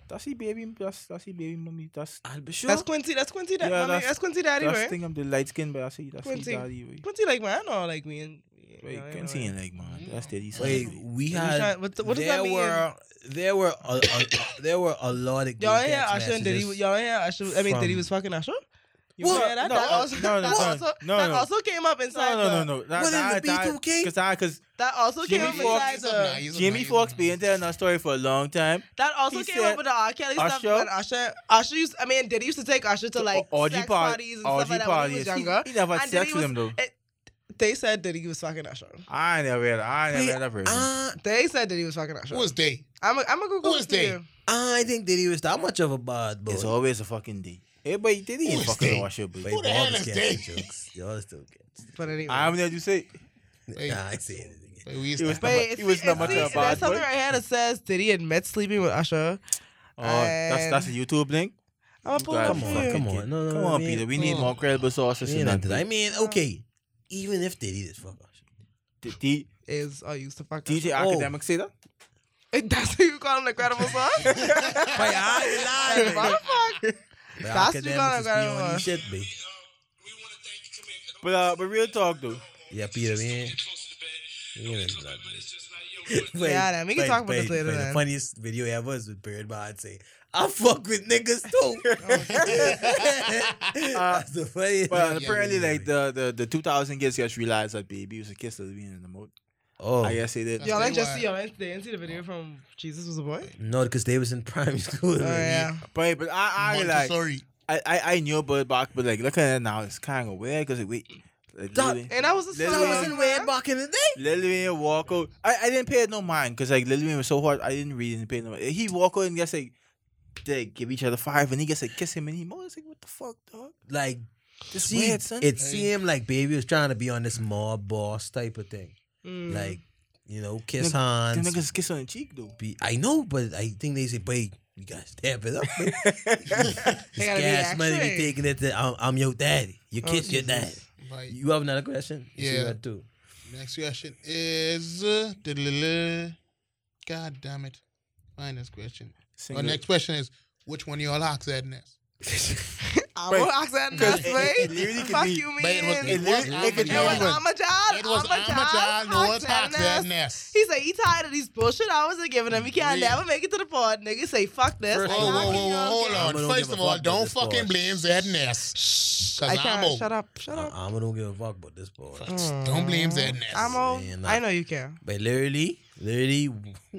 Speaker 2: That's he baby that's that's he baby mommy. That's
Speaker 1: I'd be sure.
Speaker 3: That's Quincy. That's Quincy. That,
Speaker 2: Yeah,
Speaker 3: mommy, that's,
Speaker 2: that's-
Speaker 3: Quincy Daddy,
Speaker 2: that's
Speaker 3: right?
Speaker 2: thing I'm the light skin but I see that's he
Speaker 3: Quincy.
Speaker 2: daddy. Wait,
Speaker 3: Quincy like man or like we and
Speaker 2: wait can't see him like man. That's daddy son.
Speaker 1: Wait,
Speaker 2: Mm. wait.
Speaker 1: we
Speaker 3: you trying-
Speaker 1: had.
Speaker 3: what the- what does
Speaker 1: there
Speaker 3: that mean?
Speaker 1: Were, there were a, a, [coughs] there were a lot of gay
Speaker 3: Y'all hear
Speaker 1: text
Speaker 3: Usher and Diddy?
Speaker 1: messages.
Speaker 3: Y'all hear Usher? I mean, Diddy
Speaker 1: from-
Speaker 3: was fucking Usher.
Speaker 1: What?
Speaker 3: Yeah, that,
Speaker 2: No,
Speaker 3: that
Speaker 2: uh,
Speaker 3: also,
Speaker 2: no,
Speaker 3: [laughs]
Speaker 2: no,
Speaker 3: that
Speaker 2: no,
Speaker 3: also,
Speaker 2: no,
Speaker 3: that
Speaker 2: no.
Speaker 3: also came up inside.
Speaker 2: No,
Speaker 3: the,
Speaker 2: no, no, no. That,
Speaker 1: What in
Speaker 2: that,
Speaker 1: the B2K?
Speaker 2: Because I, because
Speaker 3: That also came
Speaker 2: Jimmy
Speaker 3: up inside.
Speaker 2: Fox-
Speaker 4: He's up
Speaker 3: the-
Speaker 4: now, he's up now,
Speaker 2: Jimmy
Speaker 4: he's
Speaker 2: Fox
Speaker 4: up
Speaker 2: been
Speaker 4: now.
Speaker 2: telling that story for a long time.
Speaker 3: That also
Speaker 2: He
Speaker 3: came
Speaker 2: said,
Speaker 3: up with the R. Kelly stuff.
Speaker 2: Usher?
Speaker 3: When Usher, Usher used, I mean, Diddy used to take Usher to like
Speaker 2: orgy
Speaker 3: sex
Speaker 2: par-
Speaker 3: parties and
Speaker 2: orgy
Speaker 3: stuff like that when he was
Speaker 2: parties. He-
Speaker 3: younger.
Speaker 2: He, never had
Speaker 3: And then
Speaker 2: sex
Speaker 3: he
Speaker 2: with
Speaker 3: was-
Speaker 2: him though.
Speaker 3: it- They said Diddy was fucking Usher.
Speaker 2: I never had. I never
Speaker 1: Wait,
Speaker 2: had that person.
Speaker 1: I,
Speaker 3: They said Diddy was fucking Usher.
Speaker 4: Who is they?
Speaker 3: I'm a, I'm gonna
Speaker 4: Who
Speaker 3: Google
Speaker 4: is
Speaker 3: it for
Speaker 4: they?
Speaker 3: you.
Speaker 1: I think Diddy was that much of a bad boy.
Speaker 2: It's always a fucking day. Everybody did
Speaker 4: Who
Speaker 2: he
Speaker 4: is
Speaker 2: fucking
Speaker 4: they?
Speaker 2: wash your baby.
Speaker 1: Wait,
Speaker 4: Who the
Speaker 1: y'all
Speaker 4: hell
Speaker 1: just
Speaker 4: is
Speaker 1: can't
Speaker 4: they?
Speaker 1: do jokes. Y'all still can't.
Speaker 3: But anyway.
Speaker 2: I haven't heard you say.
Speaker 4: Wait.
Speaker 1: Nah, I see it again.
Speaker 4: Wait, we
Speaker 2: It was
Speaker 4: used
Speaker 2: Wait,
Speaker 4: to.
Speaker 3: Wait, it's,
Speaker 2: he was
Speaker 3: it's,
Speaker 2: not much
Speaker 3: it's-
Speaker 2: of a
Speaker 3: there's
Speaker 2: bad
Speaker 3: something
Speaker 2: boy.
Speaker 3: right here that says Diddy admits sleeping with Usher.
Speaker 2: Oh, that's that's a YouTube link.
Speaker 3: I'm gonna
Speaker 2: You
Speaker 3: pull
Speaker 2: guys
Speaker 3: it up
Speaker 1: Come
Speaker 2: be
Speaker 3: for
Speaker 1: on,
Speaker 3: you.
Speaker 2: fucking
Speaker 1: come on.
Speaker 2: kidding.
Speaker 1: No, no,
Speaker 2: come
Speaker 1: no,
Speaker 2: on,
Speaker 1: man.
Speaker 2: Peter. We need
Speaker 4: Oh.
Speaker 2: more credible sources
Speaker 1: You
Speaker 2: than
Speaker 1: know,
Speaker 2: that.
Speaker 1: did I
Speaker 2: dude.
Speaker 1: mean, okay, even if Diddy is fuck
Speaker 3: [laughs]
Speaker 1: Usher.
Speaker 2: Did D-
Speaker 3: Is I used to fuck [laughs] Usher.
Speaker 2: DJ
Speaker 1: Oh.
Speaker 2: Academic say that?
Speaker 3: That's what you call him the credible
Speaker 2: [laughs]
Speaker 3: son.
Speaker 1: Wait, I ain't lying.
Speaker 3: Motherfucker.
Speaker 1: The
Speaker 3: That's what you gotta
Speaker 1: academics is
Speaker 3: go
Speaker 1: beyond
Speaker 3: on.
Speaker 1: these shit, be.
Speaker 2: But uh, but real talk though.
Speaker 1: Yeah, Peter, man. You know, blood, [laughs] Wait,
Speaker 3: Yeah, then we can talk about this later,
Speaker 1: The
Speaker 3: then.
Speaker 1: funniest video ever is with Bird Bad saying, I fuck with
Speaker 3: [laughs]
Speaker 1: niggas too. [laughs]
Speaker 3: Oh,
Speaker 1: That's the funniest.
Speaker 2: But uh,
Speaker 4: yeah,
Speaker 2: apparently,
Speaker 1: yeah,
Speaker 2: like the, the the 2000 kids just realized that baby was a kiss lesbian in the mouth.
Speaker 1: oh,
Speaker 2: I guess they did.
Speaker 4: Yeah.
Speaker 3: Y'all ain't just
Speaker 4: Why?
Speaker 3: see y'all ain't, they ain't see the video from Jesus was a boy.
Speaker 1: no, because they was in primary [laughs] school.
Speaker 3: Oh yeah.
Speaker 2: But but I I like
Speaker 4: Montessori.
Speaker 2: I I, I knew about back, but like looking at it now, it's kind of weird because wait, like,
Speaker 1: That-
Speaker 2: Lil Wayne-
Speaker 3: And that was a
Speaker 2: Lil
Speaker 1: That
Speaker 2: Wayne-
Speaker 1: wasn't way back in the day.
Speaker 2: Lil Wayne walk out. I, I didn't pay it no mind because like Lil Wayne was so hard. I didn't really didn't pay it no mind. He walk out and gets like they give each other five, and he gets like kiss him, and he more like what the fuck, dog?
Speaker 1: Like,
Speaker 2: This
Speaker 1: see,
Speaker 2: weird son.
Speaker 1: it
Speaker 4: Hey.
Speaker 1: seemed like Baby was trying to be on this mob boss type of thing.
Speaker 3: Mm.
Speaker 1: Like, you know, kiss
Speaker 2: Them- them
Speaker 1: hands.
Speaker 2: niggas kiss on the cheek though.
Speaker 1: Be, I know, but I think they say, babe, you gotta step
Speaker 3: [laughs]
Speaker 1: it up. man. This
Speaker 3: gotta be
Speaker 1: gas money be
Speaker 3: extra.
Speaker 1: taking it to, I'm, I'm your daddy. You
Speaker 3: Oh,
Speaker 1: kiss your
Speaker 3: Jesus.
Speaker 1: daddy.
Speaker 4: Right.
Speaker 1: You have another question? You see
Speaker 4: Yeah.
Speaker 1: that
Speaker 3: [laughs]
Speaker 1: too.
Speaker 4: Next question is. uh, diddly-ly. God damn it. Find this question. Our
Speaker 2: Single-
Speaker 4: next question is which one of y'all asked that next?
Speaker 3: I
Speaker 2: Wait,
Speaker 3: won't ask that
Speaker 2: because
Speaker 3: next
Speaker 2: it-
Speaker 3: way.
Speaker 2: it- it literally could
Speaker 3: Fuck
Speaker 2: be-
Speaker 3: you,
Speaker 4: But it was,
Speaker 3: man.
Speaker 4: it
Speaker 3: It
Speaker 2: It
Speaker 4: was,
Speaker 2: was-
Speaker 4: Ahmad
Speaker 2: it
Speaker 4: Jai.
Speaker 3: was Amajad.
Speaker 4: It was Amajad. No one asked that next.
Speaker 3: He said he tired of these bullshit hours they're giving him. He can't
Speaker 4: Yeah.
Speaker 3: never make it to the pod. Nigga say fuck this.
Speaker 1: First
Speaker 4: Whoa,
Speaker 3: Like,
Speaker 1: of
Speaker 4: whoa,
Speaker 1: all,
Speaker 3: how can
Speaker 4: whoa, whoa,
Speaker 3: y'all
Speaker 4: hold
Speaker 3: get-
Speaker 1: I'ma
Speaker 4: on.
Speaker 1: don't
Speaker 4: First
Speaker 1: give a
Speaker 4: of all,
Speaker 1: fuck about
Speaker 4: don't
Speaker 1: this
Speaker 4: fucking
Speaker 1: boy.
Speaker 4: blame Zedness.
Speaker 3: Shh.
Speaker 4: Cause
Speaker 3: I can't.
Speaker 4: Amo-
Speaker 3: Shut up. Mm. Shut up.
Speaker 1: I, I don't give a fuck about this boy.
Speaker 4: Don't blame Zedness.
Speaker 3: Amo,
Speaker 1: Man,
Speaker 3: I
Speaker 1: I-
Speaker 3: know you can.
Speaker 1: But literally, literally,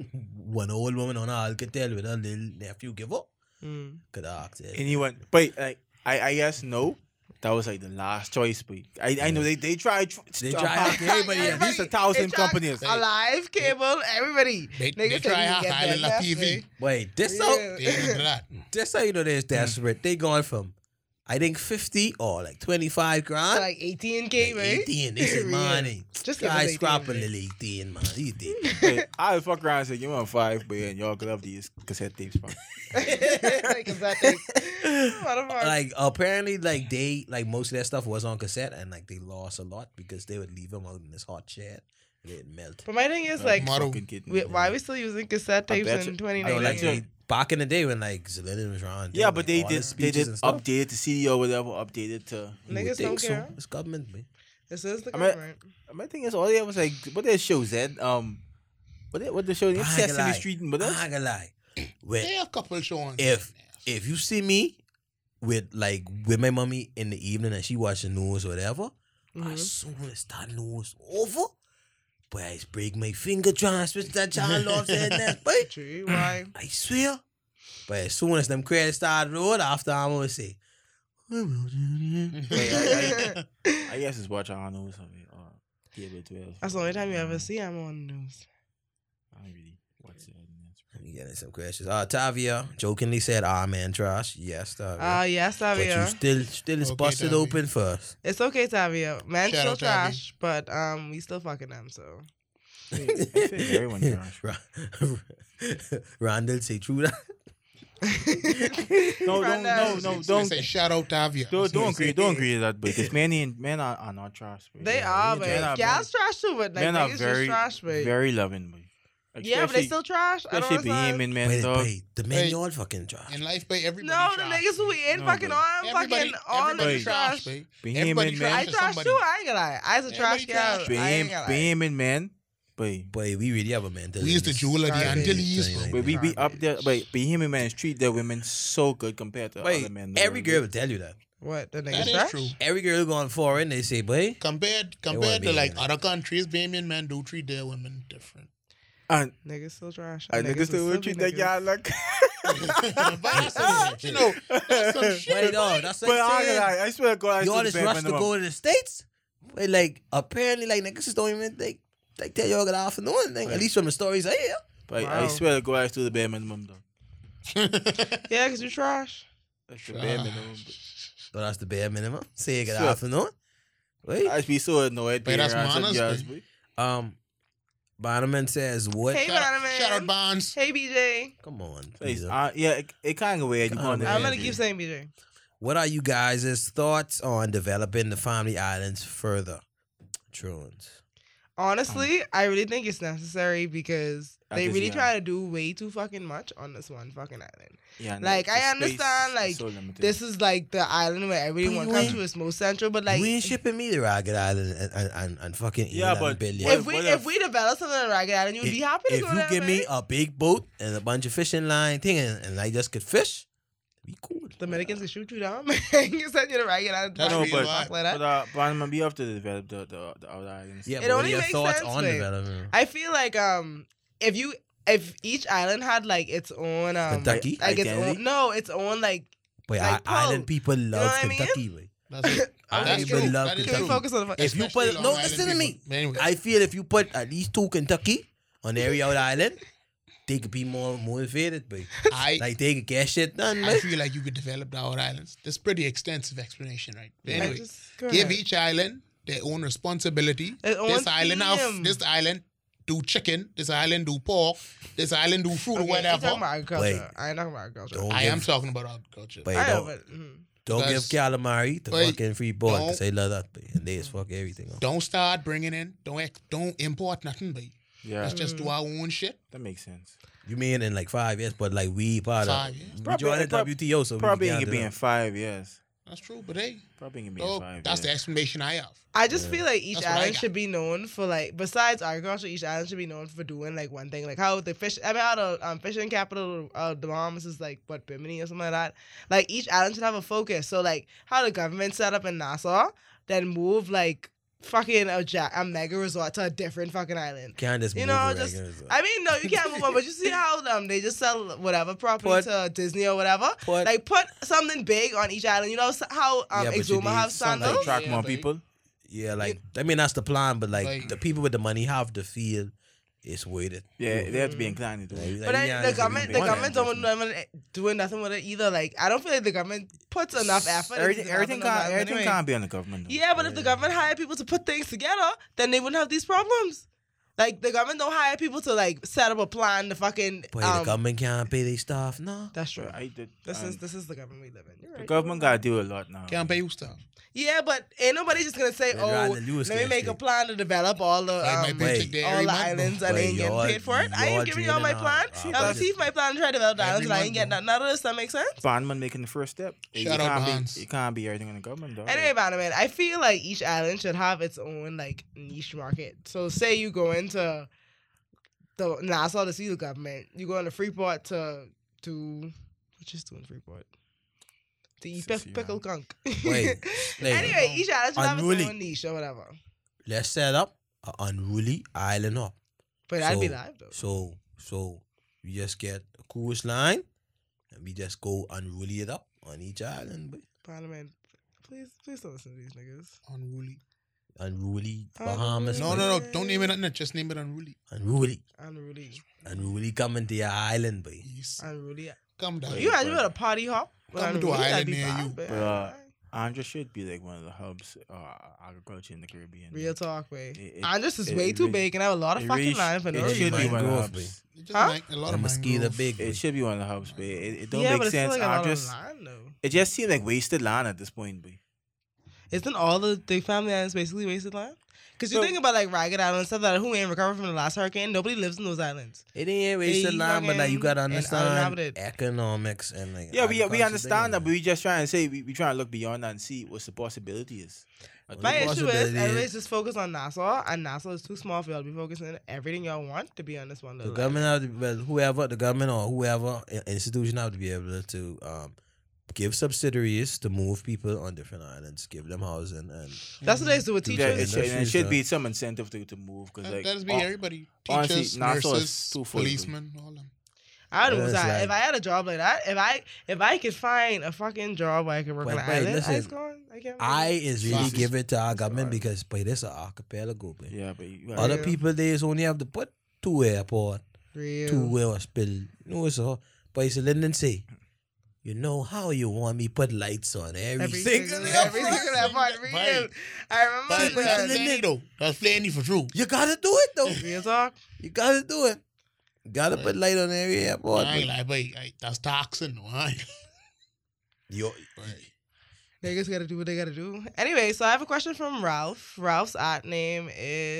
Speaker 1: [laughs] one old woman on her Alcatel with her little nephew give up.
Speaker 3: Mm.
Speaker 1: Could I ask it?
Speaker 2: anyone. But like, I, I guess no. That was like the last choice. But I, I know they they tried. Tr-
Speaker 1: They
Speaker 2: tr-
Speaker 1: tried
Speaker 2: uh,
Speaker 1: out [laughs] everybody
Speaker 2: At
Speaker 1: else.
Speaker 2: least a thousand
Speaker 3: They tried
Speaker 2: companies.
Speaker 3: Alive, cable, everybody.
Speaker 4: They,
Speaker 3: Nigga
Speaker 4: they
Speaker 3: said
Speaker 4: try
Speaker 3: you
Speaker 4: out
Speaker 3: get
Speaker 4: high
Speaker 3: that
Speaker 4: La
Speaker 3: next
Speaker 4: PV.
Speaker 3: way.
Speaker 1: Wait, this
Speaker 3: Yeah.
Speaker 1: how
Speaker 4: [laughs] They ain't into
Speaker 1: [laughs]
Speaker 4: that.
Speaker 1: this how you know they're
Speaker 3: Hmm.
Speaker 1: desperate. They gone from I think fifty or like twenty five grand.
Speaker 3: So, Like 18K,
Speaker 1: like
Speaker 3: right?
Speaker 1: 18, they said,
Speaker 3: [laughs] Yeah.
Speaker 1: man,
Speaker 3: Just
Speaker 1: just
Speaker 3: give us
Speaker 1: guy
Speaker 3: 18,
Speaker 1: scrapping
Speaker 3: man.
Speaker 1: little 18, man. 18.
Speaker 3: [laughs]
Speaker 2: Hey, I fuck around and say you want five, but and y'all could have these cassette tapes. Bro.
Speaker 3: [laughs]
Speaker 2: [laughs]
Speaker 3: like, exactly. Motherfucker.
Speaker 1: like apparently, like they like most of their stuff was on cassette, and like they lost a lot because they would leave them out in this hot shed and it'd melt.
Speaker 3: But my thing is, like,
Speaker 4: Model.
Speaker 2: Fucking kidding [laughs]
Speaker 3: we,
Speaker 2: me.
Speaker 3: why are we still using cassette
Speaker 2: I
Speaker 3: tapes
Speaker 2: bet
Speaker 3: in
Speaker 2: you-
Speaker 1: I know,
Speaker 3: 2019?
Speaker 1: like
Speaker 2: Yeah.
Speaker 1: they, back in the day when like Zelenium was around.
Speaker 2: Yeah,
Speaker 1: had,
Speaker 2: but
Speaker 1: like,
Speaker 2: they
Speaker 1: all the
Speaker 2: did they
Speaker 1: speeches
Speaker 2: did
Speaker 1: and stuff.
Speaker 2: update the CD or whatever updated to.
Speaker 1: You would
Speaker 3: Niggas
Speaker 1: think
Speaker 3: don't
Speaker 1: so.
Speaker 3: care.
Speaker 1: It's government, man.
Speaker 3: This is the
Speaker 2: I mean-
Speaker 3: government.
Speaker 2: My thing is all they was like what their shows that um what they, what the show they
Speaker 1: I ain't
Speaker 2: Sesame
Speaker 1: lie.
Speaker 2: Street and what
Speaker 1: I
Speaker 2: else?
Speaker 1: ain't gonna lie. When,
Speaker 4: They have a couple showing.
Speaker 1: if if you see me with like with my mommy in the evening and she watching news or whatever, as
Speaker 3: Mhm.
Speaker 1: soon as that news over, boy, I break my finger trying to switch that child off saying
Speaker 2: [laughs]
Speaker 1: that, boy.
Speaker 3: True. Why?
Speaker 1: I swear. But as soon as them credits start rolling, after I'm gonna say,
Speaker 2: Wait, I, I- I guess it's watch I don't know something. cable twelve.
Speaker 3: That's the only time you ever see I'm on the news.
Speaker 2: I don't really watch it. and that's
Speaker 1: Let me get in some questions. Uh, Tavia jokingly said, "Ah, man, trash." Yes, Tavia.
Speaker 3: Ah, yes,
Speaker 1: but
Speaker 3: Tavia.
Speaker 1: you still still is
Speaker 4: Okay,
Speaker 1: busted
Speaker 4: Tavia.
Speaker 1: open first.
Speaker 3: it's okay, Tavia. Man,
Speaker 4: Shout
Speaker 3: still
Speaker 4: out, Tavia.
Speaker 3: trash, but um, we still fucking them.
Speaker 2: [laughs]
Speaker 3: So
Speaker 2: it. I
Speaker 1: [laughs]
Speaker 2: think everyone trash.
Speaker 1: Ron- [laughs] Rondell say true that.
Speaker 3: [laughs]
Speaker 2: No,
Speaker 3: Find
Speaker 2: don't, no,
Speaker 3: out.
Speaker 2: no,
Speaker 4: Don't
Speaker 2: don't,
Speaker 4: say shout out to Avia.
Speaker 2: don't, don't agree, don't agree with that.
Speaker 1: [laughs]
Speaker 2: But if men, ain't, men are, are not trash. Boy.
Speaker 3: They
Speaker 2: Yeah,
Speaker 3: are,
Speaker 2: men
Speaker 3: but
Speaker 2: are-
Speaker 3: gals trash too. But like
Speaker 2: men are
Speaker 3: niggas
Speaker 2: very,
Speaker 3: just trash, but
Speaker 2: very loving, boy. Like,
Speaker 3: yeah, but they
Speaker 2: especially-
Speaker 3: still trash. I don't
Speaker 2: especially
Speaker 3: understand.
Speaker 2: Bahamian men,
Speaker 1: Wait,
Speaker 2: dog.
Speaker 1: wait, the men
Speaker 4: Wait.
Speaker 1: y'all fucking trash.
Speaker 4: In life, babe, everybody
Speaker 3: No, the
Speaker 4: trash.
Speaker 3: niggas who we in
Speaker 2: No,
Speaker 3: fucking
Speaker 2: but-
Speaker 3: on,
Speaker 4: Everybody,
Speaker 3: fucking all
Speaker 4: everybody
Speaker 3: niggas trash.
Speaker 4: trash, babe. Everybody
Speaker 2: Bahamian
Speaker 3: I
Speaker 2: men,
Speaker 4: trash.
Speaker 3: trash
Speaker 4: Somebody-
Speaker 3: too. I ain't gonna lie. I was a trash
Speaker 4: Everybody
Speaker 3: gal.
Speaker 4: trash.
Speaker 3: I ain't gonna
Speaker 2: Baham-
Speaker 3: lie.
Speaker 2: Bahamian men, boy.
Speaker 1: Boy, we really have a man.
Speaker 4: We used to jewel at the Antilles, bro.
Speaker 2: But we be
Speaker 3: Garbage.
Speaker 2: up there, but Bahamian men treat their women so good compared to
Speaker 1: Wait,
Speaker 2: other men. in the
Speaker 1: every
Speaker 2: world.
Speaker 1: girl will tell you that.
Speaker 3: What the
Speaker 4: That
Speaker 3: niggas
Speaker 4: is
Speaker 3: trash?
Speaker 4: true.
Speaker 1: Every girl who gone foreign, they say, boy,
Speaker 4: Compared
Speaker 1: wanna
Speaker 4: compared
Speaker 1: be
Speaker 4: to like
Speaker 1: in it.
Speaker 4: other countries, Bahamian men do treat their women
Speaker 1: [laughs]
Speaker 4: different.
Speaker 2: And
Speaker 3: Niggas still trash.
Speaker 2: I niggas
Speaker 3: is
Speaker 2: still
Speaker 3: silly
Speaker 2: treat that guy
Speaker 3: niggas. [laughs]
Speaker 2: like.
Speaker 4: but that's some shit, you know.
Speaker 2: [laughs]
Speaker 4: That's some
Speaker 1: wait,
Speaker 4: shit.
Speaker 1: no, that's
Speaker 2: But
Speaker 1: what I'm
Speaker 2: I, ain't gonna
Speaker 1: saying.
Speaker 2: lie, I swear to God, I
Speaker 1: Y'all
Speaker 2: stood
Speaker 1: just
Speaker 2: back
Speaker 1: rush
Speaker 2: when
Speaker 1: to
Speaker 2: I'm-
Speaker 1: go to the States? But like, apparently, like, niggas just don't even, they, they tell y'all good afternoon, like, at least from the stories I hear.
Speaker 2: But I
Speaker 3: Wow.
Speaker 2: swear to God, I stood the bare minimum, dog.
Speaker 3: Yeah, cause you trash.
Speaker 2: That's the bare minimum.
Speaker 1: But that's the bare minimum. Say good
Speaker 2: Sure.
Speaker 1: afternoon. Wait.
Speaker 2: I'd be so annoyed.
Speaker 4: But
Speaker 2: being
Speaker 4: that's
Speaker 2: around some
Speaker 4: manners,
Speaker 2: guys,
Speaker 4: boy.
Speaker 2: boy.
Speaker 1: Um, Bonneman says, what?
Speaker 3: Hey,
Speaker 4: shout, out,
Speaker 3: Donovan.
Speaker 4: shout out Bonds.
Speaker 3: Hey, BJ.
Speaker 1: Come on.
Speaker 2: Please,
Speaker 1: please.
Speaker 2: uh, yeah, it, it kind of weird. You
Speaker 1: Come
Speaker 2: want
Speaker 1: on,
Speaker 2: to
Speaker 1: man.
Speaker 3: I'm
Speaker 1: Yeah,
Speaker 3: gonna
Speaker 1: dude.
Speaker 3: keep saying BJ.
Speaker 1: What are you guys' thoughts on developing the family islands further? Truants.
Speaker 3: Honestly, I really think it's necessary because
Speaker 2: I
Speaker 3: they
Speaker 2: guess,
Speaker 3: really
Speaker 2: yeah.
Speaker 3: try to do way too fucking much on this one fucking island.
Speaker 2: Yeah, and
Speaker 3: Like,
Speaker 2: the
Speaker 3: I
Speaker 2: space
Speaker 3: understand,
Speaker 2: is
Speaker 3: like,
Speaker 2: so limited.
Speaker 3: This is like the island where
Speaker 1: But you
Speaker 3: everyone comes
Speaker 1: ain't-
Speaker 3: to. It's most central, but
Speaker 1: Like,
Speaker 3: like
Speaker 1: we ain't shipping me to Ragged Island and, and, and, and fucking
Speaker 2: Yeah,
Speaker 1: 11
Speaker 2: but
Speaker 1: billion.
Speaker 2: what
Speaker 3: if we
Speaker 2: what
Speaker 3: if
Speaker 2: if-
Speaker 3: we develop something on Ragged Island, you would be happy to
Speaker 1: if
Speaker 3: go
Speaker 1: you
Speaker 3: there.
Speaker 1: give me
Speaker 3: man.
Speaker 1: a big boat and a bunch of fishing line thing and, and I just could fish, we cool.
Speaker 3: the Americans can shoot you down. [laughs] you said you're the Ragged Island.
Speaker 4: No,
Speaker 3: fuck
Speaker 2: no,
Speaker 4: That's
Speaker 2: but
Speaker 4: real life.
Speaker 3: like that.
Speaker 2: but uh, but I'm gonna be after the develop the the, the outer islands.
Speaker 1: Yeah, but
Speaker 3: It
Speaker 1: what are
Speaker 3: only
Speaker 1: your
Speaker 3: makes
Speaker 1: thoughts
Speaker 3: sense,
Speaker 1: on
Speaker 3: babe.
Speaker 1: development?
Speaker 3: I feel like um if you if each island had like its own um
Speaker 1: Kentucky?
Speaker 3: like its
Speaker 2: Identity?
Speaker 3: own no its own like
Speaker 1: But
Speaker 3: like,
Speaker 1: I- island
Speaker 3: Paul,
Speaker 1: people love
Speaker 3: what I mean?
Speaker 1: Kentucky. way.
Speaker 4: That's it.
Speaker 1: I
Speaker 4: That's
Speaker 1: even
Speaker 4: true.
Speaker 1: love
Speaker 4: That is
Speaker 3: can
Speaker 1: Kentucky.
Speaker 3: we focus on
Speaker 1: [coughs]
Speaker 3: the
Speaker 1: If you
Speaker 4: Especially
Speaker 1: put
Speaker 4: Long
Speaker 1: no,
Speaker 4: Island
Speaker 1: listen to
Speaker 4: people.
Speaker 1: me.
Speaker 4: But anyway.
Speaker 1: I feel if you put at least two Kentucky on every other island, they could be more motivated. But
Speaker 4: I,
Speaker 1: like they could get shit done.
Speaker 4: I
Speaker 1: Man.
Speaker 4: feel like you could develop the outer islands. That's pretty extensive explanation, right? But
Speaker 3: I
Speaker 4: anyway,
Speaker 3: just- go
Speaker 4: give
Speaker 3: ahead.
Speaker 4: each island their own responsibility.
Speaker 3: Their own
Speaker 4: this island
Speaker 3: theme.
Speaker 4: have this island do chicken. This island do pork. This island do fruit or
Speaker 3: Okay, you talking
Speaker 4: whatever.
Speaker 3: about agriculture.
Speaker 1: Wait.
Speaker 3: I ain't talking about agriculture.
Speaker 1: Don't
Speaker 4: I
Speaker 1: give,
Speaker 4: am talking about agriculture.
Speaker 1: But
Speaker 3: I know,
Speaker 1: don't,
Speaker 3: but mm.
Speaker 1: don't give
Speaker 4: Because-
Speaker 1: calamari the
Speaker 4: Wait,
Speaker 1: fucking free board because
Speaker 4: don't-
Speaker 1: they love that. babe, And they just fuck everything up.
Speaker 4: Don't start bringing in. Don't ex- don't import nothing. But
Speaker 2: yeah,
Speaker 4: let's just
Speaker 3: Mm.
Speaker 4: do our own shit.
Speaker 2: that makes sense.
Speaker 1: You mean in like five years, but like we part
Speaker 4: Five
Speaker 1: of
Speaker 4: years.
Speaker 1: we
Speaker 2: Probably-
Speaker 1: joined the
Speaker 2: prob-
Speaker 1: WTO, so
Speaker 2: Probably
Speaker 1: we
Speaker 2: ain't
Speaker 1: can
Speaker 2: gonna be in five years.
Speaker 4: That's true. But hey,
Speaker 2: Probably ain't gonna be in
Speaker 3: Oh,
Speaker 4: dog,
Speaker 2: five.
Speaker 4: that's the
Speaker 2: years.
Speaker 4: explanation I have.
Speaker 3: I just feel like each
Speaker 4: That's what I
Speaker 3: island
Speaker 4: got.
Speaker 3: should be known for like besides agriculture, each island should be known for doing like one thing, like how the fish. I mean, how the um, fishing capital of the Bahamas is like what Bimini or something like that. Like each island should have a focus. So like how the government set up in Nassau, then move like fucking a ja a mega resort to a different fucking island.
Speaker 1: Can't just
Speaker 3: You
Speaker 1: move
Speaker 3: know,
Speaker 1: around,
Speaker 3: just-
Speaker 1: guys.
Speaker 3: I mean, no, you can't move on, but you see how um they just sell whatever property
Speaker 1: Put-
Speaker 3: to Disney or whatever.
Speaker 1: Put-
Speaker 3: like put something big on each island. You know s- how um
Speaker 1: Yeah, but you
Speaker 3: Exuma
Speaker 1: need
Speaker 3: have
Speaker 1: something
Speaker 3: sandals.
Speaker 2: attract
Speaker 4: Yeah,
Speaker 2: more
Speaker 4: but-
Speaker 2: people.
Speaker 1: yeah, like I mean that's the plan, but like,
Speaker 4: Like-
Speaker 1: the people with the money have to feel it's weighted.
Speaker 2: Yeah, they
Speaker 3: Mm-hmm.
Speaker 2: have to be inclined to do. it.
Speaker 1: Like,
Speaker 3: But
Speaker 1: yeah,
Speaker 3: then
Speaker 1: it's
Speaker 3: the
Speaker 1: gonna be
Speaker 3: government, the
Speaker 1: big.
Speaker 2: one
Speaker 3: government don't
Speaker 2: investment.
Speaker 3: want doing nothing with it either. Like I don't feel like the government puts enough effort. into
Speaker 2: Everything,
Speaker 3: developing
Speaker 2: everything,
Speaker 3: those
Speaker 2: can't,
Speaker 3: islands
Speaker 2: everything
Speaker 3: anyway.
Speaker 2: can't be on the government. though.
Speaker 3: Yeah, but if the government hired people to put things together, then they wouldn't have these problems. Like the government don't hire people to like set up a plan to fucking.
Speaker 1: Boy,
Speaker 3: um,
Speaker 1: the government can't pay their staff. No,
Speaker 3: That's true.
Speaker 2: Sure, I did.
Speaker 3: This
Speaker 2: um,
Speaker 3: is this is the government we live in. You're right,
Speaker 2: the
Speaker 3: you're
Speaker 2: government
Speaker 3: right.
Speaker 2: gotta do a lot now.
Speaker 4: Can't pay you stuff.
Speaker 3: Yeah, but ain't nobody just gonna say,
Speaker 1: They'd
Speaker 3: "Oh,
Speaker 1: rather Lewis
Speaker 3: let me
Speaker 1: get
Speaker 3: make a
Speaker 1: shit."
Speaker 3: plan to develop all the
Speaker 4: Like my
Speaker 1: wait.
Speaker 3: um,
Speaker 4: paycheck there
Speaker 3: all
Speaker 4: every
Speaker 3: the
Speaker 4: month, bro.
Speaker 3: islands and I
Speaker 1: Wait,
Speaker 3: ain't getting
Speaker 1: y'all-
Speaker 3: paid for it. I
Speaker 1: y'all
Speaker 3: ain't giving y'all my
Speaker 1: dreaming
Speaker 3: plan.
Speaker 1: out.
Speaker 3: I
Speaker 1: Wow.
Speaker 3: received my plan to try to develop the
Speaker 4: Every
Speaker 3: islands, and I
Speaker 4: month,
Speaker 3: ain't getting
Speaker 4: bro.
Speaker 3: none of this. That make sense.
Speaker 2: Bondman making the first step. It
Speaker 4: Shout out
Speaker 2: can't be-
Speaker 4: Bonds.
Speaker 2: It can't be everything on the government. Dog.
Speaker 3: Anyway, Bannerman, I feel like each island should have its own like niche market. So say you go into the Nassau to see the government, you go into Freeport to to what just doing Freeport to eat
Speaker 2: Sissy,
Speaker 3: pick, pickle gunk. [laughs]
Speaker 1: Wait, later.
Speaker 3: anyway, each island should have
Speaker 1: Unruly.
Speaker 3: its own niche or whatever.
Speaker 1: let's set up an unruly island up.
Speaker 3: But I'd be
Speaker 1: So-
Speaker 3: live though.
Speaker 1: So so we just get a cruise line and we just go unruly it up on each island. But
Speaker 3: Bannerman, please please don't listen to these niggas.
Speaker 4: Unruly.
Speaker 1: Unruly Bahamas.
Speaker 4: No, no, no. Don't name it nothing. Just name it unruly.
Speaker 1: Unruly.
Speaker 3: Unruly.
Speaker 1: Unruly coming to your island, boy.
Speaker 4: Yes.
Speaker 3: Unruly.
Speaker 4: Come down.
Speaker 3: You had you had a party hop. with
Speaker 4: Come to
Speaker 3: unruly,
Speaker 4: an
Speaker 3: that'd
Speaker 4: island
Speaker 3: be
Speaker 4: near you,
Speaker 3: bad, but-
Speaker 2: Bruh. Andra should be like one of the hubs uh, agriculture in the Caribbean.
Speaker 3: Real talk, way.
Speaker 2: It- it-
Speaker 3: Andrus is
Speaker 2: it-
Speaker 3: way
Speaker 2: it
Speaker 3: too
Speaker 2: really-
Speaker 3: big and I have a lot of
Speaker 2: It
Speaker 3: fucking
Speaker 2: really sh-
Speaker 3: line for no
Speaker 2: It should
Speaker 3: reason.
Speaker 2: be one of the
Speaker 1: Mangrove,
Speaker 2: hubs.
Speaker 4: It's just
Speaker 3: Huh?
Speaker 4: like a lot
Speaker 1: The
Speaker 4: of
Speaker 1: mosquito
Speaker 4: mangroves.
Speaker 1: big.
Speaker 2: It
Speaker 1: boy.
Speaker 2: should be one of the hubs, but it, it don't
Speaker 3: yeah, but
Speaker 2: make
Speaker 3: it's still
Speaker 2: sense.
Speaker 3: like a lot
Speaker 2: Andres-
Speaker 3: of line though.
Speaker 2: it just seemed like wasted land at this point. But
Speaker 3: Isn't all the big family islands basically wasted land? Because you
Speaker 2: So-
Speaker 3: think about like Ragged Island and stuff that who ain't recovered from the last hurricane. Nobody lives in those islands.
Speaker 1: It ain't racial
Speaker 3: They
Speaker 1: line, but like you gotta
Speaker 3: fucking and
Speaker 1: understand
Speaker 3: uninhabited.
Speaker 1: economics and like.
Speaker 2: yeah, we we
Speaker 1: agriculture
Speaker 2: understand that,
Speaker 1: thing.
Speaker 2: but we just trying to say we we trying to look beyond that and see what's the possibilities.
Speaker 1: Well,
Speaker 3: My
Speaker 1: the
Speaker 3: issue is
Speaker 1: possibility
Speaker 3: everybody's just focused on Nassau, and Nassau is too small for y'all to be focusing on everything y'all want to be on this one
Speaker 1: The
Speaker 3: little. island.
Speaker 4: uh,
Speaker 1: government, have to, well, whoever the government or whoever i- institution have to be able to um, give subsidiaries to move people on different islan't, give them housing, and
Speaker 3: That's what they used to with
Speaker 1: Yeah,
Speaker 2: Yeah,
Speaker 1: Teachers
Speaker 3: teachers.
Speaker 2: it, should,
Speaker 1: and
Speaker 2: and it should
Speaker 1: nurses,
Speaker 2: be some incentive to, to move because
Speaker 4: That,
Speaker 2: like
Speaker 4: that'd be
Speaker 2: oh,
Speaker 4: everybody.
Speaker 2: honestly,
Speaker 4: Teachers,
Speaker 2: Nassau is
Speaker 4: nurses,
Speaker 2: too full of them.
Speaker 4: policemen, all them.
Speaker 3: I would
Speaker 1: Yeah,
Speaker 3: almost
Speaker 1: it's
Speaker 3: have- if I
Speaker 1: like-
Speaker 3: had a job like that, if I if I could find a fucking job where I could work
Speaker 1: But
Speaker 3: on an
Speaker 1: wait,
Speaker 3: island, I
Speaker 1: listen.
Speaker 3: just gone. I can't.
Speaker 1: I is really
Speaker 4: Facts.
Speaker 1: give it to our government
Speaker 2: alright.
Speaker 1: because but this an archipelago. But
Speaker 2: yeah, but you,
Speaker 1: other
Speaker 3: Yeah.
Speaker 1: people they just only have to put two airport,
Speaker 3: real.
Speaker 1: two hospital. No, it's all. But it's a Linden say, you know how you want me put lights on every,
Speaker 3: every
Speaker 1: single,
Speaker 3: single,
Speaker 1: airport.
Speaker 3: every single airport. Real.
Speaker 4: Right.
Speaker 3: I remember
Speaker 1: But
Speaker 4: But that's
Speaker 1: then
Speaker 3: that.
Speaker 4: plenty
Speaker 1: they-
Speaker 4: though. That's plenty for true.
Speaker 1: You gotta do it though.
Speaker 3: Real talk.
Speaker 1: You gotta do it. Gotta
Speaker 4: Right.
Speaker 1: put light on every airport.
Speaker 4: I ain't like, but I- that's toxin. though, I ain't-
Speaker 1: Yo,
Speaker 4: Right.
Speaker 3: Niggas gotta do what they gotta do. Anyway, so I have a question from Ralph. Ralph's art name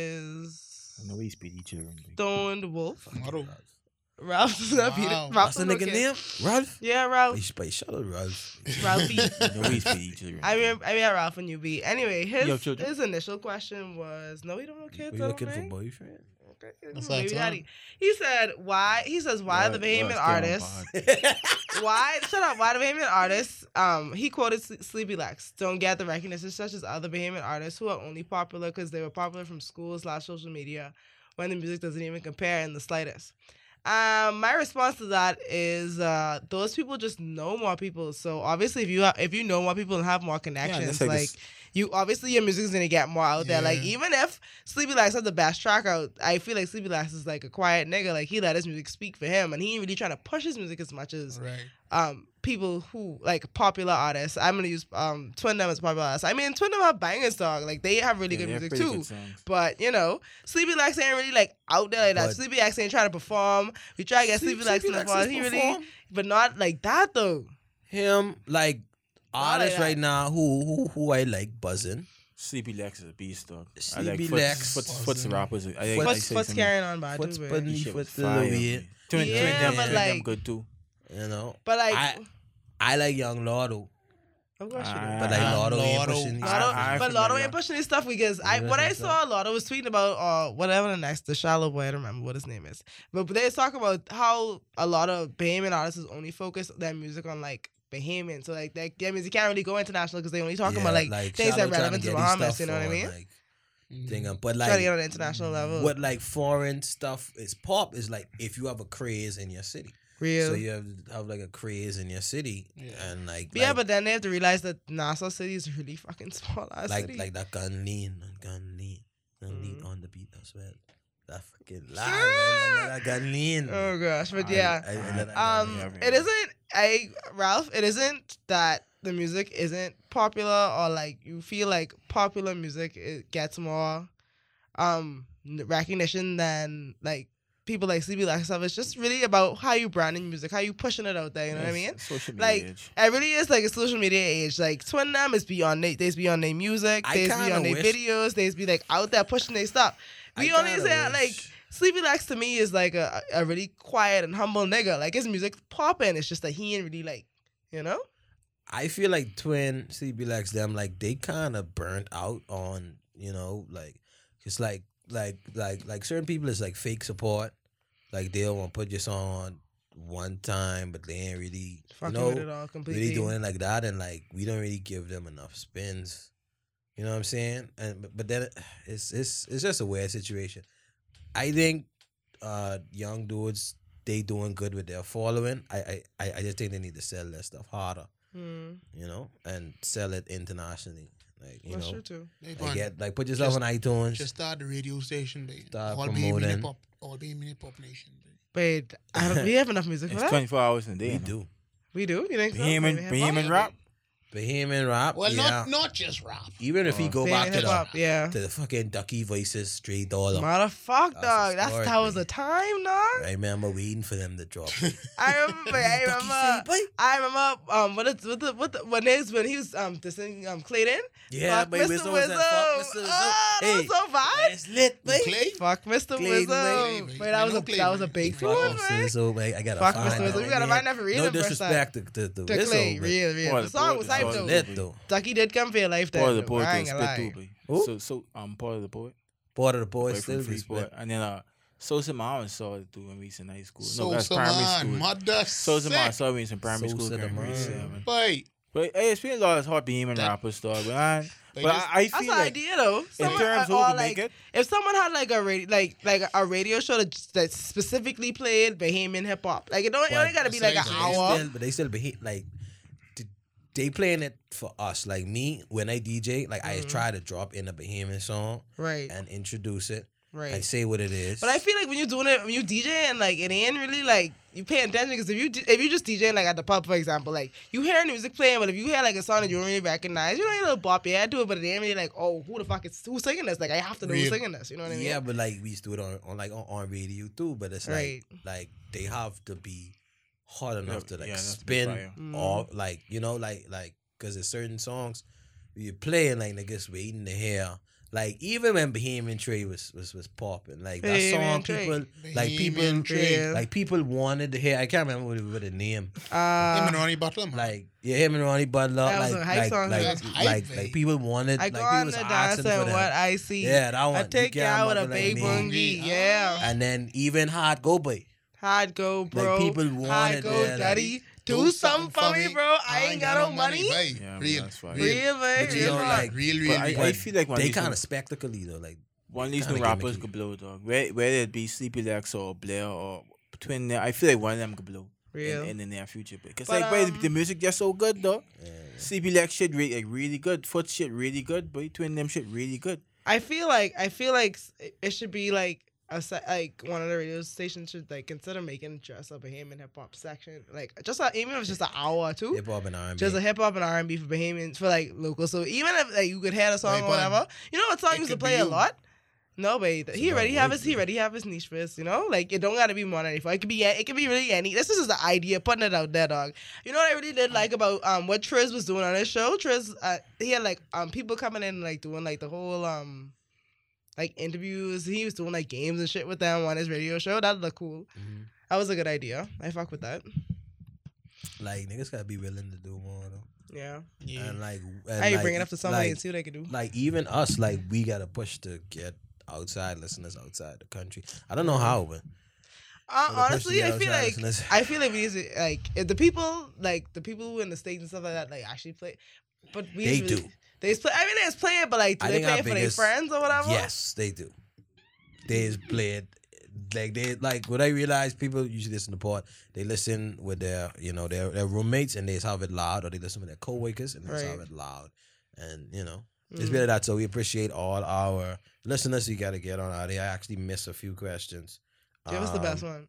Speaker 3: is
Speaker 2: I know he's beat each other.
Speaker 3: Stoned Wolf. [laughs]
Speaker 4: Motto.
Speaker 3: Ralph does not beat
Speaker 4: Wow.
Speaker 3: it. Ralph's
Speaker 1: that's a nigga name, Ralph.
Speaker 3: Yeah,
Speaker 4: Oh.
Speaker 3: Ralph.
Speaker 1: But, but shut up, Ralph.
Speaker 4: [laughs]
Speaker 3: Ralphie.
Speaker 2: I know he's beat each other.
Speaker 3: I mean, I mean, Ralph and you be. Anyway, his
Speaker 2: Yo, children.
Speaker 3: his initial question was, "No, we don't want kids."
Speaker 1: Were
Speaker 3: I
Speaker 1: you
Speaker 3: don't
Speaker 1: looking for
Speaker 3: think.
Speaker 1: boyfriend?
Speaker 3: Okay,
Speaker 4: That's
Speaker 3: maybe
Speaker 4: our time.
Speaker 3: daddy. He said, "Why?" He says, "Why the Bahamian [laughs] artists? Why? Shut up! Why the Bahamian artists?" Um, he quoted Sle- Sleepy Lex, "Don't get the recognition such as other Bahamian artists who are only popular because they were popular from school slash social media, when the music doesn't even compare in the slightest." Um, my response to that is uh, those people just know more people. So obviously, if you ha- if you know more people and have more connections,
Speaker 2: like
Speaker 3: like,
Speaker 2: this-
Speaker 3: you obviously your music is gonna get more out there. Like
Speaker 4: Yeah.
Speaker 3: even if Sleepy Lax had the best track out, I feel like Sleepy Lax is like a quiet nigga. Like he let his music speak for him, and he ain't really trying to push his music as much as
Speaker 4: Right.
Speaker 3: um people who like popular artists. I'm gonna use um Twin Them as popular artists. I mean Twin Them have bangers dog. Like they have really
Speaker 2: Yeah, they
Speaker 3: good
Speaker 2: have
Speaker 3: music
Speaker 2: pretty
Speaker 3: too.
Speaker 2: good songs.
Speaker 3: But you know, Sleepy Lax ain't really like out there like that.
Speaker 1: But-
Speaker 3: Sleepy Lax ain't trying to perform. We try to get Sleepy, Lax in the ball. He really, but not like that though.
Speaker 1: him like
Speaker 3: Why
Speaker 1: artists
Speaker 3: like
Speaker 1: right
Speaker 3: that?
Speaker 1: now who who who I like buzzing.
Speaker 2: Sleepy Lex is a beast, dog. I like
Speaker 1: Sleepy Lex.
Speaker 2: Foots. Foots, Foots rappers. I like,
Speaker 3: What's
Speaker 2: I
Speaker 3: what's carrying on by
Speaker 1: What's
Speaker 3: too, babe?
Speaker 1: putting
Speaker 2: You
Speaker 1: me
Speaker 2: should
Speaker 1: foot to
Speaker 2: fire
Speaker 1: the
Speaker 2: me.
Speaker 1: weird?
Speaker 2: Twin,
Speaker 3: Yeah,
Speaker 2: twin, them,
Speaker 1: but
Speaker 2: twin them
Speaker 3: like-
Speaker 2: good too.
Speaker 1: You know,
Speaker 3: But like, oh,
Speaker 1: I I like Young Lotto,
Speaker 3: of course you do.
Speaker 2: I-
Speaker 1: but like
Speaker 4: Ah,
Speaker 1: Lotto ain't
Speaker 4: Lotto.
Speaker 1: pushing these.
Speaker 2: I-
Speaker 3: Lotto,
Speaker 2: I-
Speaker 3: but
Speaker 2: familiar.
Speaker 3: Lotto ain't pushing this stuff because I
Speaker 1: Yeah,
Speaker 3: what I
Speaker 1: that's
Speaker 3: saw Lotto was tweeting about or whatever the next the shallow boy I don't remember what his name is but they was talking about how a lot of Bahamian artists is only focus their music on like Bahamian so like that that means you can't really go international because they only talking about like, things
Speaker 1: Shallow
Speaker 3: that
Speaker 1: trying
Speaker 3: relevant to
Speaker 1: get
Speaker 3: the
Speaker 1: his
Speaker 3: Bahamas
Speaker 1: stuff
Speaker 3: you know what I
Speaker 1: on,
Speaker 3: mean
Speaker 1: Like,
Speaker 4: Mm-hmm.
Speaker 1: thing up. But
Speaker 3: trying to get
Speaker 1: like mm,
Speaker 3: on an international level
Speaker 1: what like foreign stuff is pop is like if you have a craze in your city,
Speaker 3: real
Speaker 1: so you have have like a craze in your city
Speaker 4: Yeah.
Speaker 1: and like
Speaker 3: yeah
Speaker 1: like,
Speaker 3: but then they have to realize that Nassau city is a really fucking [laughs] small ass
Speaker 1: like
Speaker 3: city
Speaker 1: like that gun lean and gun lean gun lean
Speaker 3: Mhm.
Speaker 1: on the beat as well. That fucking lie, man, and that gun lean.
Speaker 3: oh gosh but
Speaker 2: I-
Speaker 3: yeah
Speaker 1: mm, I- I- that gun
Speaker 3: Um,
Speaker 1: lean.
Speaker 2: Yeah,
Speaker 3: it
Speaker 2: yeah.
Speaker 3: isn't. I Ralph. It isn't that the music isn't popular or like you feel like popular music it gets more um n- recognition than like people like CB Lack stuff. It's just really about how you branding music, how you pushing it out there. You know what I
Speaker 2: Yes,
Speaker 3: mean?
Speaker 2: Social media
Speaker 3: Like,
Speaker 2: age.
Speaker 3: It really is like a social media age. Like Twin Them is beyond they, they's beyond their music,
Speaker 1: I
Speaker 3: they's
Speaker 1: kinda
Speaker 3: beyond their
Speaker 1: wish-
Speaker 3: videos, they's be like out there pushing their stuff. We
Speaker 1: I
Speaker 3: only
Speaker 1: kinda
Speaker 3: say that, like
Speaker 1: wish-
Speaker 3: Sleepy Lax to me is like a, a really quiet and humble nigga. Like his music's popping. It's just that he ain't really like, you know?
Speaker 1: I feel like Twin, CB Lex, them like they kind of burnt out on you know like it's like like like like certain people is like fake support, like they'll want to put your song on one time, but they ain't really you
Speaker 3: Fucking with it
Speaker 1: know
Speaker 3: all completely.
Speaker 1: really doing it like that, and like we don't really give them enough spins. You know what I'm saying? And but- but then it's it's it's just a weird situation. I think uh young dudes they doing good with their following. I I I I just think they need to sell their stuff harder
Speaker 3: Mm.
Speaker 1: you know, and sell it internationally. Like you
Speaker 3: That's
Speaker 1: know,
Speaker 3: true too.
Speaker 4: They
Speaker 1: like,
Speaker 4: gone.
Speaker 1: get, like put yourself on iTunes.
Speaker 4: Just start the radio station. They
Speaker 1: Start
Speaker 4: all be
Speaker 1: promoting.
Speaker 4: mini pop. All be mini pop nation.
Speaker 3: Wait,
Speaker 1: [laughs]
Speaker 3: I don't, we have enough music for
Speaker 2: It's
Speaker 3: that.
Speaker 2: 24 hours a day.
Speaker 1: we
Speaker 2: no?
Speaker 1: do
Speaker 3: We do. You think so?
Speaker 2: Bohemian,
Speaker 3: Maybe hip-hop?
Speaker 2: Bohemian rap.
Speaker 1: Bohemian rap.
Speaker 4: Well,
Speaker 1: yeah.
Speaker 4: not not just rap.
Speaker 1: Even if you
Speaker 2: Uh,
Speaker 1: go
Speaker 3: Bohemian
Speaker 1: back to the,
Speaker 3: hip-hop, yeah.
Speaker 1: to the fucking Ducky Voices, Straight Dollar.
Speaker 3: Motherfuck,
Speaker 1: That's
Speaker 3: dog. That's
Speaker 1: historic,
Speaker 3: that was
Speaker 1: man.
Speaker 3: a time, dog.
Speaker 1: I remember waiting for them to drop. [laughs]
Speaker 3: I remember. I
Speaker 1: Ducky City
Speaker 3: remember.
Speaker 1: Boy?
Speaker 3: I remember. Um, what is what the what the when is when he was um dissing um Clayton.
Speaker 1: Yeah,
Speaker 3: fuck
Speaker 1: baby,
Speaker 3: Mr.
Speaker 1: so was
Speaker 3: Wizzo.
Speaker 1: that fuck Mr. Wizzo.
Speaker 3: Oh, that
Speaker 1: Hey,
Speaker 3: was so bad.
Speaker 1: It's lit,
Speaker 4: You
Speaker 1: baby.
Speaker 4: Clay.
Speaker 3: Fuck Mr.
Speaker 1: Clayton,
Speaker 3: Wizzo.
Speaker 4: baby.
Speaker 3: Wait, that
Speaker 4: I
Speaker 3: was
Speaker 4: know
Speaker 3: a that was a
Speaker 4: Clayton.
Speaker 3: big
Speaker 1: Fuck
Speaker 3: tune,
Speaker 1: off,
Speaker 3: man.
Speaker 1: sis. So, like, I gotta
Speaker 3: Fuck
Speaker 1: find
Speaker 3: Mr. Wizzo.
Speaker 1: that.
Speaker 3: You gotta
Speaker 1: man.
Speaker 3: find that for real
Speaker 1: No
Speaker 3: first
Speaker 1: disrespect to, to, to
Speaker 3: To
Speaker 1: Wizzo,
Speaker 3: Clay,
Speaker 1: but
Speaker 3: real, real.
Speaker 2: Boy,
Speaker 3: The
Speaker 2: the
Speaker 3: song
Speaker 2: poet
Speaker 3: was
Speaker 2: is
Speaker 3: hype
Speaker 2: on
Speaker 3: though.
Speaker 2: it.
Speaker 1: lit though.
Speaker 3: Ducky did come for your life
Speaker 2: Part of
Speaker 3: though.
Speaker 2: the boy
Speaker 3: I
Speaker 2: can
Speaker 3: ain't gonna
Speaker 2: spit
Speaker 3: lie.
Speaker 2: too,
Speaker 1: Who?
Speaker 2: So so um part of the boy,
Speaker 1: Part of the boys
Speaker 2: boy
Speaker 1: still
Speaker 2: from
Speaker 1: be
Speaker 2: Free Sport,
Speaker 1: split.
Speaker 2: and then uh Sosa Mahan saw it through when we was in high school.
Speaker 4: So
Speaker 2: No, that's primary school.
Speaker 4: man, mother
Speaker 2: Sosa Mahan
Speaker 4: sick.
Speaker 2: saw me in primary school,
Speaker 1: Sosa the
Speaker 2: grade
Speaker 1: Man.
Speaker 2: seven.
Speaker 4: Boy,
Speaker 2: But hey, it's been a lot of hard Bohemian
Speaker 4: That-
Speaker 2: rappers, dog. But I,
Speaker 4: They
Speaker 2: but
Speaker 4: just-
Speaker 2: I, I
Speaker 3: That's
Speaker 2: feel
Speaker 3: an
Speaker 2: like
Speaker 3: idea though.
Speaker 2: in
Speaker 3: Someone-
Speaker 2: terms of
Speaker 3: or,
Speaker 2: who can
Speaker 3: like,
Speaker 2: make it,
Speaker 3: If someone had like a radio, like like a radio show that, that specifically played Bahamian hip hop, like it don't it
Speaker 1: Well,
Speaker 3: only gotta be
Speaker 4: that's
Speaker 3: like an
Speaker 4: what I'm saying.
Speaker 3: hour.
Speaker 1: Still, but they still be like, th- they playing it for us. Like me, when I DJ, like I
Speaker 3: Mhm.
Speaker 1: try to drop in a Bohemian song
Speaker 3: Right,
Speaker 1: and introduce it
Speaker 3: right.
Speaker 1: and say what it is.
Speaker 3: But I feel like when you're doing it, when you DJing, like it ain't really like you paying attention because if you d- if you just DJing like at the pub, for example, like you hearing the music playing, but if you hear like a song that you don't really recognize, you don't need a little bop your head to it, but it ain't really like, oh, who the fuck is who's singing this? Like I have to know who's
Speaker 4: Real.
Speaker 3: singing this. You know what I mean?
Speaker 1: yeah, but like we used to do it on, on like on, on radio too. But it's
Speaker 3: Right.
Speaker 1: like like they have to be hard enough to like
Speaker 2: yeah, that's
Speaker 1: spin
Speaker 2: fire.
Speaker 3: Mm.
Speaker 1: or like you know like like because there's certain songs you play and like niggas waiting to hear. Like even when Bohemian Trey was was was popping, like that
Speaker 3: Bohemian
Speaker 1: song
Speaker 3: Trey.
Speaker 1: people like people
Speaker 4: Bohemian Trey.
Speaker 3: Yeah.
Speaker 1: like people wanted to hear. I can't remember what, what the
Speaker 3: [laughs]
Speaker 1: name.
Speaker 4: him and
Speaker 3: Uh,
Speaker 4: Ronnie Butler, man.
Speaker 1: Like yeah, him and Ronnie Butler.
Speaker 3: That was
Speaker 1: like,
Speaker 3: a hype
Speaker 1: like,
Speaker 3: song.
Speaker 1: Like,
Speaker 4: That's hype,
Speaker 1: like,
Speaker 4: babe.
Speaker 1: like people wanted.
Speaker 3: I
Speaker 1: like
Speaker 3: go
Speaker 1: people
Speaker 3: on
Speaker 1: was
Speaker 3: the dance
Speaker 1: asking
Speaker 3: and
Speaker 1: for
Speaker 3: what
Speaker 1: that.
Speaker 3: I see.
Speaker 1: Yeah, that one.
Speaker 3: I
Speaker 1: You
Speaker 3: take you
Speaker 1: can't
Speaker 3: out with a
Speaker 1: remember
Speaker 3: big
Speaker 1: that name.
Speaker 3: bungie.
Speaker 4: Bungie.
Speaker 3: Yeah.
Speaker 1: And then even hard go boy.
Speaker 3: Hard go, bro.
Speaker 1: people want
Speaker 3: Hard
Speaker 1: it,
Speaker 3: go,
Speaker 1: yeah, like,
Speaker 3: daddy. Do, something for me, bro. I ain't got no money.
Speaker 4: Babe.
Speaker 2: Yeah, man,
Speaker 4: real,
Speaker 2: that's fine.
Speaker 4: real,
Speaker 3: Real, man.
Speaker 1: you
Speaker 3: Real,
Speaker 1: know,
Speaker 3: man.
Speaker 1: like-
Speaker 4: real,
Speaker 2: But
Speaker 4: real.
Speaker 2: I,
Speaker 4: real.
Speaker 2: I feel like one
Speaker 1: they
Speaker 2: of these
Speaker 1: kind
Speaker 2: new-
Speaker 1: of spectacly though. Like
Speaker 2: one of these
Speaker 1: kinda
Speaker 2: new rappers
Speaker 1: gimmicky.
Speaker 2: could blow, dog. Whe- Whether it be Sleepy Lex or Blair or Twin, I feel like one of them could blow
Speaker 3: Real.
Speaker 2: in, in the near future. Because
Speaker 3: But,
Speaker 2: like, boy,
Speaker 3: um,
Speaker 2: the music just so good, though.
Speaker 1: yeah, yeah.
Speaker 2: CB Lex shit re- like really good. Foot shit really good. Boy, twin them shit really good.
Speaker 3: I feel like I feel like s- it- it should be like a se- like one of the radio stations should like consider making just a Bahamian hip hop section, like just a, even if it's just an hour or two.
Speaker 1: hip hop and R and B.
Speaker 3: Just a hip hop and R and B for Bahamians for like local. So even if like you could hear the song
Speaker 4: Hey,
Speaker 3: or
Speaker 4: bud,
Speaker 3: whatever, you know what song
Speaker 4: it
Speaker 3: you used to
Speaker 4: could be
Speaker 3: play a
Speaker 4: you.
Speaker 3: lot. No, babe.
Speaker 1: It's
Speaker 3: He
Speaker 1: about
Speaker 3: already have
Speaker 1: what
Speaker 3: his. He
Speaker 1: you-
Speaker 3: already have his niche for us. You know, like it don't gotta be more than anything. It could be. It could be really any. This is just the idea putting it out there, dog. You know what I really did like about um what Triz was doing on his show. Triz, uh, he had like um people coming in like doing like the whole um like interviews. He was doing like games and shit with them on his radio show. That looked cool.
Speaker 1: Mhm.
Speaker 3: That was a good idea. I fuck with that.
Speaker 1: Like niggas gotta be willing to do more though.
Speaker 3: Yeah.
Speaker 4: Yeah.
Speaker 1: And like, and
Speaker 3: How you
Speaker 1: like,
Speaker 3: bring it up to somebody
Speaker 1: like,
Speaker 3: and see what they can do.
Speaker 1: like even us, like we gotta push to get outside listeners outside the country. I don't know how, but
Speaker 3: Uh,
Speaker 1: gotta push to
Speaker 3: honestly,
Speaker 1: get
Speaker 3: I feel
Speaker 1: outside
Speaker 3: like
Speaker 1: listeners.
Speaker 3: I feel like we need to like if the people like the people who in the states and stuff like that like actually play, but we
Speaker 1: They
Speaker 3: just really-
Speaker 1: do.
Speaker 3: They just play. I mean, they just play it, but like do
Speaker 1: I
Speaker 3: they
Speaker 1: think
Speaker 3: play
Speaker 1: our
Speaker 3: it for their
Speaker 1: biggest-
Speaker 3: friends or whatever?
Speaker 1: yes, they do. They is played like they like what I realized people usually listen to part. They listen with their you know their, their roommates and they just have it loud, or they listen with their coworkers and they just have
Speaker 3: Right.
Speaker 1: it loud, and you know. It's
Speaker 3: Mm.
Speaker 1: better that so we appreciate all our listeners. You got to get on out here. I actually missed a few questions.
Speaker 3: Give us the best
Speaker 1: Um,
Speaker 3: one.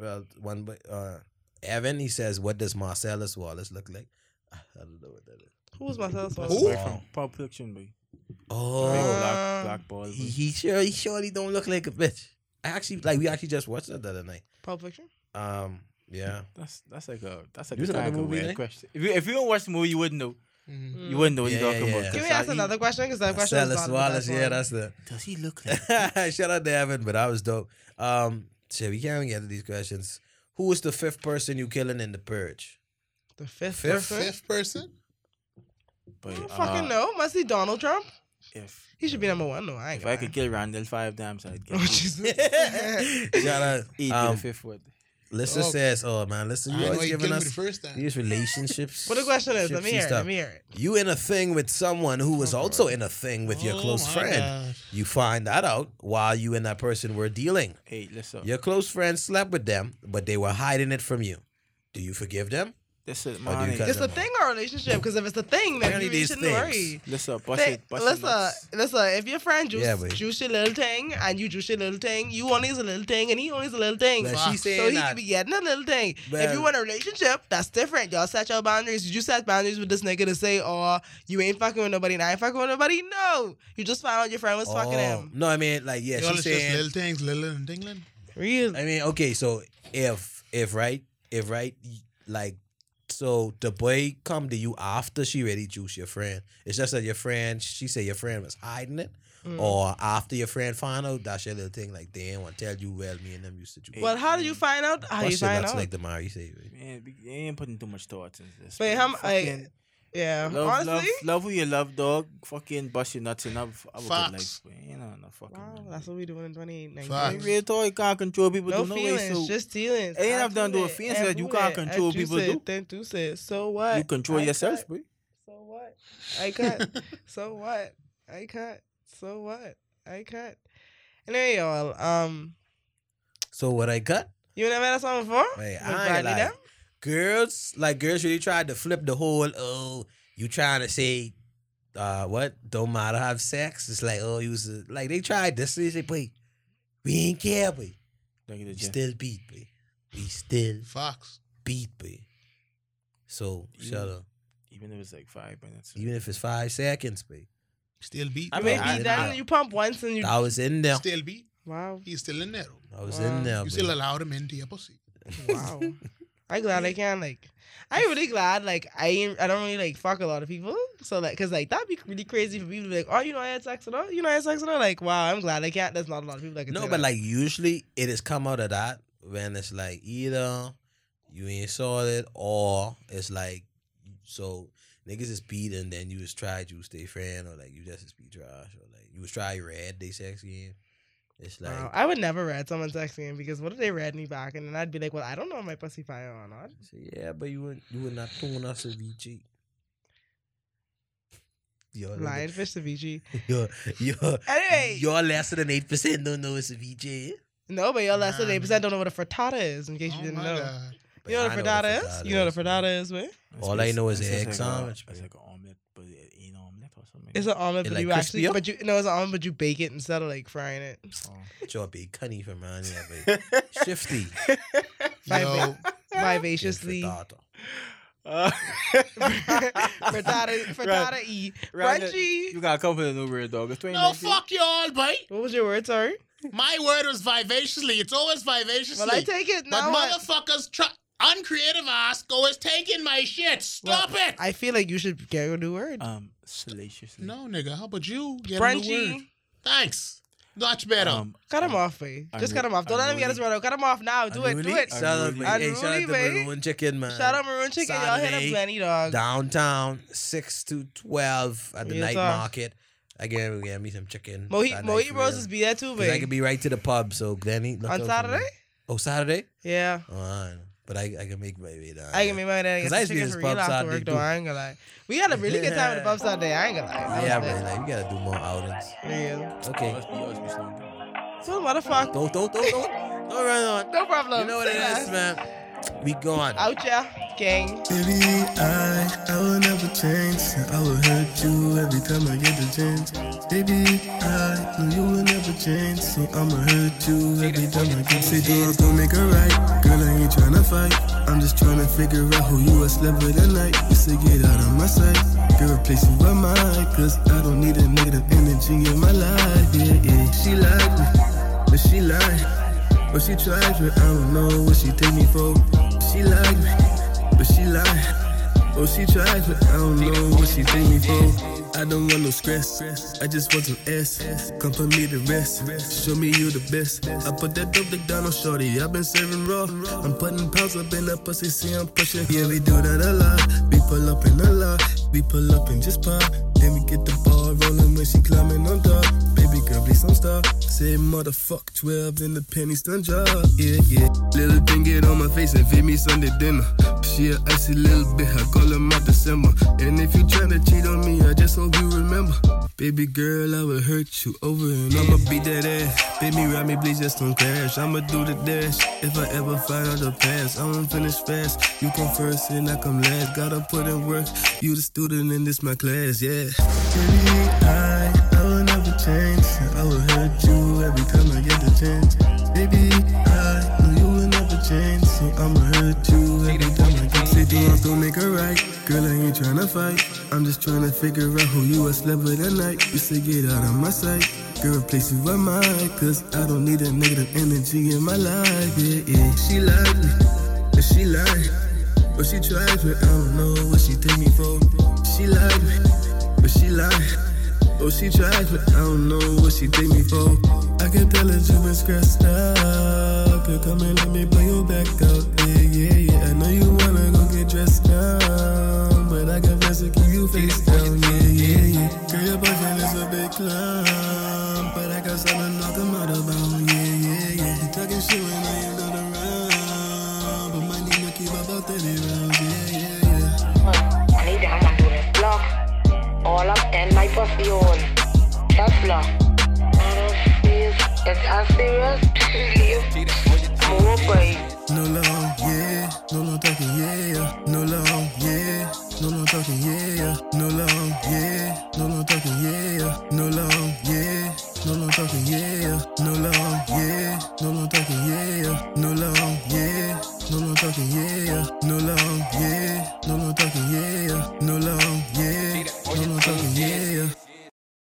Speaker 1: Well, one but uh, Evan he says, "What does Marcellus Wallace look like?" [laughs] I don't know what that is.
Speaker 3: Who was myself?
Speaker 2: That's
Speaker 4: Who?
Speaker 2: boy from Pulp Fiction, boy. Big
Speaker 1: Oh,
Speaker 2: black,
Speaker 3: Um,
Speaker 2: black ball.
Speaker 1: he, he sure he surely don't look like a bitch. I actually like we actually just watched that the other night.
Speaker 3: Pulp Fiction.
Speaker 1: Um, yeah,
Speaker 2: That's that's like a that's like
Speaker 1: You
Speaker 2: a
Speaker 1: saw the
Speaker 2: kind of
Speaker 1: movie,
Speaker 2: weird
Speaker 1: eh?
Speaker 2: question. If you if you don't watch the movie, you wouldn't know.
Speaker 1: Mm-hmm.
Speaker 4: Mhm.
Speaker 2: You wouldn't know what
Speaker 1: Yeah,
Speaker 2: you're talking
Speaker 1: yeah,
Speaker 2: about.
Speaker 1: yeah.
Speaker 3: Mm. Can we
Speaker 2: 'cause
Speaker 3: ask
Speaker 2: I-
Speaker 3: another question? Because that question was
Speaker 1: Marcellus
Speaker 3: not the best
Speaker 1: Wallace. Yeah,
Speaker 3: one.
Speaker 1: that's the
Speaker 2: Does he look like?
Speaker 1: [laughs] shout out to Evan, but I was dope. Um, shit, we can't even get to these questions. Who is the fifth person you killing in the
Speaker 3: [laughs]
Speaker 1: purge? [laughs]
Speaker 3: the fifth.
Speaker 1: Fifth-
Speaker 3: person?
Speaker 4: Fifth person.
Speaker 3: I
Speaker 2: But,
Speaker 3: don't
Speaker 2: uh,
Speaker 3: fucking know. Must be Donald Trump.
Speaker 2: If
Speaker 3: He should be number one. No, I ain't.
Speaker 2: if I
Speaker 3: gonna
Speaker 2: could kill Randall five times, I'd
Speaker 3: lie. [laughs]
Speaker 2: get
Speaker 3: Oh
Speaker 2: him.
Speaker 3: Jesus.
Speaker 1: [laughs] Shout
Speaker 2: Eat
Speaker 1: out.
Speaker 2: the
Speaker 1: Um,
Speaker 2: fifth one.
Speaker 1: Listen
Speaker 4: Oh.
Speaker 1: says, "Oh man, listen,
Speaker 4: I
Speaker 1: you
Speaker 4: know
Speaker 1: always
Speaker 4: he killed me
Speaker 1: giving
Speaker 4: the
Speaker 1: us
Speaker 4: first time.
Speaker 1: these relationships."
Speaker 3: What the question is? Let
Speaker 1: ships and
Speaker 3: me hear it.
Speaker 1: stuff.
Speaker 3: Let me hear it.
Speaker 1: You in a thing with someone who was also in a thing with your
Speaker 4: Oh
Speaker 1: close
Speaker 4: my
Speaker 1: friend.
Speaker 4: God.
Speaker 1: You find that out while you and that person were dealing.
Speaker 2: Hey, listen.
Speaker 1: Your close friend slept with them, but they were hiding it from you. Do you forgive them?
Speaker 2: This is
Speaker 1: Oh,
Speaker 2: my
Speaker 1: dude,
Speaker 3: It's
Speaker 1: cut
Speaker 3: a thing or a relationship because if it's a thing, then
Speaker 1: Apparently
Speaker 3: you really
Speaker 1: these
Speaker 3: shouldn't
Speaker 1: things.
Speaker 3: worry.
Speaker 2: Listen, bust
Speaker 3: Listen,
Speaker 2: it, bust it
Speaker 3: listen,
Speaker 2: nuts.
Speaker 3: listen. If your friend juice,
Speaker 1: Yeah, but-
Speaker 3: juice your little thing and you juice your little thing, you only is a little thing and he only is a little thing.
Speaker 1: But she
Speaker 3: so
Speaker 1: saying
Speaker 3: he
Speaker 1: that.
Speaker 3: could be getting a little thing. if
Speaker 1: Well-
Speaker 3: you want a relationship, that's different. Y'all set your boundaries. Did you set boundaries with this nigga to say, "Oh, you ain't fucking with nobody, and I ain't fucking with nobody"? No, you just found out your friend was fucking
Speaker 1: Oh,
Speaker 3: him.
Speaker 1: no, I mean, like, yeah,
Speaker 4: You know,
Speaker 1: she's
Speaker 4: it's just
Speaker 1: saying.
Speaker 4: little things, little and dingling.
Speaker 3: Real.
Speaker 1: I mean, okay, so if if right, if right, y- like, so the boy come to you after she already juice your friend. It's just that your friend, she said your friend was hiding it,
Speaker 3: Hmm. Mm.
Speaker 2: oh.
Speaker 1: or after your friend found out, that's your little thing. Like they ain't want to tell you. Well, me and them used to juice.
Speaker 3: Well, how do you find out? How do you
Speaker 1: Plus,
Speaker 3: find
Speaker 1: that's
Speaker 3: out?
Speaker 1: like the Mari say. right?
Speaker 2: Man, we- they ain't putting too much thought into this.
Speaker 3: Wait,
Speaker 2: man.
Speaker 3: how m- I-
Speaker 2: Fucking
Speaker 3: yeah,
Speaker 2: love,
Speaker 3: honestly.
Speaker 2: love, love who you love, dog. Fucking bust your nuts and have, have a good life.
Speaker 4: Facts.
Speaker 2: man. You know, no fucking.
Speaker 3: Wow,
Speaker 2: man.
Speaker 3: that's what we doing in 2019.
Speaker 4: Facts.
Speaker 2: Real talk, you can't control people.
Speaker 3: no
Speaker 2: do no
Speaker 3: feelings,
Speaker 2: way, so
Speaker 3: just feelings.
Speaker 2: Ain't have done
Speaker 3: do
Speaker 2: to
Speaker 3: it,
Speaker 2: offense
Speaker 3: I
Speaker 2: that you
Speaker 3: do
Speaker 2: can't
Speaker 3: it,
Speaker 2: control
Speaker 3: I
Speaker 2: people
Speaker 3: juice it,
Speaker 2: do.
Speaker 3: Then do it. So what?
Speaker 2: you control
Speaker 3: I
Speaker 2: yourself,
Speaker 3: cut.
Speaker 2: bro.
Speaker 3: So what? I can't.
Speaker 2: [laughs]
Speaker 3: so what? I can't. So what? I can't. Anyway, y'all. Um,
Speaker 1: So what I got?
Speaker 3: you never heard that song before?
Speaker 1: Wait,
Speaker 3: With
Speaker 1: I ain't
Speaker 3: Bradley
Speaker 1: like,
Speaker 3: them?
Speaker 1: girls like girls really tried to flip the whole oh you trying to say uh what don't matter have sex it's like oh you was a, like they tried this they say boy we ain't care boy
Speaker 2: Thank you,
Speaker 1: we
Speaker 2: Jay.
Speaker 1: still beat boy we still
Speaker 4: Fox.
Speaker 1: beat boy so shut
Speaker 2: Yeah.
Speaker 1: up
Speaker 2: Even if it's like five minutes.
Speaker 1: even if it's five seconds boy
Speaker 4: Still beat.
Speaker 1: I
Speaker 3: I
Speaker 1: mean,
Speaker 3: mean,
Speaker 1: I
Speaker 3: he
Speaker 1: did
Speaker 3: done.
Speaker 1: not.
Speaker 3: You pump once and you.
Speaker 1: I was in there
Speaker 4: Still beat.
Speaker 3: Wow.
Speaker 4: He's still in there.
Speaker 1: I was
Speaker 3: Wow.
Speaker 1: in there
Speaker 4: You
Speaker 1: boy.
Speaker 4: still allowed him into your pussy.
Speaker 2: [laughs]
Speaker 3: Wow. I glad I can like. I really glad like I ain't, I don't really like fuck a lot of people so like cause like that'd be really crazy for people to be like oh you know I had sex with her you know I had sex with her like wow I'm glad I can't there's not a lot of people that can
Speaker 1: No,
Speaker 3: say
Speaker 1: but
Speaker 3: that.
Speaker 1: like usually it has come out of that when it's like either you ain't saw it or it's like so niggas is beat and then you was tried you stay friend or like you just is be trash or like you was try red they sex game. It's like
Speaker 3: Wow, I would never read someone's sex game because what if they read me back and then I'd be like, well, I don't know if my pussy fire or not.
Speaker 1: so yeah, but you would you would not tune us a VG. You're
Speaker 3: Lionfish ceviche.
Speaker 1: [laughs] you're you're
Speaker 3: Anyway,
Speaker 1: you're less than eight percent don't know it's a VJ.
Speaker 3: no, but y'all less than
Speaker 4: Nah,
Speaker 3: eight percent don't know what a frittata is. In case you didn't know,
Speaker 4: Oh God.
Speaker 3: you know what a frittata is. You know what a
Speaker 1: frittata
Speaker 3: frittata is, man.
Speaker 2: That's
Speaker 1: All I know is
Speaker 2: that's
Speaker 1: egg
Speaker 2: like a-
Speaker 1: sandwich,
Speaker 2: That's
Speaker 1: bro.
Speaker 2: like an omelet, but it ain't omelet or something.
Speaker 3: It's an almond,
Speaker 1: It
Speaker 3: but
Speaker 1: like
Speaker 3: you actually,
Speaker 1: crispy up?
Speaker 3: but you no, it's an almond, but you bake it instead of like frying it.
Speaker 2: Oh.
Speaker 1: Your big cunny from around here, baby.
Speaker 3: [laughs]
Speaker 1: Shifty.
Speaker 4: Yo,
Speaker 3: Vivaciously,
Speaker 1: Frittata.
Speaker 3: [laughs]
Speaker 2: Uh, [laughs]
Speaker 3: frittata, frittata, e
Speaker 2: Ryan,
Speaker 3: crunchy.
Speaker 2: You gotta come with a new word, dog. It's
Speaker 4: no
Speaker 2: 2019.
Speaker 4: fuck y'all, boy.
Speaker 3: What was your word? Sorry.
Speaker 4: My word was vivaciously. It's always vivaciously.
Speaker 3: Well, I take it
Speaker 4: but
Speaker 3: now. I-
Speaker 4: motherfuckers, try, uncreative ass go is taking my shit. Stop
Speaker 3: Well,
Speaker 4: it.
Speaker 3: I feel like you should get a new word.
Speaker 2: Um, salaciously.
Speaker 4: no, nigga. How about you get a new word?
Speaker 3: Crunchy.
Speaker 4: Thanks. Much better.
Speaker 2: Um,
Speaker 3: Cut him off, boy.
Speaker 2: I
Speaker 3: Just
Speaker 2: know-
Speaker 3: cut him off. Don't
Speaker 2: I
Speaker 3: let him
Speaker 2: know
Speaker 3: get his
Speaker 2: you-
Speaker 3: word out. Cut him off now. Do it. Do
Speaker 1: Unruly?
Speaker 3: it.
Speaker 1: Shout out,
Speaker 2: Unruly.
Speaker 1: man. Hey, shout out to
Speaker 3: Unruly, babe.
Speaker 1: Maroon Chicken, man.
Speaker 3: Shout out Maroon Chicken. Y'all hit up
Speaker 1: Saturday,
Speaker 3: Granny Dog.
Speaker 1: Downtown, 6 to 12 at the
Speaker 3: Real
Speaker 1: night
Speaker 3: talk.
Speaker 1: market. I get, we get me some chicken.
Speaker 3: Mohi
Speaker 1: that night
Speaker 3: Mohi
Speaker 1: for
Speaker 3: Roses
Speaker 1: real.
Speaker 3: be there too,
Speaker 1: 'Cause I could
Speaker 3: babe.
Speaker 1: be right to the pub, so Glenny. look out
Speaker 3: On
Speaker 1: for me.
Speaker 3: Saturday?
Speaker 1: Oh, Saturday?
Speaker 3: Yeah.
Speaker 1: Oh, I don't know. But I, I can make my way down. there.
Speaker 3: I can be my dad.
Speaker 1: 'Cause I
Speaker 3: I
Speaker 1: used to be
Speaker 3: chicken
Speaker 1: this
Speaker 3: for real
Speaker 1: pub
Speaker 3: after
Speaker 1: Saturday
Speaker 3: work though.
Speaker 1: dude.
Speaker 3: I ain't gonna lie. We had a really good time at the pub Saturday. I ain't gonna lie. That
Speaker 1: Yeah,
Speaker 3: was
Speaker 1: man. Like, we gotta do more outings.
Speaker 3: lit. Real.
Speaker 1: Okay.
Speaker 2: Must be yours, Miss London.
Speaker 3: So motherfucker.
Speaker 1: Don't, don't, don't, don't. Don't run
Speaker 3: [laughs]
Speaker 1: on.
Speaker 3: No problem.
Speaker 1: You know what it is, man. We gone.
Speaker 3: Out ya, gang.
Speaker 6: Baby, I, I will never change. I will hurt you every time I get the chance. Baby, I know you will never change. So I'ma hurt you every time I get Say, girl, don't make it right. Girl, I ain't tryna fight. I'm just tryna figure out who you are slept with at night. You say, get out of my sight. Girl, replace you by mine. Cause I don't need a negative energy in my life. Yeah, yeah. She like me, but she lied. But she tried, but I don't know what she take me for. She like me. But she lied. Oh, she tried, but I don't know what she think me for. I don't want no stress. I just want some S. Come for me to rest. Show me you the best. I put that dope dick down on shorty. I've been serving raw. I'm putting pounds up in that pussy. See, I'm pushing. Yeah, we do that a lot. We pull up in a lot. We pull up and just pop. Then we get the ball rolling when she climbing on top. Baby girl, please don't stop. Say motherfuck 12, then the pennies done drop. Yeah, yeah. Little thing get on my face and feed me Sunday dinner. She a icy little bit, I call her my December. And if you tryna cheat on me, I just hope you remember. Baby girl, I will hurt you over and I'ma beat that ass. Baby, ride me, please, just don't crash. I'ma do the dash. If I ever find out the past, I won't finish fast. You come first and I come last. Gotta put in work. You the student and this my class, yeah. Baby, I, I will never change. I will hurt you every time I get the chance. Baby, I know you will never change. So I'ma hurt you every time I get Say two wrongs don't make a right. Girl, I ain't tryna fight. I'm just tryna figure out who you are slept with at night. You say get out of my sight. Girl, replace you with mine. Cause I don't need that negative energy in my life. Yeah, yeah. She like me. And she like But she tries me. I don't know what she take me for. She like me. But she like Oh, she tries me. I don't know what she did me for. I can tell that you been stressed out. Girl, come and let me blow your back out. Yeah, yeah, yeah. I know you wanna go get dressed down, but I confess to keep you face down. Yeah, yeah, yeah. Girl, your boyfriend is a big clown, but I got something to knock him out about. Yeah, yeah, yeah. He talking shit when I ain't not around, but my need to keep about 30 rounds. Yeah, yeah, yeah.
Speaker 7: Anytime I'm doing this block, all up in my pussy hole. Tesla. It's as serious as mobile.
Speaker 6: No love, yeah. No no talking, yeah. No love, yeah. No no talking, yeah. No love, yeah. No no talking, yeah. No love, yeah. No no talking, yeah. No love, yeah. No no talking, yeah. No love,